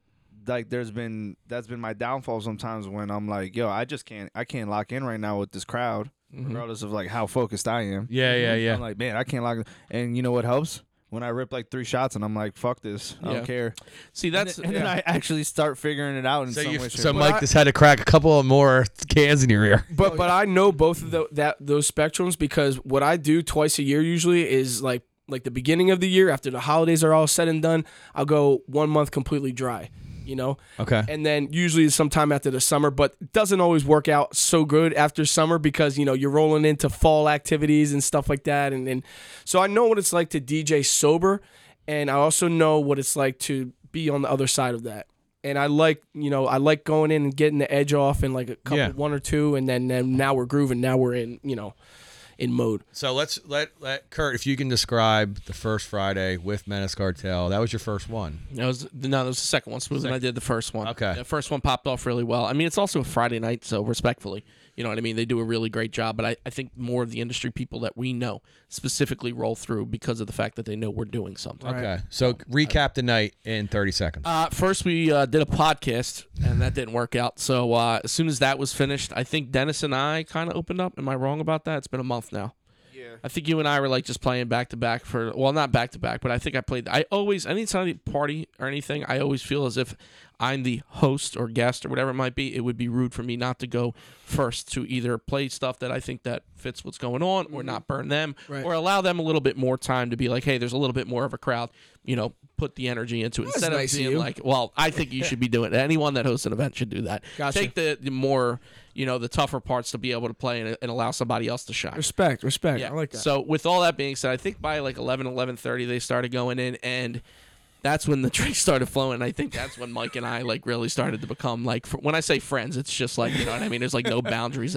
Speaker 3: like there's been that's been my downfall sometimes when I'm like, yo, I just can't I can't lock in right now with this crowd, regardless of like how focused I am.
Speaker 1: Yeah, yeah, yeah.
Speaker 3: Mm-hmm. I'm like, man, I can't lock in. And you know what helps? When I rip like three shots and I'm like, fuck this, I
Speaker 4: Yeah.
Speaker 3: don't care.
Speaker 4: See, that's
Speaker 3: And then I actually start figuring it out in
Speaker 1: So,
Speaker 3: some
Speaker 1: you,
Speaker 3: way. shape,
Speaker 1: so
Speaker 3: or
Speaker 1: Mike
Speaker 2: I-
Speaker 1: just had to crack a couple of more cans in your ear.
Speaker 2: But but I know both of tho- that those spectrums because what I do twice a year usually is like like the beginning of the year after the holidays are all said and done, I'll go one month completely dry, you know,
Speaker 1: Okay.
Speaker 2: and then usually it's sometime after the summer. But it doesn't always work out so good after summer because you know you're rolling into fall activities and stuff like that, and and so I know what it's like to DJ sober, and I also know what it's like to be on the other side of that. And I like, you know, I like going in and getting the edge off in like a couple,
Speaker 1: Yeah.
Speaker 2: one or two, and then, then now we're grooving. Now we're in, you know, in mode.
Speaker 1: So let's let let Kurt, if you can describe the first Friday with Menace Cartel. That was your first one.
Speaker 4: That was no, that was the second one. Smoother than I did the first one.
Speaker 1: Okay.
Speaker 4: the first one popped off really well. I mean, it's also a Friday night, so respectfully, you know what I mean. They do a really great job, but I, I think more of the industry people that we know specifically roll through because of the fact that they know we're doing something.
Speaker 1: Okay. So recap the night in 30 seconds.
Speaker 4: Uh, first, we uh, did a podcast, and that didn't work out. So uh, as soon as that was finished, I think Dennis and I kind of opened up. Am I wrong about that? It's been a month now. Yeah. I think you and I were like just playing back to back for well, not back to back, but I think I played. I always anytime I party or anything, I always feel as if I'm the host or guest or whatever it might be. It would be rude for me not to go first to either play stuff that I think that fits what's going on,
Speaker 2: Mm-hmm.
Speaker 4: or not burn them, or allow them a little bit more time to be like, hey, there's a little bit more of a crowd. You know, put the energy into it instead
Speaker 2: nice
Speaker 4: of
Speaker 2: of
Speaker 4: being
Speaker 2: you.
Speaker 4: like, well, I think you should be doing. It. Anyone that hosts an event should do that.
Speaker 2: Gotcha.
Speaker 4: Take the, the more you know the tougher parts to be able to play and, and allow somebody else to shine.
Speaker 2: Respect, respect.
Speaker 4: Yeah.
Speaker 2: I like that.
Speaker 4: So with all that being said, I think by like 11, 11.30, they started going in and that's when the drinks started flowing. And I think that's when Mike and I like really started to become like, fr- when I say friends, it's just like, you know what I mean? There's like no boundaries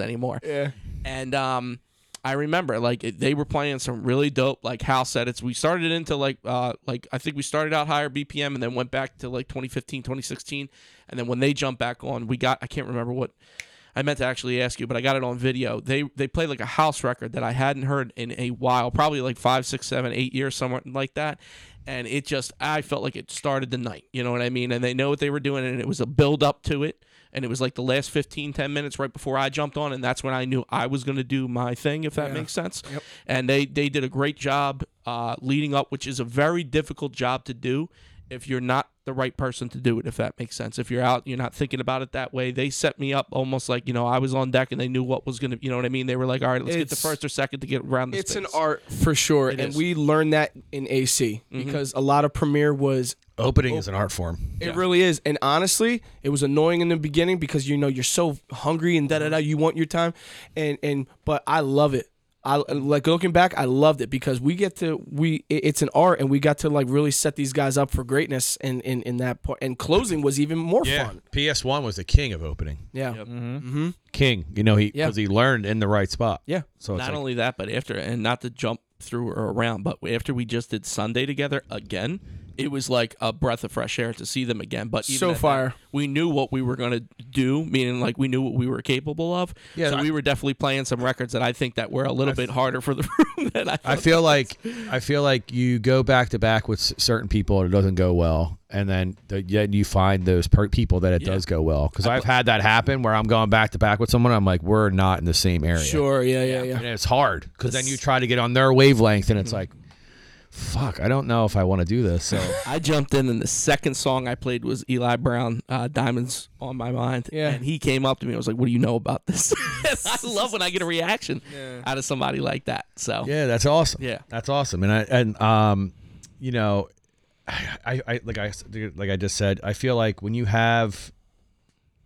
Speaker 4: anymore. Yeah. And, um, I remember like it, they were playing some really dope like house edits. We started into like uh like I think we started out higher BPM and then went back to like 2015, 2016 and then when they jumped back on, we got I can't remember what I meant to actually ask you, but I got it on video. They they played like a house record that I hadn't heard in a while, probably like five, six, seven, eight years, somewhere like that. And it just I felt like it started the night. You know what I mean? And they know what they were doing, and it was a build up to it. And it was like the last 15, 10 minutes right before I jumped on, and that's when I knew I was going to do my thing, if that makes sense. And they they did a great job uh, leading up, which is a very difficult job to do if you're not the right person to do it, if that makes sense. If you're out, you're not thinking about it that way. They set me up almost like, you know, I was on deck and they knew what was going to, you know what I mean? They were like, all right, let's get the
Speaker 2: It's-
Speaker 4: first or second to get around this.
Speaker 2: it's an art Mm-hmm. for sure, and
Speaker 4: is.
Speaker 2: we learned that in AC because a lot of premiere was
Speaker 3: Oh.
Speaker 1: Opening is an art form.
Speaker 2: It really is. And honestly, it was annoying in the beginning because you know you're so hungry and da da da. You want your time, and and but I love it. I like looking back. I loved it because we get to we. it- It's an art, and we got to like really set these guys up for greatness. And in, in, that part, and closing was even more fun.
Speaker 1: PS1 was the king of opening.
Speaker 2: Yeah,
Speaker 1: King. You know, he
Speaker 2: Yeah.
Speaker 1: because he learned in the right spot.
Speaker 2: yeah.
Speaker 1: So it's
Speaker 4: not
Speaker 1: like,
Speaker 4: only that, but after, and not to jump through or around, but after we just did Sunday together again, it was like a breath of fresh air to see them again. But even
Speaker 2: So
Speaker 4: at that,
Speaker 2: fire.
Speaker 4: we knew what we were going to do, meaning like we knew what we were capable of.
Speaker 1: Yeah,
Speaker 4: so
Speaker 1: I-
Speaker 4: we were definitely playing some records that I think that were a little bit harder for the room than I.
Speaker 1: I
Speaker 4: thought.
Speaker 1: feel like I feel like you go back to back with s- certain people and it doesn't go well, and then the, then you find those per- people that it does go well. Because I've had that happen where I'm going back to back with someone, I'm like, we're not in the same area.
Speaker 2: Sure. Yeah. Yeah. Yeah. Hmm.
Speaker 1: and it's hard because then you try to get on their wavelength, and it's like, fuck, I don't know if I want to do this. So
Speaker 4: I jumped in, and the second song I played was Eli Brown, uh, "Diamonds on My Mind."
Speaker 2: Yeah.
Speaker 4: and he came up to me. and was like, "What do you know about this?" I love when I get a reaction out of somebody like that. So
Speaker 1: yeah, that's awesome.
Speaker 4: Yeah.
Speaker 1: that's awesome. And I and um, you know, I, I like I like I just said, I feel like when you have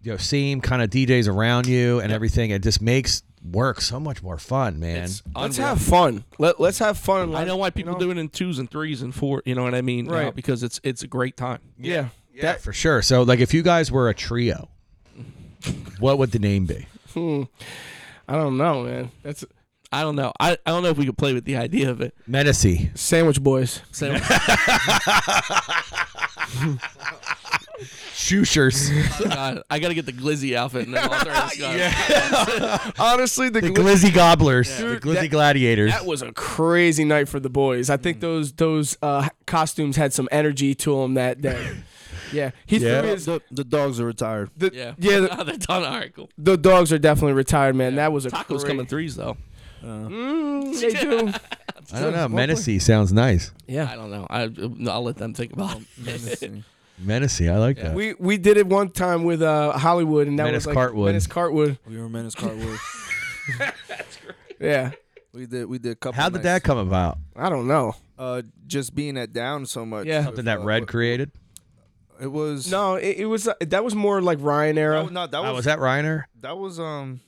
Speaker 1: you know same kind of DJs around you and everything, it just makes work so much more fun, man.
Speaker 4: it's
Speaker 2: Let's
Speaker 4: unreal.
Speaker 2: have fun. Let Let's have fun.
Speaker 4: I know why
Speaker 2: Let- you
Speaker 4: people
Speaker 2: know?
Speaker 4: do it in twos and threes and four. You know what I mean? now,
Speaker 2: Right.
Speaker 4: because it's it's a great time.
Speaker 2: Yeah.
Speaker 1: yeah, for sure. So like, if you guys were a trio, what would the name be?
Speaker 2: I don't know, man. That's
Speaker 4: I don't know. I, I don't know if we could play with the idea of it.
Speaker 1: Menacy.
Speaker 2: sandwich boys.
Speaker 4: So
Speaker 1: Shooshers.
Speaker 4: God, I gotta get the glizzy outfit and then I'll throw this guy.
Speaker 2: Honestly, the,
Speaker 1: The
Speaker 2: gl-
Speaker 1: Glizzy Gobblers.
Speaker 2: Dude,
Speaker 1: the Glizzy
Speaker 2: that-
Speaker 1: Gladiators.
Speaker 2: that was a crazy night for the boys. I
Speaker 1: Mm.
Speaker 2: think those those uh, costumes had some energy to them that day. yeah, he
Speaker 1: Yeah.
Speaker 2: threw his.
Speaker 3: The, the dogs are retired.
Speaker 2: The,
Speaker 4: Yeah.
Speaker 2: yeah, the,
Speaker 4: Oh, they're done. All right, cool.
Speaker 2: the dogs are definitely retired, man. That was a
Speaker 4: Tacos
Speaker 2: great-
Speaker 4: coming threes though.
Speaker 2: Mm, they do.
Speaker 1: I don't know. Menacy sounds nice.
Speaker 4: I don't know. I I'll let them think about it.
Speaker 1: Menacy. I like that.
Speaker 2: We we did it one time with uh, Hollywood, and that
Speaker 1: Menace
Speaker 2: was like
Speaker 1: Cartwood.
Speaker 2: Menace Cartwood.
Speaker 3: We were menace Cartwood.
Speaker 2: Yeah,
Speaker 3: we did we did a couple.
Speaker 1: How did that
Speaker 3: nights.
Speaker 1: come about?
Speaker 2: I don't know.
Speaker 3: Uh, just being at down so much.
Speaker 2: Yeah.
Speaker 1: Something that
Speaker 3: Uh,
Speaker 1: Red
Speaker 3: w-
Speaker 1: created?
Speaker 3: It was
Speaker 2: No, it, it was uh, that was more like Ryan era.
Speaker 3: No, no, that
Speaker 1: Oh, was
Speaker 3: was
Speaker 1: that Reiner?
Speaker 3: that was um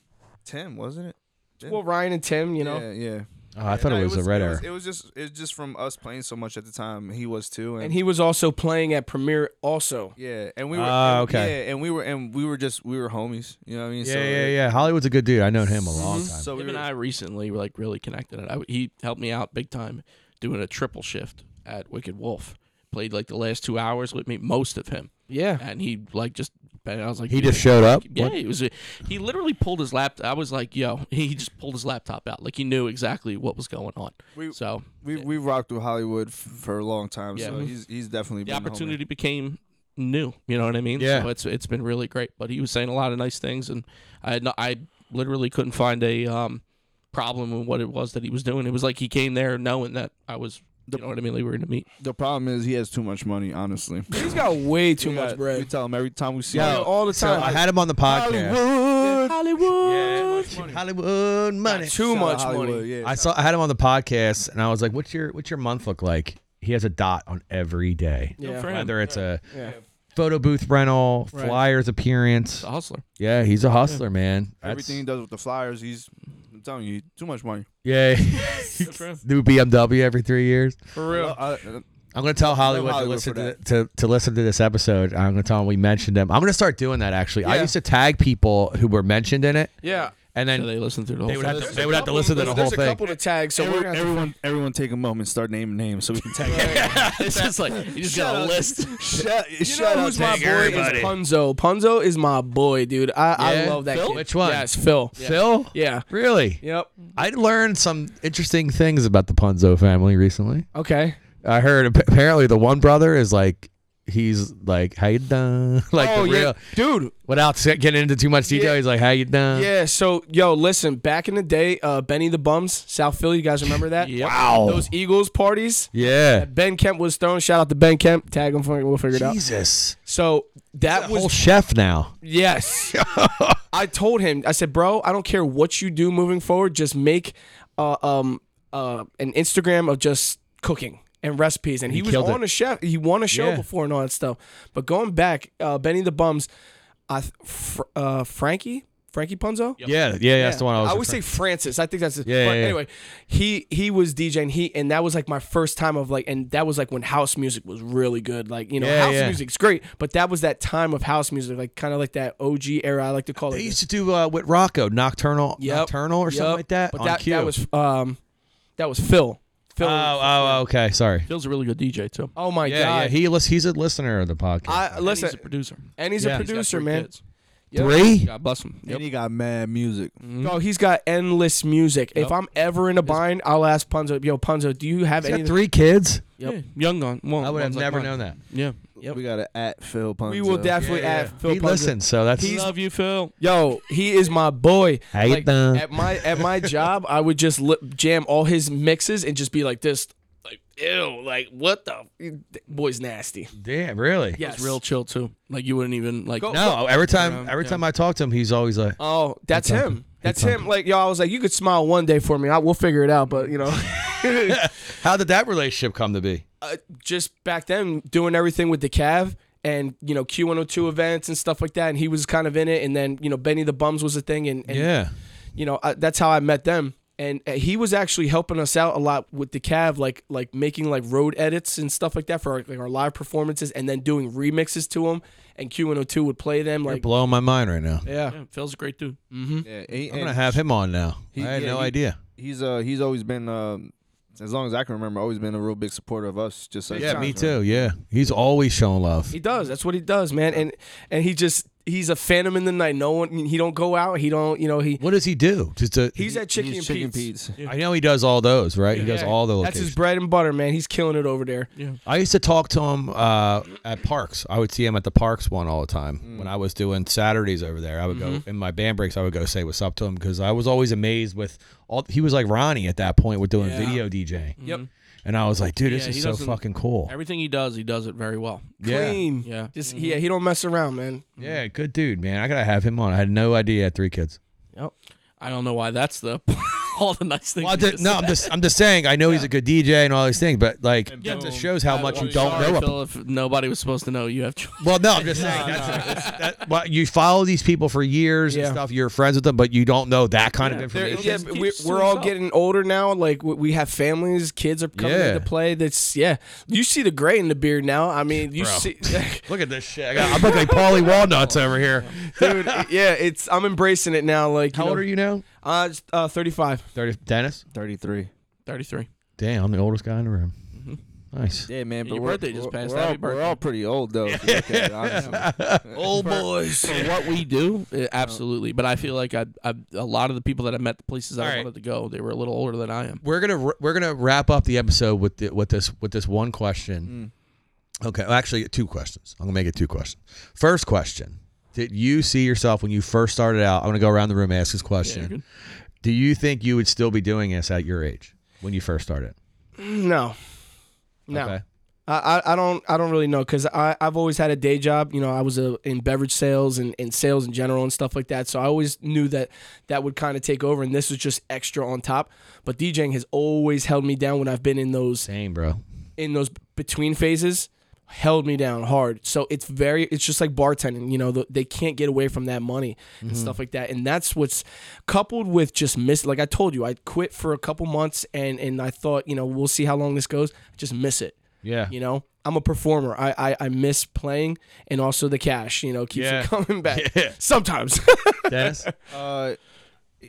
Speaker 3: Tim, wasn't it?
Speaker 2: well, Ryan and Tim, you know.
Speaker 3: Yeah, yeah.
Speaker 1: Oh, I thought
Speaker 3: No,
Speaker 1: it was a Red
Speaker 3: it
Speaker 1: Air.
Speaker 3: was, it was just it was just from us playing so much at the time. He was too, and,
Speaker 2: And he was also playing at Premiere also.
Speaker 3: yeah, and we were
Speaker 1: Ah,
Speaker 3: and-
Speaker 1: okay.
Speaker 3: yeah, and we were and we were just we were homies. You know what I mean?
Speaker 1: Yeah,
Speaker 3: so, Mm-hmm. Mhm.
Speaker 1: yeah, yeah. Hollywood's a good dude. I known him a long time.
Speaker 3: So we
Speaker 4: Him
Speaker 3: were,
Speaker 4: and I recently were like really connected. I, he helped me out big time doing a triple shift at Wicked Wolf. Played like the last two hours with me, most of him,
Speaker 2: Yeah.
Speaker 4: and he like just. And I was like,
Speaker 1: He just showed up.
Speaker 4: Yeah, it was. A, he literally pulled his laptop. I was like, "Yo," he just pulled his laptop out, like he knew exactly what was going on.
Speaker 3: We-
Speaker 4: so
Speaker 3: we we rocked with Hollywood f- for a long time.
Speaker 4: Yeah.
Speaker 3: So he's he's definitely
Speaker 4: the
Speaker 3: been a homie.
Speaker 4: opportunity became new. You know what I mean?
Speaker 1: Yeah.
Speaker 4: So it's it's been really great. But he was saying a lot of nice things, and I had no, I literally couldn't find a um problem with what it was that he was doing. It was like he came there knowing that I was. You know what I mean? Like we were going to meet.
Speaker 3: The problem is he has too much money. Honestly,
Speaker 2: He's got way too
Speaker 3: We
Speaker 2: much
Speaker 3: got- We
Speaker 2: bread.
Speaker 3: tell him every time we see
Speaker 1: Yo,
Speaker 3: him.
Speaker 2: All the
Speaker 1: So
Speaker 2: time.
Speaker 1: I had him on the podcast.
Speaker 3: Hollywood,
Speaker 1: Hollywood, Hollywood money.
Speaker 2: too
Speaker 3: Shout out
Speaker 2: much
Speaker 3: Hollywood,
Speaker 2: money.
Speaker 3: Yeah,
Speaker 1: I saw. I had him on the podcast, and I was like, "What's your What's your month look like?" He has a dot on every day.
Speaker 2: Yeah.
Speaker 1: Whether it's a
Speaker 2: Yeah.
Speaker 1: photo booth rental,
Speaker 2: Right.
Speaker 1: flyers appearance.
Speaker 4: The hustler.
Speaker 1: Yeah, he's a hustler, man. That's-
Speaker 3: everything he does with the Flyers, he's. I'm telling you, too much money.
Speaker 1: Yeah. New BMW every three years.
Speaker 2: For real.
Speaker 3: I- uh, I-
Speaker 1: I'm gonna tell Hollywood,
Speaker 3: Hollywood
Speaker 1: to listen
Speaker 3: for
Speaker 1: to,
Speaker 3: that.
Speaker 1: to, to listen to this episode. I'm gonna tell him we mentioned him. I'm gonna start doing that actually. I
Speaker 2: Yeah.
Speaker 1: used to tag people who were mentioned in it,
Speaker 2: Yeah.
Speaker 1: and
Speaker 4: So
Speaker 1: then
Speaker 4: they listened through the whole.
Speaker 1: they would
Speaker 4: thing.
Speaker 1: have to, they would have to listen to the whole
Speaker 2: There's, a
Speaker 1: thing.
Speaker 2: couple to tag, so we're
Speaker 3: everyone,
Speaker 2: gonna
Speaker 3: everyone, everyone, take a moment, start naming names so we can tag.
Speaker 4: it's just like you just got a list.
Speaker 3: Shut,
Speaker 2: You know who's my boy is Punzo. Punzo is my boy, dude. I, I
Speaker 1: Yeah?
Speaker 2: love that
Speaker 1: Phil?
Speaker 2: kid.
Speaker 1: Which one?
Speaker 2: Yes, Phil.
Speaker 1: Phil,
Speaker 2: Yeah.
Speaker 1: really?
Speaker 2: Yep.
Speaker 1: I learned some interesting things about the Ponzo family recently.
Speaker 2: Okay.
Speaker 1: I heard ap- apparently the one brother is like he's like how you done like
Speaker 2: oh
Speaker 1: the
Speaker 2: yeah,
Speaker 1: real
Speaker 2: dude.
Speaker 1: without s- getting into too much detail.
Speaker 2: Yeah.
Speaker 1: He's like how you done.
Speaker 2: Yeah. So yo, listen. Back in the day, uh, Benny the Bums, South Philly. You guys remember that?
Speaker 4: Yep.
Speaker 1: Wow.
Speaker 2: Those Eagles parties.
Speaker 1: yeah.
Speaker 2: that Ben Kemp was thrown. Shout out to Ben Kemp. Tag him. fucking- We'll figure it out.
Speaker 1: Jesus.
Speaker 2: So that
Speaker 1: Whole
Speaker 2: was
Speaker 1: chef now.
Speaker 2: yes. I told him. I said, bro, I don't care what you do moving forward. Just make uh, um uh an Instagram of just cooking and recipes. And he,
Speaker 1: he
Speaker 2: was
Speaker 1: killed
Speaker 2: on
Speaker 1: it.
Speaker 2: a chef. He won a show
Speaker 1: Yeah.
Speaker 2: before and all that stuff. But going back, uh, Benny the Bums, I th- fr- uh, Frankie Frankie Punzo.
Speaker 1: Yeah, yeah, yeah, that's the one I was.
Speaker 2: always
Speaker 1: referring-
Speaker 2: say Francis. I think that's it.
Speaker 1: Yeah, yeah,
Speaker 2: but
Speaker 1: yeah.
Speaker 2: anyway, he he was DJing he and that was like my first time of like and that was like when house music was really good. Like, you know,
Speaker 1: Yeah,
Speaker 2: house
Speaker 1: yeah.
Speaker 2: music's great, but that was that time of house music, like kind of like that OG era I like to call
Speaker 1: They
Speaker 2: it.
Speaker 1: used to do uh, with Rocco, Nocturnal,
Speaker 2: Yep.
Speaker 1: Nocturnal or something
Speaker 2: Yup,
Speaker 1: like that.
Speaker 2: But
Speaker 1: on
Speaker 2: that,
Speaker 1: Q.
Speaker 2: that was um that was Phil.
Speaker 1: oh,
Speaker 2: Phil
Speaker 1: oh, okay, sorry.
Speaker 4: Phil's a really good DJ too.
Speaker 2: Oh my
Speaker 1: Yeah, yeah,
Speaker 2: god.
Speaker 1: he lis- he's a listener of the podcast.
Speaker 2: I
Speaker 4: And
Speaker 2: listen
Speaker 4: he's a producer.
Speaker 2: and he's
Speaker 1: Yeah.
Speaker 2: a
Speaker 1: He's
Speaker 4: He's got
Speaker 2: producer,
Speaker 4: three
Speaker 2: man.
Speaker 4: kids.
Speaker 1: Three?
Speaker 4: God bless him. Yep. Mm-hmm.
Speaker 3: And he got mad music.
Speaker 1: Mm-hmm.
Speaker 2: No, he's got endless music. If
Speaker 4: Yup.
Speaker 2: I'm ever in a bind, I'll ask Punzo, yo, Punzo, do you have
Speaker 1: He's got
Speaker 2: any
Speaker 1: three kids.
Speaker 4: Yeah. Young on.
Speaker 2: Oh,
Speaker 4: Well,
Speaker 1: I would have
Speaker 4: one's like
Speaker 1: never
Speaker 4: mine.
Speaker 1: known that.
Speaker 4: Yeah.
Speaker 2: Yep.
Speaker 3: We got to at Phil Punzo.
Speaker 2: we will definitely
Speaker 1: Yeah, yeah.
Speaker 2: ask Phil
Speaker 1: he
Speaker 2: Punzo.
Speaker 1: listens, so that's
Speaker 2: He's-
Speaker 4: Love you, Phil.
Speaker 2: Yo, he is my boy.
Speaker 1: How you
Speaker 2: Like,
Speaker 1: done?
Speaker 2: At my at my job, I would just li- jam all his mixes and just be like this. Like
Speaker 4: ew, like what the?
Speaker 2: Boy's nasty.
Speaker 1: Damn, really?
Speaker 2: Yes.
Speaker 4: It's real chill too. Like you wouldn't even like.
Speaker 1: No, every time every time I talk to him, he's always like,
Speaker 2: Oh, that's
Speaker 1: It's
Speaker 2: him.
Speaker 1: something.
Speaker 2: That's
Speaker 1: It's
Speaker 2: him. Like, yo, I was like, you could smile one day for me. I, we'll figure it out. But, you know,
Speaker 1: "How did that relationship come to be?"
Speaker 2: uh, just back then doing everything with the Cav and, you know, Q102 events and stuff like that. And he was kind of in it. And then, you know, Benny the Bums was a thing. And, and
Speaker 1: Yeah,
Speaker 2: you know, I, that's how I met them. And uh, he was actually helping us out a lot with the Cav, like like making like road edits and stuff like that for our, like our live performances, and then doing remixes to them. And Q102 would play them
Speaker 1: you're
Speaker 2: like
Speaker 1: blowing my mind right now.
Speaker 2: yeah.
Speaker 4: Yeah, Phil's a great dude.
Speaker 3: Yeah, he-
Speaker 1: I'm gonna
Speaker 3: and
Speaker 1: have him on now.
Speaker 3: He-
Speaker 1: I had
Speaker 3: yeah,
Speaker 1: no
Speaker 3: he-
Speaker 1: idea.
Speaker 3: He's uh he's always been um as long as I can remember, always been a real big supporter of us. Just like
Speaker 1: Yeah, me
Speaker 3: Johnson.
Speaker 1: too. Yeah, he's always showing love.
Speaker 2: He does. That's what he does, man. And and he just he's a phantom in the night. No one. He don't go out. He don't. You know. He
Speaker 1: What does he do? Just a,
Speaker 2: he's at Chicken and
Speaker 3: He's chicken
Speaker 2: Pete's.
Speaker 3: Pete's.
Speaker 1: I know he does all those, right? He does
Speaker 2: Yeah.
Speaker 1: all the
Speaker 2: That's
Speaker 1: locations.
Speaker 2: his bread and butter, man. He's killing it over there.
Speaker 1: I used to talk to him uh, at parks. I would see him at the parks one all the time.
Speaker 4: Mm.
Speaker 1: When I was doing Saturdays over there, I would
Speaker 4: Mm-hmm.
Speaker 1: go in my band breaks. I would go say what's up to him because I was always amazed with all. He was like Ronnie at that point with doing
Speaker 2: Yeah.
Speaker 1: video DJ.
Speaker 2: Yep.
Speaker 1: And I was like, dude, this
Speaker 4: Mm-hmm. Yeah, he
Speaker 1: is so
Speaker 4: doesn't-
Speaker 1: fucking cool.
Speaker 4: Everything he does, he does it very well.
Speaker 1: Yeah,
Speaker 2: Clean.
Speaker 4: Yeah.
Speaker 2: Just yeah. He don't mess around, man.
Speaker 1: yeah, good dude, man. I gotta have him on. I had no idea I had three kids.
Speaker 4: I don't know why that's the all the nice things.
Speaker 1: Well, I
Speaker 4: he
Speaker 1: did-
Speaker 4: just
Speaker 1: no,
Speaker 4: said.
Speaker 1: I'm just I'm just saying. I know he's a good DJ and all these things, but like,
Speaker 4: Yeah,
Speaker 1: it just
Speaker 4: boom.
Speaker 1: shows how
Speaker 4: I'm
Speaker 1: much you
Speaker 4: really
Speaker 1: don't
Speaker 4: sorry,
Speaker 1: know about.
Speaker 4: Phil, if nobody was supposed to know you have children.
Speaker 1: Well, no, I'm just saying. That's, that, well, you follow these people for years
Speaker 2: Yeah.
Speaker 1: and stuff. You're friends with them, but you don't know that kind of
Speaker 4: Yeah,
Speaker 2: There-
Speaker 1: information.
Speaker 4: It
Speaker 2: yeah,
Speaker 4: just
Speaker 2: but we're,
Speaker 4: keeps to
Speaker 2: we're all
Speaker 4: himself.
Speaker 2: getting older now. Like we- we have families, kids are coming
Speaker 1: Yeah.
Speaker 2: into play. That's yeah. You see the gray in the beard now. I mean, you
Speaker 1: Bro.
Speaker 2: see,
Speaker 1: Look at this shit. I got, I'm looking like Paulie Walnuts over here.
Speaker 2: dude. Yeah, it's I'm embracing it now. Like
Speaker 1: How old are you now?
Speaker 2: Uh, just, uh, 35.
Speaker 1: Thirty. Dennis.
Speaker 3: Thirty three.
Speaker 4: Thirty-three.
Speaker 1: Damn, I'm the oldest guy in the room. Nice.
Speaker 3: Yeah, man.
Speaker 4: Yeah,
Speaker 3: But
Speaker 4: your
Speaker 3: we're-
Speaker 4: birthday just
Speaker 3: we're-
Speaker 4: passed.
Speaker 3: We're,
Speaker 4: Happy
Speaker 3: all, we're
Speaker 4: birthday.
Speaker 3: all pretty old though. if you look at it, honestly.
Speaker 4: Old boys. For what we do, eh, absolutely. But I feel like I, I, a lot of the people that I met, the places I
Speaker 1: All right.
Speaker 4: wanted to go, they were a little older than I am.
Speaker 1: We're gonna r- we're gonna wrap up the episode with the, with this with this one question. Okay, well, actually, two questions. I'm gonna make it two questions. First question: Did you see yourself when you first started out? I'm gonna go around the room and ask this
Speaker 4: Yeah,
Speaker 1: question.
Speaker 4: good.
Speaker 1: Do you think you would still be doing this at your age when you first started?
Speaker 2: No, no.
Speaker 1: Okay.
Speaker 2: I, I I don't I don't really know because I I've always had a day job. You know, I was a, in beverage sales and, and sales in general and stuff like that. So I always knew that that would kind of take over, and this was just extra on top. But DJing has always held me down when I've been in those
Speaker 1: Same, bro.
Speaker 2: in those between phases held me down hard so it's very it's just like bartending you know the, they can't get away from that money and stuff like that and that's what's coupled with just miss like i told you i quit for a couple months and and i thought you know we'll see how long this goes just miss it
Speaker 1: Yeah.
Speaker 2: you know i'm a performer i i, I miss playing and also the cash you know keeps
Speaker 1: Yeah.
Speaker 2: it coming back sometimes
Speaker 1: Dennis?
Speaker 3: Uh,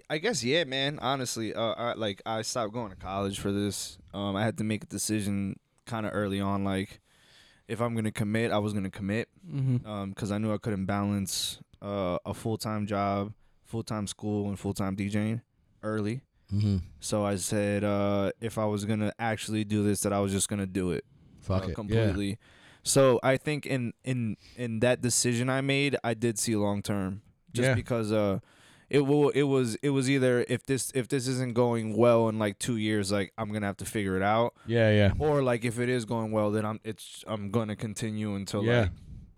Speaker 3: I guess yeah, man. Honestly, uh, I, like I stopped going to college for this. Um, I had to make a decision kind of early on, like if I'm gonna commit, I was gonna commit, because I knew I couldn't balance uh, a full time job, full time school, and full time DJing early.
Speaker 1: Mm-hmm.
Speaker 3: So I said, uh, if I was gonna actually do this, that I was just gonna do it
Speaker 1: Fuck
Speaker 3: uh,
Speaker 1: it.
Speaker 3: completely. So I think in in in that decision I made, I did see long term, just
Speaker 1: Yeah.
Speaker 3: because uh, it will it was it was either if this if this isn't going well in like two years, like I'm gonna have to figure it out,
Speaker 1: Yeah. Yeah. Yeah.
Speaker 3: or like if it is going well, then I'm it's I'm gonna continue until
Speaker 1: Yeah.
Speaker 3: like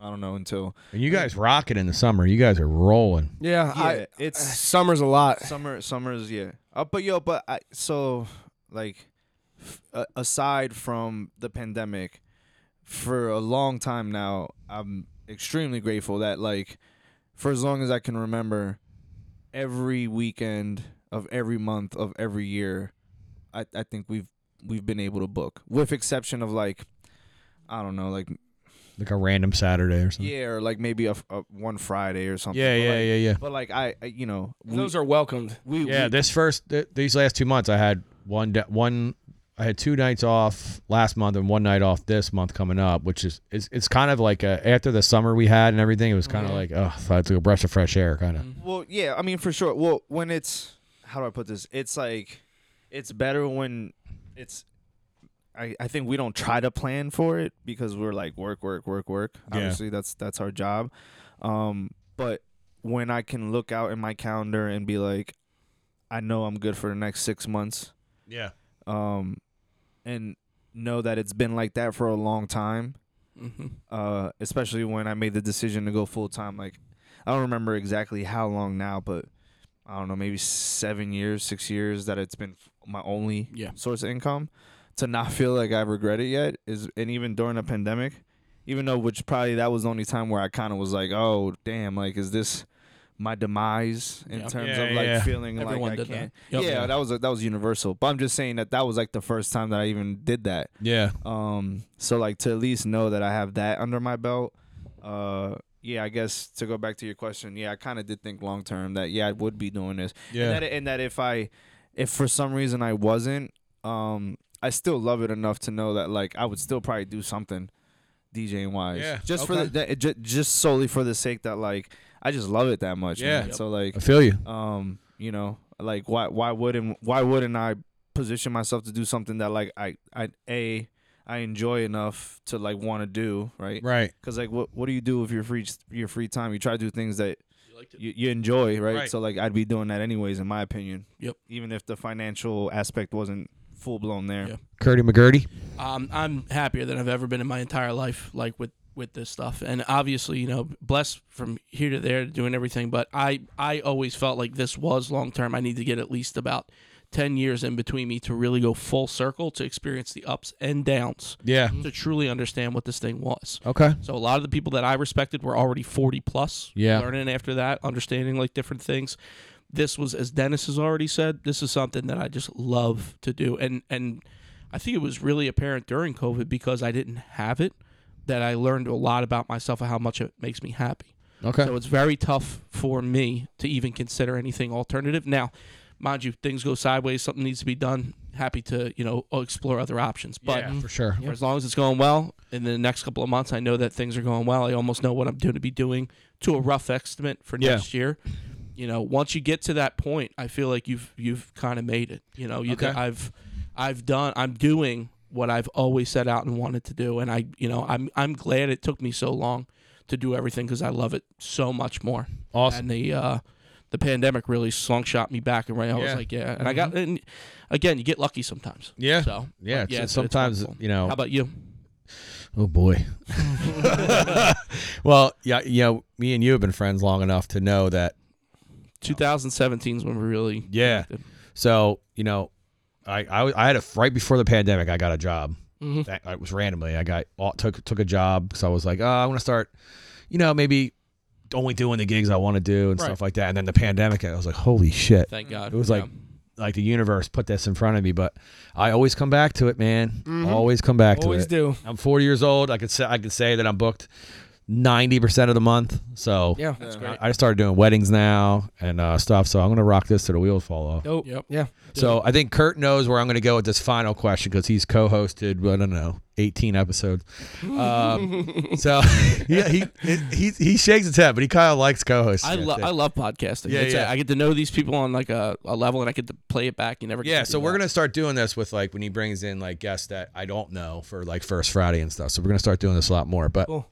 Speaker 3: I don't know until
Speaker 1: And you guys rock it in the summer. You guys are rolling.
Speaker 2: yeah,
Speaker 3: Yeah,
Speaker 2: I,
Speaker 3: it's
Speaker 2: summer's a lot
Speaker 3: summer summers yeah uh, but yo but i so like f- uh, aside from the pandemic for a long time now i'm extremely grateful that like for as long as i can remember every weekend of every month of every year i, I think we've we've been able to book with exception of like i don't know like
Speaker 1: Like a random Saturday or something.
Speaker 3: yeah or like maybe a, f- a- one friday or something
Speaker 1: Mm. Yeah.
Speaker 3: but,
Speaker 1: Yeah.
Speaker 3: like,
Speaker 1: Yeah. Yeah.
Speaker 3: but like i I- you know we,
Speaker 2: those are welcomed
Speaker 3: we,
Speaker 1: Yeah.
Speaker 3: we-
Speaker 1: This first, th- these last two months, I had one, da- one, I had two nights off last month and one night off this month coming up, which is, it's, it's kind of like a, after the summer we had and everything, it was kind of like, oh, I had to go brush of fresh air, kind of.
Speaker 3: Well, yeah, I mean for sure. Well, when it's how do I put this? It's like it's better when it's I, I think we don't try to plan for it because we're like work, work, work, work.
Speaker 1: Yeah.
Speaker 3: Obviously that's that's our job. Um, but when I can look out in my calendar and be like, I know I'm good for the next six months.
Speaker 1: Yeah.
Speaker 3: Um and know that it's been like that for a long time.
Speaker 4: Mm-hmm.
Speaker 3: Uh, especially when I made the decision to go full time. Like, I don't remember exactly how long now, but I don't know, maybe seven years, six years that it's been f- my only
Speaker 2: Yeah.
Speaker 3: source of income. To not feel like I regret it yet is, and even during a pandemic, even though which probably that was the only time where I kind of was like, oh damn, like is this my demise in
Speaker 6: Yeah.
Speaker 3: terms
Speaker 1: Yeah,
Speaker 3: of like
Speaker 1: yeah.
Speaker 3: feeling
Speaker 6: Everyone
Speaker 3: like I
Speaker 6: did that.
Speaker 3: can't.
Speaker 6: Yep.
Speaker 3: Yeah, that was a, that was universal. But I'm just saying that that was like the first time that I even did that.
Speaker 1: Yeah.
Speaker 3: Um, so like to at least know that I have that under my belt. Uh, yeah, I guess to go back to your question, yeah, I kind of did think long term that yeah I would be doing this.
Speaker 1: Yeah.
Speaker 3: And that, and that if I, if for some reason I wasn't, um, I still love it enough to know that like I would still probably do something, DJing wise.
Speaker 1: Yeah,
Speaker 3: Just for
Speaker 1: okay.
Speaker 3: the, that, it ju- just solely for the sake that like I just love it that much.
Speaker 1: Yeah.
Speaker 3: man. So like
Speaker 1: I feel you.
Speaker 3: um you know like why why wouldn't why wouldn't i position myself to do something that like i i a i enjoy enough to like want to do right
Speaker 1: Right.
Speaker 3: because like what what do you do with your free your free time you try to do things that
Speaker 4: You liked it.
Speaker 3: you, you enjoy right?
Speaker 1: Right.
Speaker 3: so like i'd be doing that anyways in my opinion
Speaker 4: Yep.
Speaker 3: even if the financial aspect wasn't full blown there
Speaker 4: Yeah.
Speaker 1: Curdy McGurdy.
Speaker 4: um, I'm happier than I've ever been in my entire life, like with with this stuff. And obviously, you know, blessed from here to there, doing everything. But I I always felt like this was long term. I need to get at least about ten years in between me to really go full circle to experience the ups and downs
Speaker 1: Yeah.
Speaker 4: to truly understand what this thing was.
Speaker 1: Okay.
Speaker 4: So a lot of the people that I respected were already 40 plus.
Speaker 1: Yeah.
Speaker 4: Learning after that, understanding like different things. This was, as Dennis has already said, this is something that I just love to do. And and I think it was really apparent during COVID because I didn't have it that I learned a lot about myself and how much it makes me happy.
Speaker 1: Okay.
Speaker 4: So it's very tough for me to even consider anything alternative. Now, mind you, things go sideways, something needs to be done. Happy to, you know, explore other options. But
Speaker 1: yeah, for sure.
Speaker 4: for as long as it's going well in the next couple of months i know that things are going well i almost know what i'm going to be doing to a rough estimate for
Speaker 1: Yeah.
Speaker 4: next year you know once you get to that point i feel like you've you've kind of made it you know you
Speaker 1: Okay.
Speaker 4: i've i've done i'm doing what i've always set out and wanted to do and i you know i'm i'm glad it took me so long to do everything because i love it so much more
Speaker 1: Awesome.
Speaker 4: and the uh, the pandemic really slung shot me back and right i was
Speaker 1: Yeah. Mm-hmm.
Speaker 4: like yeah and i got and again you get lucky sometimes
Speaker 1: Yeah.
Speaker 4: so
Speaker 1: yeah. it's-
Speaker 4: but it's-
Speaker 1: it's
Speaker 4: it's
Speaker 1: sometimes
Speaker 4: wonderful.
Speaker 1: you know.
Speaker 4: how about you
Speaker 1: oh boy. well, yeah, you know, me and you have been friends long enough to know that.
Speaker 4: 2017 is when we really
Speaker 1: Yeah. So you know, I I, was- I had a right before the pandemic, I got a job.
Speaker 2: Mm-hmm.
Speaker 1: That it was randomly. I got took took a job because I was like, oh, I want to start. You know, maybe only doing the gigs I want to do and stuff like that. And then the pandemic, hit, I was like, holy shit.
Speaker 2: Mm.
Speaker 4: Thank God.
Speaker 1: It was
Speaker 4: Yeah.
Speaker 1: like like the universe put this in front of me, but I always come back to it, man. Always come back
Speaker 2: Mm-hmm. Always
Speaker 1: to it.
Speaker 2: do.
Speaker 1: I'm 40 years old. I could say I could say that I'm booked 90% of the month. So
Speaker 2: Yeah.
Speaker 4: That's
Speaker 1: I- I started doing weddings now and uh, stuff. So I'm gonna rock this till the wheels fall off.
Speaker 2: Dope.
Speaker 4: Yep.
Speaker 2: Yeah.
Speaker 1: So I think Kurt knows where I'm going to go with this final question because he's co-hosted. I don't know, 18 episodes. Um, so yeah, he, he he shakes his head, but he kind of likes co-hosting.
Speaker 4: I, lo-
Speaker 1: think.
Speaker 4: I love podcasting.
Speaker 1: Yeah,
Speaker 4: It's a-
Speaker 1: yeah.
Speaker 4: I get to know these people on like a, a level, and I get to play it back. You never. get
Speaker 1: Yeah,
Speaker 4: to do
Speaker 1: so we're
Speaker 4: that.
Speaker 1: gonna start doing this with like when he brings in like guests that I don't know for like first Friday and stuff. So we're gonna start doing this a lot more. But
Speaker 2: Cool.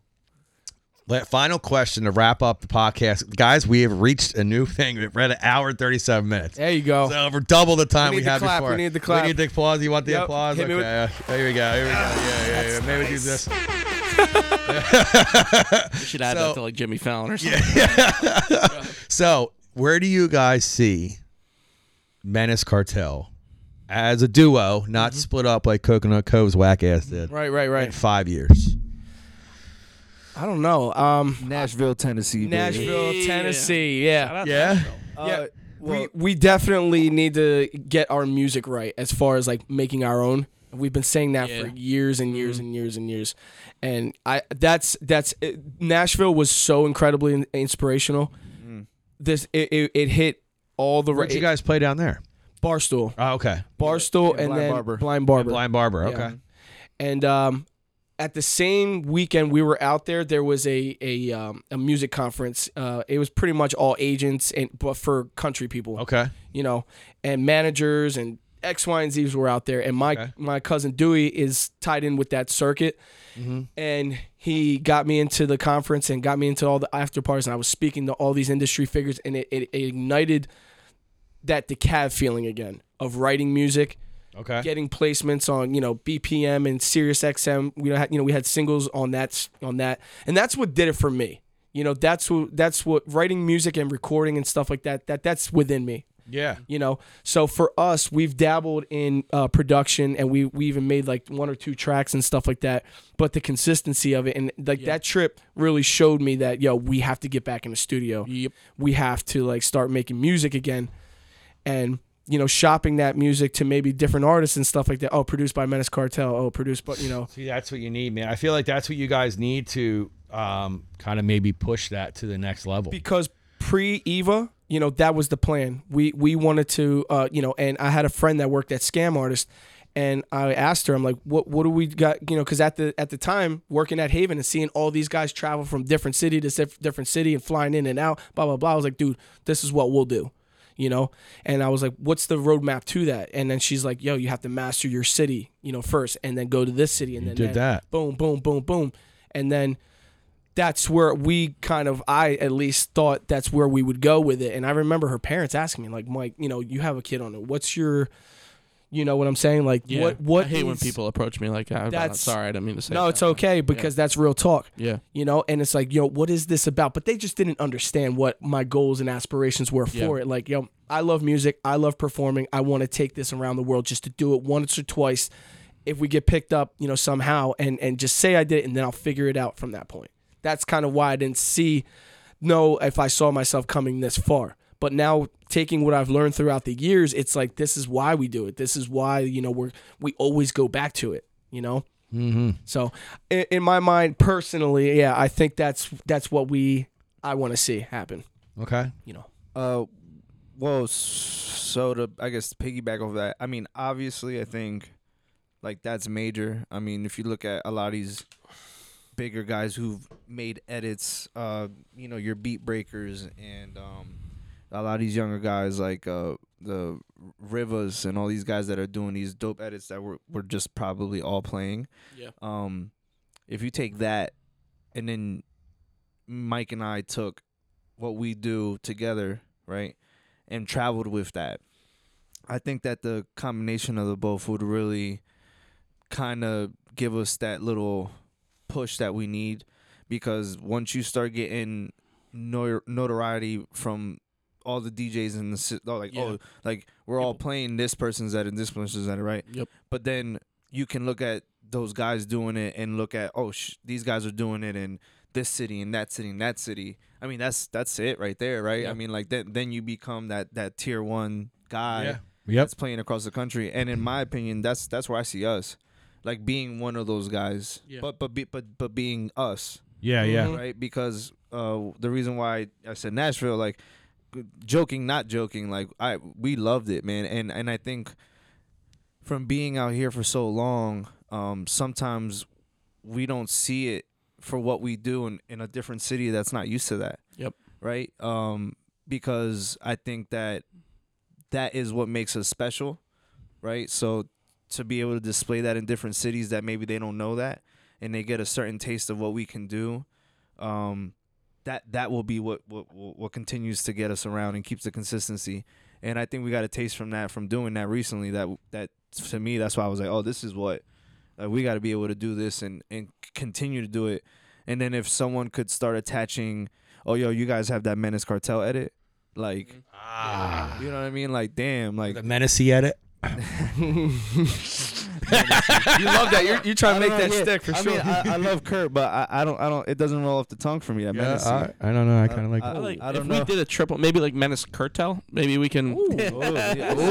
Speaker 1: let- final question to wrap up the podcast, guys. We have reached a new thing. We've read an hour and thirty-seven minutes.
Speaker 2: There you go.
Speaker 1: So for double the time
Speaker 2: Oh. We
Speaker 1: we,
Speaker 2: need the
Speaker 1: had
Speaker 2: clap,
Speaker 1: before.
Speaker 2: we need the clap.
Speaker 1: We need the applause. You want the
Speaker 2: Yep,
Speaker 1: applause?
Speaker 2: hit
Speaker 1: okay.
Speaker 2: me with- Ah,
Speaker 1: yeah. Here we go. Here we go. Yeah, yeah, yeah. Maybe do this.
Speaker 4: We should add
Speaker 1: so-
Speaker 4: that to like Jimmy Fallon or something.
Speaker 1: So, where do you guys see Menace Cartel as a duo, not split up like Coconut Cove's whack ass did?
Speaker 2: Right, Mm-hmm. right,
Speaker 1: in
Speaker 2: right.
Speaker 1: five years.
Speaker 2: I don't know. Um,
Speaker 3: nashville tennessee baby.
Speaker 2: Nashville,
Speaker 4: Yeah.
Speaker 2: Tennessee. Yeah.
Speaker 1: Yeah.
Speaker 2: Yeah.
Speaker 3: well-
Speaker 2: we, we definitely need to get our music right as far as like making our own. We've been saying that for
Speaker 4: Yeah.
Speaker 2: years and years and years and years. And I that's that's it, Nashville was so incredibly in- inspirational. This it, it, it hit all the
Speaker 1: Where'd
Speaker 2: right
Speaker 1: you guys play down there?
Speaker 2: Barstool,
Speaker 1: Oh, okay.
Speaker 2: Barstool,
Speaker 3: Yeah,
Speaker 2: and
Speaker 3: Blind
Speaker 2: then
Speaker 3: Barber.
Speaker 2: Blind Barber.
Speaker 1: Blind Barber.
Speaker 2: Yeah.
Speaker 1: Okay.
Speaker 2: And um, at the same weekend we were out there, there was a a, um, a music conference. Uh, it was pretty much all agents and but for country people,
Speaker 1: Okay.
Speaker 2: you know, and managers and X, Y, and Z's were out there. And my
Speaker 1: Okay.
Speaker 2: my cousin Dewey is tied in with that circuit, Mm-hmm. and he got me into the conference and got me into all the after parties. And I was speaking to all these industry figures, and it, it, it ignited that decav feeling again of writing music
Speaker 1: Okay.
Speaker 2: getting placements on you know BPM and Sirius XM. We had you know we had singles on that on that, and that's what did it for me. You know that's what that's what writing music and recording and stuff like that that that's within me.
Speaker 1: Yeah.
Speaker 2: You know, so for us, we've dabbled in uh, production and we we even made like one or two tracks and stuff like that. But the consistency of it and like that trip really showed me that yo, we have to get back in the studio. Yep. We have to like start making music again, and you know, shopping that music to maybe different artists and stuff like that. Oh, produced by Menace Cartel. Oh, produced by you know.
Speaker 1: See, that's what you need, man. I feel like that's what you guys need to um, kind of maybe push that to the next level.
Speaker 2: because pre Eva, you know, that was the plan. We we wanted to, uh, you know, and I had a friend that worked at Scam Artist, and I asked her, I'm like, what what do we got, you know, because at the at the time working at Haven and seeing all these guys travel from different city to sif- different city and flying in and out, blah blah blah. I was like, dude, this is what we'll do. You know, and I was like, "What's the roadmap to that?" And then she's like, "Yo, you have to master your city, you know, first, and then go to this city, and then
Speaker 1: did that.
Speaker 2: boom, boom, boom, boom, and then that's where we kind of I at least thought that's where we would go with it. And I remember her parents asking me, like, Mike, you know, you have a kid on it. What's your you know what I'm saying? Like
Speaker 4: Yeah.
Speaker 2: what what
Speaker 4: I hate when
Speaker 2: is-
Speaker 4: people approach me like that. I'm
Speaker 2: That's-
Speaker 4: sorry, I didn't mean to say
Speaker 2: No,
Speaker 4: that.
Speaker 2: it's okay because that's real talk.
Speaker 4: Yeah.
Speaker 2: You know, and it's like, yo, what is this about? But they just didn't understand what my goals and aspirations were for
Speaker 4: Yeah.
Speaker 2: it. Like, yo, I love music, I love performing, I want to take this around the world just to do it once or twice if we get picked up, you know, somehow and and just say I did it and then I'll figure it out from that point. That's kind of why I didn't see know if I saw myself coming this far. But now taking what I've learned throughout the years, it's like this is why we do it. This is why, you know, we're we always go back to it, you know?
Speaker 1: Mm-hmm.
Speaker 2: So, in, in my mind, personally, yeah, I think that's that's what we I want to see happen.
Speaker 1: Okay.
Speaker 2: You know,
Speaker 3: Uh, well, s- so to I guess piggyback off that, I mean, obviously, I think like that's major. I mean, if you look at a lot of these bigger guys who've made edits, uh, you know, your beat breakers and um, a lot of these younger guys like uh the Rivas and all these guys that are doing these dope edits that we're we're just probably all playing.
Speaker 4: Yeah.
Speaker 3: Um, if you take that and then Mike and I took what we do together, right? And traveled with that. I think that the combination of the both would really kind of give us that little push that we need because once you start getting nor- notoriety from all the DJs in the city, like,
Speaker 4: Yeah.
Speaker 3: oh, like we're all playing this person's edit, this person's edit, right?
Speaker 4: Yep.
Speaker 3: But then you can look at those guys doing it and look at, oh, sh- these guys are doing it in this city and that city and that city. I mean, that's that's it right there, right? I
Speaker 4: Yeah.
Speaker 3: mean, like then then you become that that tier one guy
Speaker 1: Yeah. Yep.
Speaker 3: that's playing across the country. And in my opinion, that's that's where I see us, like being one of those guys.
Speaker 4: Yeah.
Speaker 3: But but be, but but being us,
Speaker 1: Yeah. Yeah.
Speaker 3: right? Because uh, the reason why I said Nashville, like joking, not joking, like I we loved it, man, and and I think from being out here for so long, um, sometimes we don't see it for what we do in, in a different city that's not used to that.
Speaker 4: Yep.
Speaker 3: Right. Um, because I think that that is what makes us special, right? So to be able to display that in different cities that maybe they don't know that and they get a certain taste of what we can do um that that will be what what what what continues to get us around and keeps the consistency and i think we got a taste from that from doing that recently that that to me that's why i was like oh this is what like we got to be able to do this and and continue to do it and then if someone could start attaching oh yo you guys have that menace cartel edit like
Speaker 4: Mm-hmm.
Speaker 1: Ah.
Speaker 3: you know what i mean like damn like
Speaker 1: The menacey edit.
Speaker 2: you love that. You're, you're trying
Speaker 3: I don't know, yeah. I mean, I, I love Kurt, but I, I don't, I don't. It doesn't roll off the tongue for me. That menace.
Speaker 1: I, I don't know. I kind of like.
Speaker 3: I-
Speaker 4: I, like,
Speaker 3: I don't
Speaker 4: if
Speaker 3: know.
Speaker 4: we did a triple, maybe like Menace Cartel, maybe we can.
Speaker 3: Oh, yeah. Yeah, me-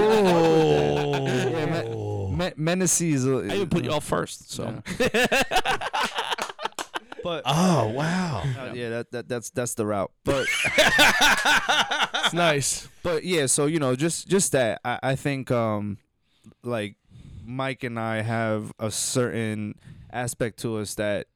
Speaker 1: Oh.
Speaker 3: me- menace is. a-
Speaker 4: I even put you all first, so
Speaker 3: But
Speaker 1: oh wow.
Speaker 3: uh, yeah, that, that that's that's the route. But
Speaker 2: It's nice.
Speaker 3: but yeah, so you know, just just that. I, I think um, like Mike and I have a certain aspect to us that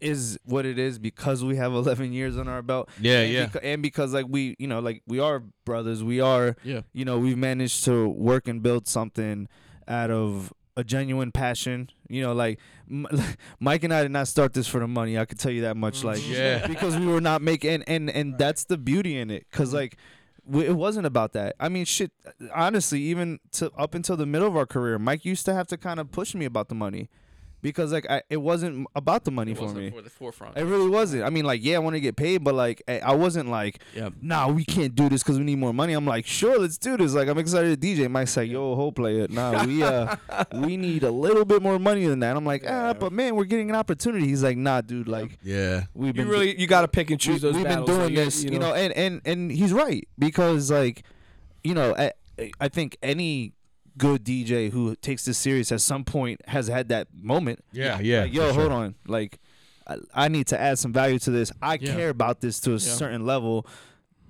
Speaker 3: is what it is because we have 11 years on our belt.
Speaker 1: Yeah,
Speaker 3: and
Speaker 1: yeah.
Speaker 3: beca- and because like we, you know, like we are brothers. We are
Speaker 4: yeah,
Speaker 3: you know, we've managed to work and build something out of a genuine passion. You know, like M- Mike and I did not start this for the money. I could tell you that much. Like,
Speaker 1: Yeah.
Speaker 3: because we were not making, and and, and that's the beauty in it. Cause like w- it wasn't about that. I mean, shit. Honestly, even to up until the middle of our career, Mike used to have to kind of push me about the money, because like I, it wasn't about the money
Speaker 9: It
Speaker 3: for
Speaker 9: wasn't
Speaker 3: me.
Speaker 9: for the forefront.
Speaker 3: It really wasn't. I mean, like, yeah, I want to get paid, but like, I, I wasn't like,
Speaker 9: Yeah.
Speaker 3: nah, we can't do this because we need more money. I'm like, sure, let's do this. Like, I'm excited to DJ. Mike's like, yo, ho, play it. Nah, we uh, we need a little bit more money than that. I'm like, ah, but man, we're getting an opportunity. He's like, nah, dude, like,
Speaker 1: Yeah.
Speaker 3: we've
Speaker 2: You
Speaker 3: been
Speaker 2: really you got to pick and choose
Speaker 3: we,
Speaker 2: those.
Speaker 3: have been
Speaker 2: battles,
Speaker 3: doing
Speaker 2: like,
Speaker 3: this, you know, and, and and he's right because like, you know, I, I think any good DJ who takes this serious at some point has had that moment.
Speaker 1: Yeah. Yeah.
Speaker 3: Like, yo,
Speaker 1: for sure.
Speaker 3: hold on, like, I, I need to add some value to this. I care about this to a certain level.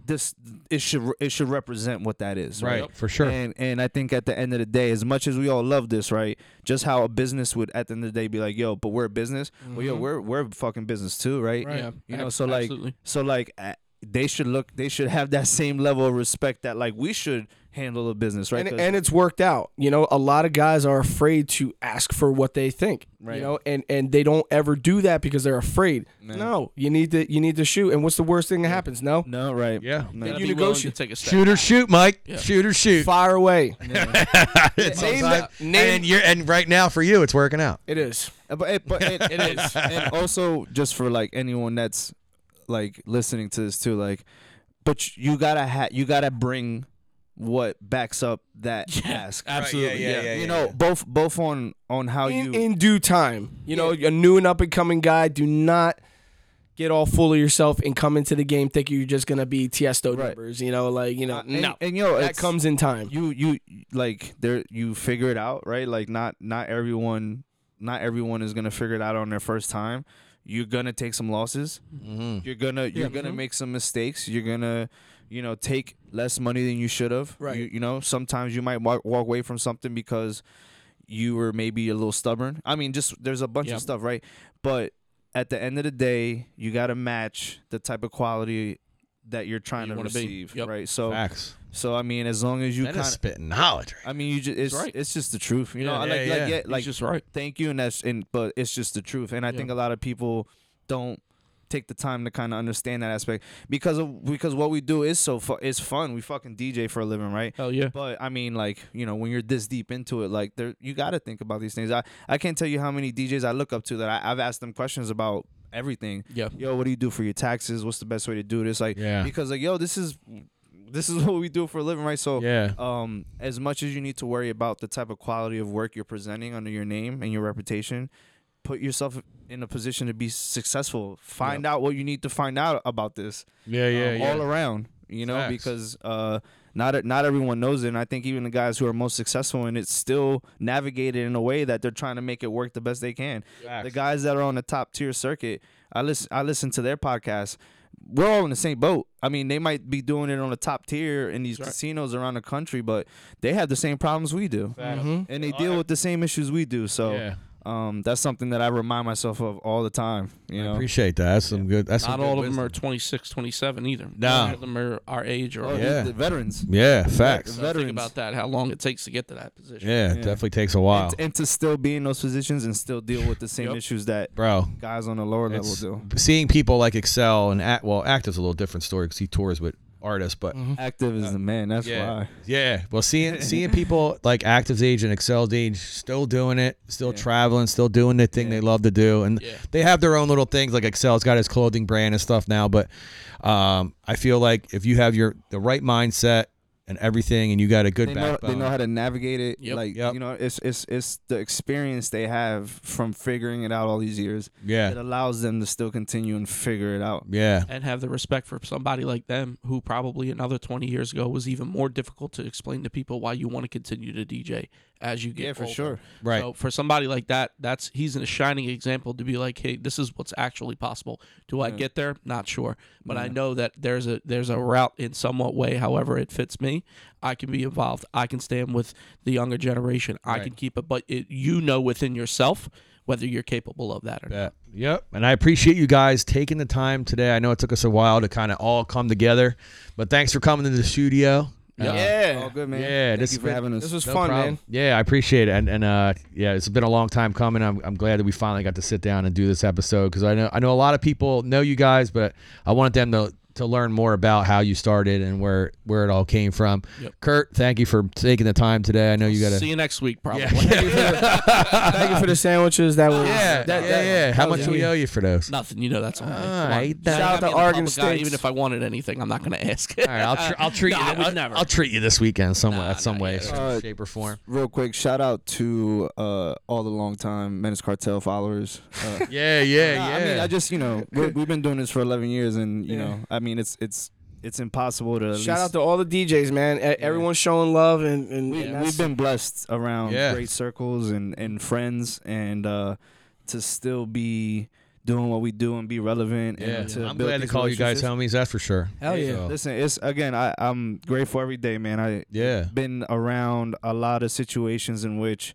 Speaker 3: This it should it should represent what that is,
Speaker 1: Right. For sure.
Speaker 3: and and I think at the end of the day, as much as we all love this, right? Just how a business would at the end of the day be like, yo, but we're a business. Well,
Speaker 1: Mm-hmm.
Speaker 3: yo, we're we're a fucking business too, right?
Speaker 9: Right. Yeah.
Speaker 3: You know,
Speaker 9: Ab-
Speaker 3: so like,
Speaker 9: absolutely.
Speaker 3: so like, uh, they should look, they should have that same level of respect that like we should handle a business, right?
Speaker 2: and,
Speaker 3: 'Cause-
Speaker 2: and it's worked out. You know, a lot of guys are afraid to ask for what they think.
Speaker 3: Right.
Speaker 2: You know, and and they don't ever do that because they're afraid. No, you need to you need to shoot. And what's the worst thing that happens? No,
Speaker 3: no, right?
Speaker 1: Yeah.
Speaker 3: No.
Speaker 9: Gotta
Speaker 2: you
Speaker 9: be willing
Speaker 2: negotiate.
Speaker 9: to take a step.
Speaker 1: Shoot or shoot, Mike.
Speaker 9: Yeah.
Speaker 1: Shoot or shoot.
Speaker 2: fire away.
Speaker 1: Sometimes- and you're and right now for you, it's working out.
Speaker 2: It is.
Speaker 3: Uh, But it, but it, it is, and also just for like anyone that's like listening to this too, like, but you gotta ha- you gotta bring what backs up that ask.
Speaker 9: Absolutely.
Speaker 1: yeah, yeah, yeah.
Speaker 3: you know, both both on on how
Speaker 2: in,
Speaker 3: you
Speaker 2: in due time. You know, a new and up and coming guy. Do not get all full of yourself and come into the game thinking you're just gonna be Tiesto
Speaker 3: Right.
Speaker 2: numbers. You know, like you know,
Speaker 3: and,
Speaker 2: no,
Speaker 3: and you know
Speaker 2: that
Speaker 3: it's,
Speaker 2: comes in time.
Speaker 3: you you like there you figure it out right like not not everyone not everyone is gonna figure it out on their first time you're gonna take some losses you're gonna you're gonna
Speaker 9: Mm-hmm.
Speaker 3: make some mistakes you're gonna you know take less money than you should have
Speaker 2: Right.
Speaker 3: you, you know sometimes you might walk, walk away from something because you were maybe a little stubborn i mean just there's a bunch
Speaker 9: Yeah.
Speaker 3: of stuff right but at the end of the day you gotta match the type of quality that you're trying
Speaker 9: You
Speaker 3: to
Speaker 9: wanna be.
Speaker 3: receive
Speaker 9: Yep.
Speaker 3: right so
Speaker 1: Facts.
Speaker 3: so i mean as long as you
Speaker 1: That
Speaker 3: kind
Speaker 1: is
Speaker 3: of
Speaker 1: spitting knowledge.
Speaker 3: I mean, you just it's
Speaker 9: right.
Speaker 3: it's just the truth, you know.
Speaker 9: Yeah.
Speaker 3: I
Speaker 1: Yeah,
Speaker 3: like,
Speaker 1: yeah.
Speaker 3: like, yeah, like,
Speaker 9: He's just right.
Speaker 3: thank you, and that's and but it's just the truth, and I
Speaker 9: Yeah.
Speaker 3: think a lot of people don't take the time to kind of understand that aspect because of because what we do is so fu- it's fun. We fucking DJ for a living, right?
Speaker 9: Hell yeah.
Speaker 3: But I mean, like you know, when you're this deep into it, like there, you got to think about these things. I I can't tell you how many DJs I look up to that I, I've asked them questions about everything.
Speaker 9: Yeah.
Speaker 3: Yo, what do you do for your taxes? What's the best way to do this? Like,
Speaker 1: Yeah.
Speaker 3: because like, yo, this is this is what we do for a living, right? So
Speaker 1: Yeah.
Speaker 3: um, as much as you need to worry about the type of quality of work you're presenting under your name and your reputation, put yourself in a position to be successful. Find out what you need to find out about this
Speaker 1: Yeah, yeah,
Speaker 3: um,
Speaker 1: yeah.
Speaker 3: all around. You know,
Speaker 1: Facts.
Speaker 3: because uh, not not everyone knows it, and I think even the guys who are most successful in it still navigate it in a way that they're trying to make it work the best they can.
Speaker 1: Facts.
Speaker 3: The guys that are on the top tier circuit, I listen I listen to their podcast. We're all in the same boat. I mean, they might be doing it on the top tier in these casinos around the country, but they have the same problems we do,
Speaker 2: Mm-hmm.
Speaker 3: and they deal with the same issues we do. So,
Speaker 1: Yeah.
Speaker 3: um, that's something that I remind myself of all the time. You
Speaker 1: I
Speaker 3: know,
Speaker 1: appreciate that. That's some good. That's some
Speaker 9: Not
Speaker 1: good
Speaker 9: all of them
Speaker 1: wisdom.
Speaker 9: are 26, 27 either.
Speaker 1: Nah.
Speaker 9: None of them are our age or
Speaker 3: Oh,
Speaker 9: our
Speaker 3: the-
Speaker 1: Yeah.
Speaker 3: the veterans.
Speaker 1: Yeah, facts.
Speaker 9: So think
Speaker 3: veterans.
Speaker 9: about that, how long it takes to get to that position.
Speaker 1: Yeah, it
Speaker 3: Yeah.
Speaker 1: definitely takes a while,
Speaker 3: and, and to still be in those positions and still deal with the same
Speaker 9: Yep.
Speaker 3: issues that
Speaker 1: bro.
Speaker 3: guys on the lower level
Speaker 1: It's,
Speaker 3: do.
Speaker 1: seeing people like excel and act well, active's a little different story because he tours with artists, but
Speaker 3: Active is the man. That's
Speaker 1: Uh, yeah,
Speaker 3: why.
Speaker 1: yeah. Well, seeing seeing people like Active's age and Excel's age still doing it, still traveling, still doing the thing they love to do, and
Speaker 9: Yeah.
Speaker 1: they have their own little things. Like Excel's got his clothing brand and stuff now, but um, I feel like if you have your the right mindset and everything, and you got a good
Speaker 3: They know,
Speaker 1: backbone,
Speaker 3: they know how to navigate it.
Speaker 9: Yep.
Speaker 3: Like
Speaker 1: Yep.
Speaker 3: you know, it's it's it's the experience they have from figuring it out all these years that
Speaker 1: yeah,
Speaker 3: allows them to still continue and figure it out.
Speaker 1: yeah,
Speaker 9: And have the respect for somebody like them who probably another 20 years ago was even more difficult to explain to people why you want to continue to DJ as you get
Speaker 3: Yeah, for
Speaker 9: older.
Speaker 3: sure.
Speaker 1: right.
Speaker 9: So for somebody like that, that's he's a shining example to be like, hey, this is what's actually possible. Do I get there? Not sure, but I know that there's a there's a route in somewhat way. However, it fits me. I can be involved. I can stand with the younger generation. I can keep it, but it, you know within yourself whether you're capable of that or not.
Speaker 1: Yeah. Yep. And I appreciate you guys taking the time today. I know it took us a while to kind of all come together, but thanks for coming to the studio. Uh,
Speaker 2: Yeah.
Speaker 3: All good, man.
Speaker 1: Yeah,
Speaker 3: Thank
Speaker 1: this
Speaker 3: you for
Speaker 1: been-
Speaker 3: having us.
Speaker 2: This was fun, man.
Speaker 1: Yeah, I appreciate it, and and uh, yeah, it's been a long time coming. I'm, I'm glad that we finally got to sit down and do this episode because I know I know a lot of people know you guys, but I wanted them to to learn more about how you started and where where it all came from. Kurt, thank you for taking the time today. I know you got
Speaker 9: See
Speaker 1: to.
Speaker 9: you next week, probably.
Speaker 2: Thank you for the sandwiches. That was
Speaker 1: Yeah, yeah, yeah. How much do we owe you for those?
Speaker 9: Nothing, you know that's all. me. Come on.
Speaker 1: right,
Speaker 9: You
Speaker 1: shout
Speaker 9: got me
Speaker 2: out to
Speaker 9: in the
Speaker 2: Oregon
Speaker 9: public eye,
Speaker 2: States.
Speaker 9: Even if I wanted anything, I'm not going to ask.
Speaker 1: All right, I'll, tr- I'll treat
Speaker 9: No,
Speaker 1: you.
Speaker 9: I would
Speaker 1: I'll,
Speaker 9: never.
Speaker 1: I'll treat you this weekend some way,
Speaker 9: Nah,
Speaker 1: some
Speaker 9: nah,
Speaker 1: way,
Speaker 9: yeah.
Speaker 1: sort of
Speaker 3: Uh,
Speaker 1: shape or form.
Speaker 3: Real quick, shout out to uh, all the longtime Menace Cartel followers. Uh,
Speaker 1: Yeah, yeah,
Speaker 3: I mean, I just you know we're, we've been doing this for 11 years, and you know, I mean, it's it's it's impossible to at
Speaker 2: Shout out
Speaker 3: least-
Speaker 2: to all the DJs, man. E- Everyone's showing love, and, and,
Speaker 3: we,
Speaker 2: and
Speaker 3: we've
Speaker 2: that's-
Speaker 3: been blessed around
Speaker 1: Yeah.
Speaker 3: great circles and, and friends and uh, to still be doing what we do and be relevant
Speaker 1: yeah.
Speaker 3: and to
Speaker 1: I'm
Speaker 3: build
Speaker 1: glad to
Speaker 3: these
Speaker 1: call you guys homies.
Speaker 3: relationships.
Speaker 1: That's for sure.
Speaker 2: Hell yeah.
Speaker 1: So,
Speaker 3: listen it's again I, i'm grateful every day man i
Speaker 1: yeah.
Speaker 3: been around a lot of situations in which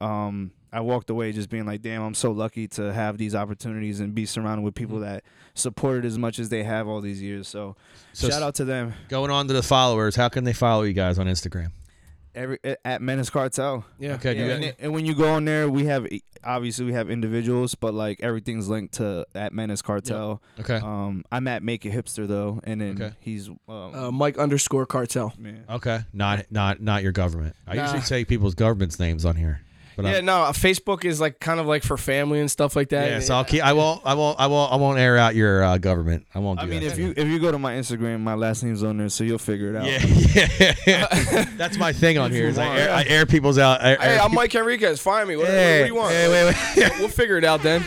Speaker 3: um, I walked away just being like, damn, I'm so lucky to have these opportunities and be surrounded with people
Speaker 1: Mm-hmm.
Speaker 3: that supported as much as they have all these years. So,
Speaker 1: So
Speaker 3: shout out to them.
Speaker 1: Going on to the followers, how can they follow you guys on Instagram?
Speaker 3: Every at Menace Cartel.
Speaker 2: yeah.
Speaker 1: Okay,
Speaker 3: Yeah,
Speaker 1: you got-
Speaker 3: and, and when you go on there, we have e, obviously we have individuals, but like everything's linked to at Menace Cartel.
Speaker 1: okay,
Speaker 3: Um, I'm at Make It Hipster though, and then
Speaker 1: Okay.
Speaker 3: he's um,
Speaker 2: Uh, Mike underscore cartel.
Speaker 3: man.
Speaker 1: okay, not not not your government. I
Speaker 2: Nah.
Speaker 1: usually say people's government's names on here, but
Speaker 2: Yeah,
Speaker 1: I'm,
Speaker 2: no, uh, Facebook is like kind of like for family and stuff like that.
Speaker 1: yeah, so I'll keep. I won't. I won't. I won't. I won't air out your uh, government. I won't. Do
Speaker 3: I mean,
Speaker 1: that
Speaker 3: if
Speaker 1: to
Speaker 3: you if you go to my Instagram, my last name's on there, so you'll figure it out.
Speaker 1: Yeah, yeah. That's my thing on here. Is I, air, I air people's out. I,
Speaker 2: hey,
Speaker 1: air
Speaker 2: I'm Mike Enriquez. Find me. What, what
Speaker 1: Hey,
Speaker 2: do you want?
Speaker 1: hey, wait, wait.
Speaker 2: We'll figure it out then.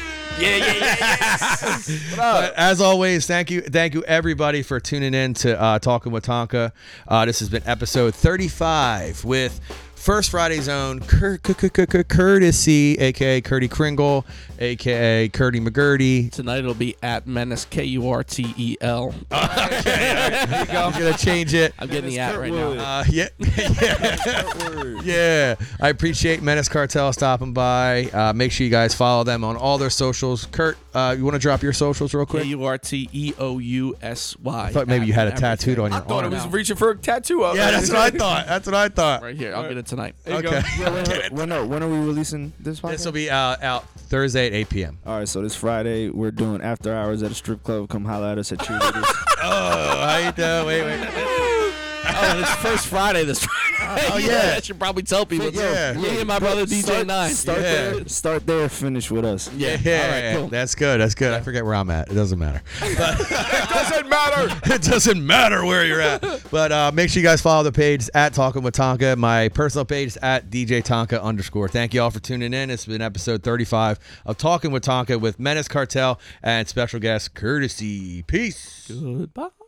Speaker 1: But as always, thank you, thank you everybody for tuning in to uh, Talking with Tonka. Uh, this has been episode 35 with First Friday's own Cur- Cur- Cur- Cur- Cur- Courtesy, aka Curdy Kringle, aka Curdy McGurdy.
Speaker 9: Tonight it'll be at Menace K U R T E L.
Speaker 1: I'm gonna change it.
Speaker 9: I'm getting the
Speaker 3: E
Speaker 9: at right now.
Speaker 1: Uh, yeah, yeah, yeah. I appreciate Menace Cartel stopping by. Uh, make sure you guys follow them on all their socials. Kurt, uh, you want to drop your socials real
Speaker 9: K
Speaker 1: quick?
Speaker 9: U R T E O U S Y.
Speaker 1: I thought maybe you had it tattooed on your
Speaker 2: Thought
Speaker 1: arm.
Speaker 2: it was reaching for a tattoo. Up.
Speaker 1: Yeah, that's what I thought. That's what I thought.
Speaker 9: Right here. I'll get it tonight.
Speaker 1: Okay.
Speaker 3: Yeah, when, when, are, when are we releasing this podcast?
Speaker 1: This will be uh, out Thursday at 8 p.m.
Speaker 3: All right, so this Friday we're doing after hours at a strip club. Come holla at us at cheerleaders.
Speaker 1: Oh, how you doing? Wait, wait.
Speaker 9: Oh, and it's first Friday this Friday. Oh
Speaker 1: yeah.
Speaker 9: I should probably tell people.
Speaker 1: Yeah.
Speaker 9: Yeah. Me and my brother DJ Nine.
Speaker 3: Start
Speaker 1: Yeah.
Speaker 3: there. Start there. Finish with us.
Speaker 1: Yeah, that's good. That's good. I forget where I'm at. It doesn't matter.
Speaker 2: doesn't matter.
Speaker 1: it doesn't matter where you're at. But uh, make sure you guys follow the page at Talking with Tonka. My personal page is at DJ Tonka underscore. Thank you all for tuning in. It's been episode 35 of Talking with Tonka with Menace Cartel and special guest Courtesy. Peace.
Speaker 9: Goodbye.